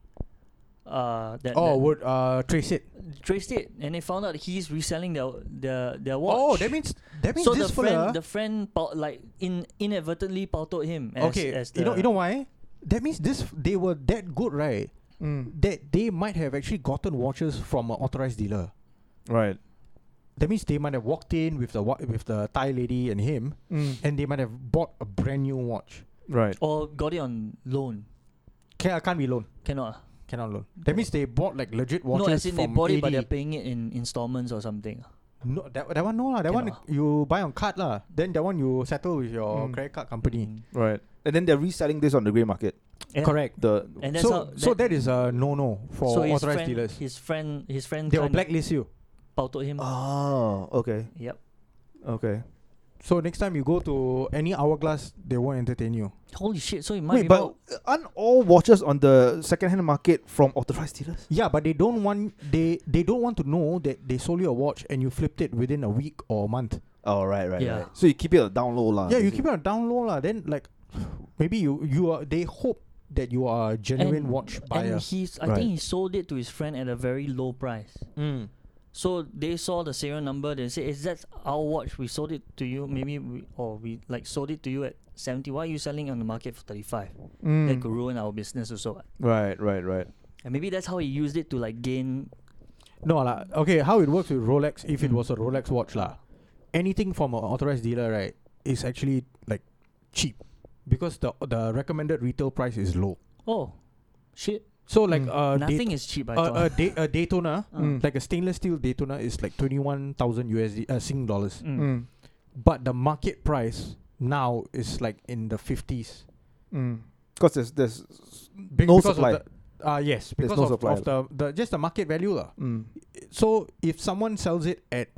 Speaker 4: uh, that,
Speaker 3: oh,
Speaker 4: that
Speaker 3: would uh trace it.
Speaker 4: traced it and they found out he's reselling their their their watch.
Speaker 3: Oh, that means that means
Speaker 4: so
Speaker 3: this uh,
Speaker 4: the
Speaker 3: fella.
Speaker 4: friend the friend pal- like in inadvertently paltoed him. As,
Speaker 3: okay,
Speaker 4: as
Speaker 3: you know
Speaker 4: the-
Speaker 3: you know why? That means this they were that good, right?
Speaker 5: Mm.
Speaker 3: that they might have actually gotten watches from an authorized dealer.
Speaker 1: Right.
Speaker 3: That means they might have walked in with the wa- with the Thai lady and him,
Speaker 5: Mm.
Speaker 3: and they might have bought a brand new watch.
Speaker 1: Right.
Speaker 4: or got it on loan.
Speaker 3: Can, can't be loan.
Speaker 4: Cannot.
Speaker 3: Cannot loan. That means they bought like legit watches
Speaker 4: No, as in they
Speaker 3: from
Speaker 4: bought it, but they're
Speaker 3: AD.
Speaker 4: paying it in installments or something.
Speaker 3: No, that, that one no lah. That one
Speaker 4: Cannot.
Speaker 3: you buy on card lah. Then that one you settle with your
Speaker 5: Mm.
Speaker 3: credit card company.
Speaker 4: Mm.
Speaker 5: Right. And then they're reselling this on the grey market.
Speaker 4: Yeah.
Speaker 3: Correct.
Speaker 5: The
Speaker 4: And that's
Speaker 3: so
Speaker 4: how.
Speaker 3: so that is a no no for
Speaker 4: so his
Speaker 3: authorized
Speaker 4: friend,
Speaker 3: dealers.
Speaker 4: His friend, his friend,
Speaker 3: They Ah. will
Speaker 4: kinda
Speaker 3: blacklist you.
Speaker 4: pautoed him.
Speaker 5: Oh, okay.
Speaker 4: Yep.
Speaker 5: Okay.
Speaker 3: So next time you go to any hourglass, they won't entertain you.
Speaker 4: Holy shit! So it might
Speaker 5: Wait,
Speaker 4: be
Speaker 5: but
Speaker 4: more-
Speaker 5: uh, aren't all watches on the second-hand market from authorized dealers?
Speaker 3: Yeah, but they don't want they they don't want to know that they sold you a watch and you flipped it within a week or a month.
Speaker 5: Oh, right, right,
Speaker 4: Yeah.
Speaker 5: right. So you keep it on down low, lah.
Speaker 3: yeah, you
Speaker 5: basically.
Speaker 3: keep it on down low lah. Then like maybe you you are they hope that you are a genuine
Speaker 4: and,
Speaker 3: watch buyer.
Speaker 4: And he's, I
Speaker 5: Right.
Speaker 4: think he sold it to his friend at a very low price.
Speaker 5: Mm.
Speaker 4: So they saw the serial number. They say, "Is that our watch? We sold it to you. Maybe we or we like sold it to you at seventy. Why are you selling it on the market for thirty-five?
Speaker 3: Mm.
Speaker 4: That could ruin our business or so."
Speaker 5: Mm. Right, right, right.
Speaker 4: And maybe that's how he used it to like gain.
Speaker 3: No lah. Okay, how it works with Rolex? If it
Speaker 4: Mm.
Speaker 3: was a Rolex watch lah, anything from an authorized dealer right is actually like cheap because the the recommended retail price is low.
Speaker 4: Oh, shit!
Speaker 3: So like
Speaker 5: Mm.
Speaker 3: uh,
Speaker 4: Nothing is cheap.
Speaker 3: a,
Speaker 4: I thought.
Speaker 3: a, da- a Daytona,
Speaker 4: Uh.
Speaker 5: Mm.
Speaker 3: like a stainless steel Daytona, is like twenty one thousand USD uh, Sing dollars,
Speaker 4: Mm.
Speaker 5: Mm.
Speaker 3: but the market price now is like in the fifties.
Speaker 5: Because there's there's no supply.
Speaker 3: Of the, uh, yes, because
Speaker 5: no
Speaker 3: of,
Speaker 5: supply.
Speaker 3: of the, the just the market value lah.
Speaker 5: Mm.
Speaker 3: So if someone sells it at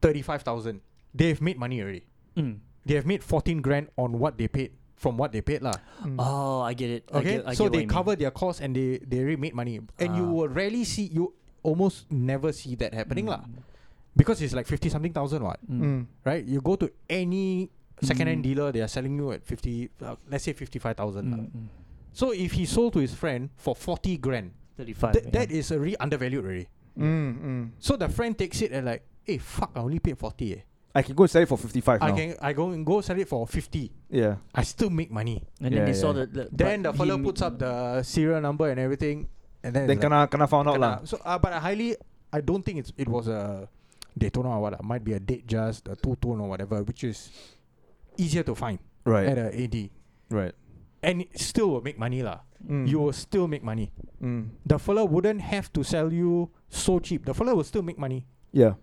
Speaker 3: thirty five thousand, they've made money already.
Speaker 4: Mm.
Speaker 3: They have made fourteen grand on what they paid from what they paid lah.
Speaker 4: Oh, I get it. I
Speaker 3: Mm. Okay,
Speaker 4: get- I
Speaker 3: so
Speaker 4: get what
Speaker 3: they
Speaker 4: you mean.
Speaker 3: cover their costs and they they already made money. And you
Speaker 4: Ah.
Speaker 3: will rarely see you almost never see that happening lah.
Speaker 4: Mm.
Speaker 3: Because it's like fifty something thousand what,
Speaker 4: Mm.
Speaker 3: right? You go to any second hand
Speaker 4: Mm.
Speaker 3: dealer, they are selling you at fifty, uh, let's say fifty five thousand. lah.
Speaker 4: Mm, mm.
Speaker 3: So if he sold to his friend for forty grand,
Speaker 4: Thirty-five.
Speaker 3: Th-
Speaker 4: yeah.
Speaker 3: that is already undervalued already.
Speaker 5: Mm. Mm.
Speaker 3: So the friend takes it and like, hey, fuck, I only paid 40. Eh.
Speaker 5: I can go and sell it for fifty-five
Speaker 3: I
Speaker 5: now.
Speaker 3: can I go and go sell it for 50.
Speaker 5: Yeah.
Speaker 3: I still make money.
Speaker 4: And
Speaker 5: Yeah,
Speaker 4: then they saw
Speaker 5: yeah.
Speaker 4: the, the
Speaker 3: Then the
Speaker 4: but
Speaker 3: fellow
Speaker 4: he-
Speaker 3: puts up the serial number and everything. And then,
Speaker 5: Then
Speaker 3: it's like,
Speaker 5: kena kena found out lah.
Speaker 3: kena. So, uh, but I highly, I don't think it's, it was a Daytona or what. Uh, might be a date just, a two tone or whatever, which is easier to find at
Speaker 5: Right.
Speaker 3: a AD.
Speaker 5: Right.
Speaker 3: And it still will make money lah.
Speaker 5: Mm.
Speaker 3: You will still make money.
Speaker 5: Mm.
Speaker 3: The fella wouldn't have to sell you so cheap. The fella will still make money.
Speaker 5: Yeah.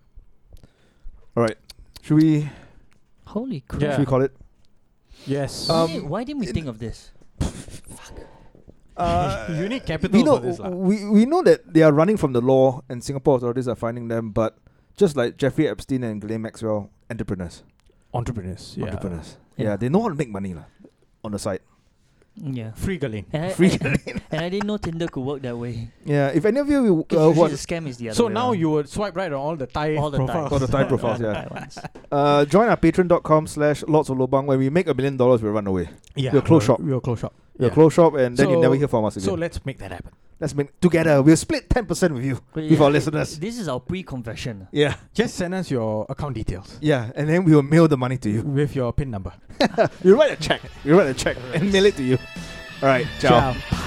Speaker 5: All right. Should we
Speaker 4: Holy crap!
Speaker 3: Yeah.
Speaker 5: should we call it?
Speaker 3: Yes.
Speaker 4: Why,
Speaker 5: Um,
Speaker 4: didn't, why didn't we think of this?
Speaker 3: you need capital
Speaker 5: uh, we know
Speaker 3: for this lah.
Speaker 5: we we know that they are running from the law, and Singapore authorities are finding them. But just like Jeffrey Epstein and Glenn Maxwell, entrepreneurs,
Speaker 3: entrepreneurs. Yeah.
Speaker 5: entrepreneurs. Yeah.
Speaker 4: Yeah.
Speaker 5: they know how to make money lah, on the side.
Speaker 4: Mm, Yeah.
Speaker 3: Free Galene.
Speaker 4: And I,
Speaker 5: Free- Uh,
Speaker 4: and, and I didn't know Tinder could work that way.
Speaker 5: Yeah, if any of you
Speaker 4: Because
Speaker 5: uh,
Speaker 4: usually
Speaker 5: watch,
Speaker 4: the scam is the other
Speaker 3: So
Speaker 4: way
Speaker 3: now
Speaker 4: around.
Speaker 3: you would swipe right on all the Thai
Speaker 4: all the
Speaker 3: profiles.
Speaker 4: times.
Speaker 5: All the Thai profiles, yeah.
Speaker 4: Thai ones.
Speaker 5: uh, join our patreon.com slash lots of lobang. When we make a million dollars, we'll run away.
Speaker 3: Yeah,
Speaker 5: We'll close shop.
Speaker 3: We'll close shop.
Speaker 5: We'll
Speaker 3: Yeah.
Speaker 5: close shop, and then you
Speaker 3: So-
Speaker 5: never hear from us again.
Speaker 3: So let's make that happen.
Speaker 5: Let's make together. We'll split ten percent with you,
Speaker 4: But
Speaker 5: with
Speaker 4: yeah,
Speaker 5: our listeners.
Speaker 4: This is our pre-confession.
Speaker 5: Yeah,
Speaker 3: Just send us your account details
Speaker 5: yeah, and then we will mail the money to you.
Speaker 3: with your PIN number.
Speaker 5: You write a check. You write a check and mail it to you. All right, ciao.
Speaker 3: Ciao.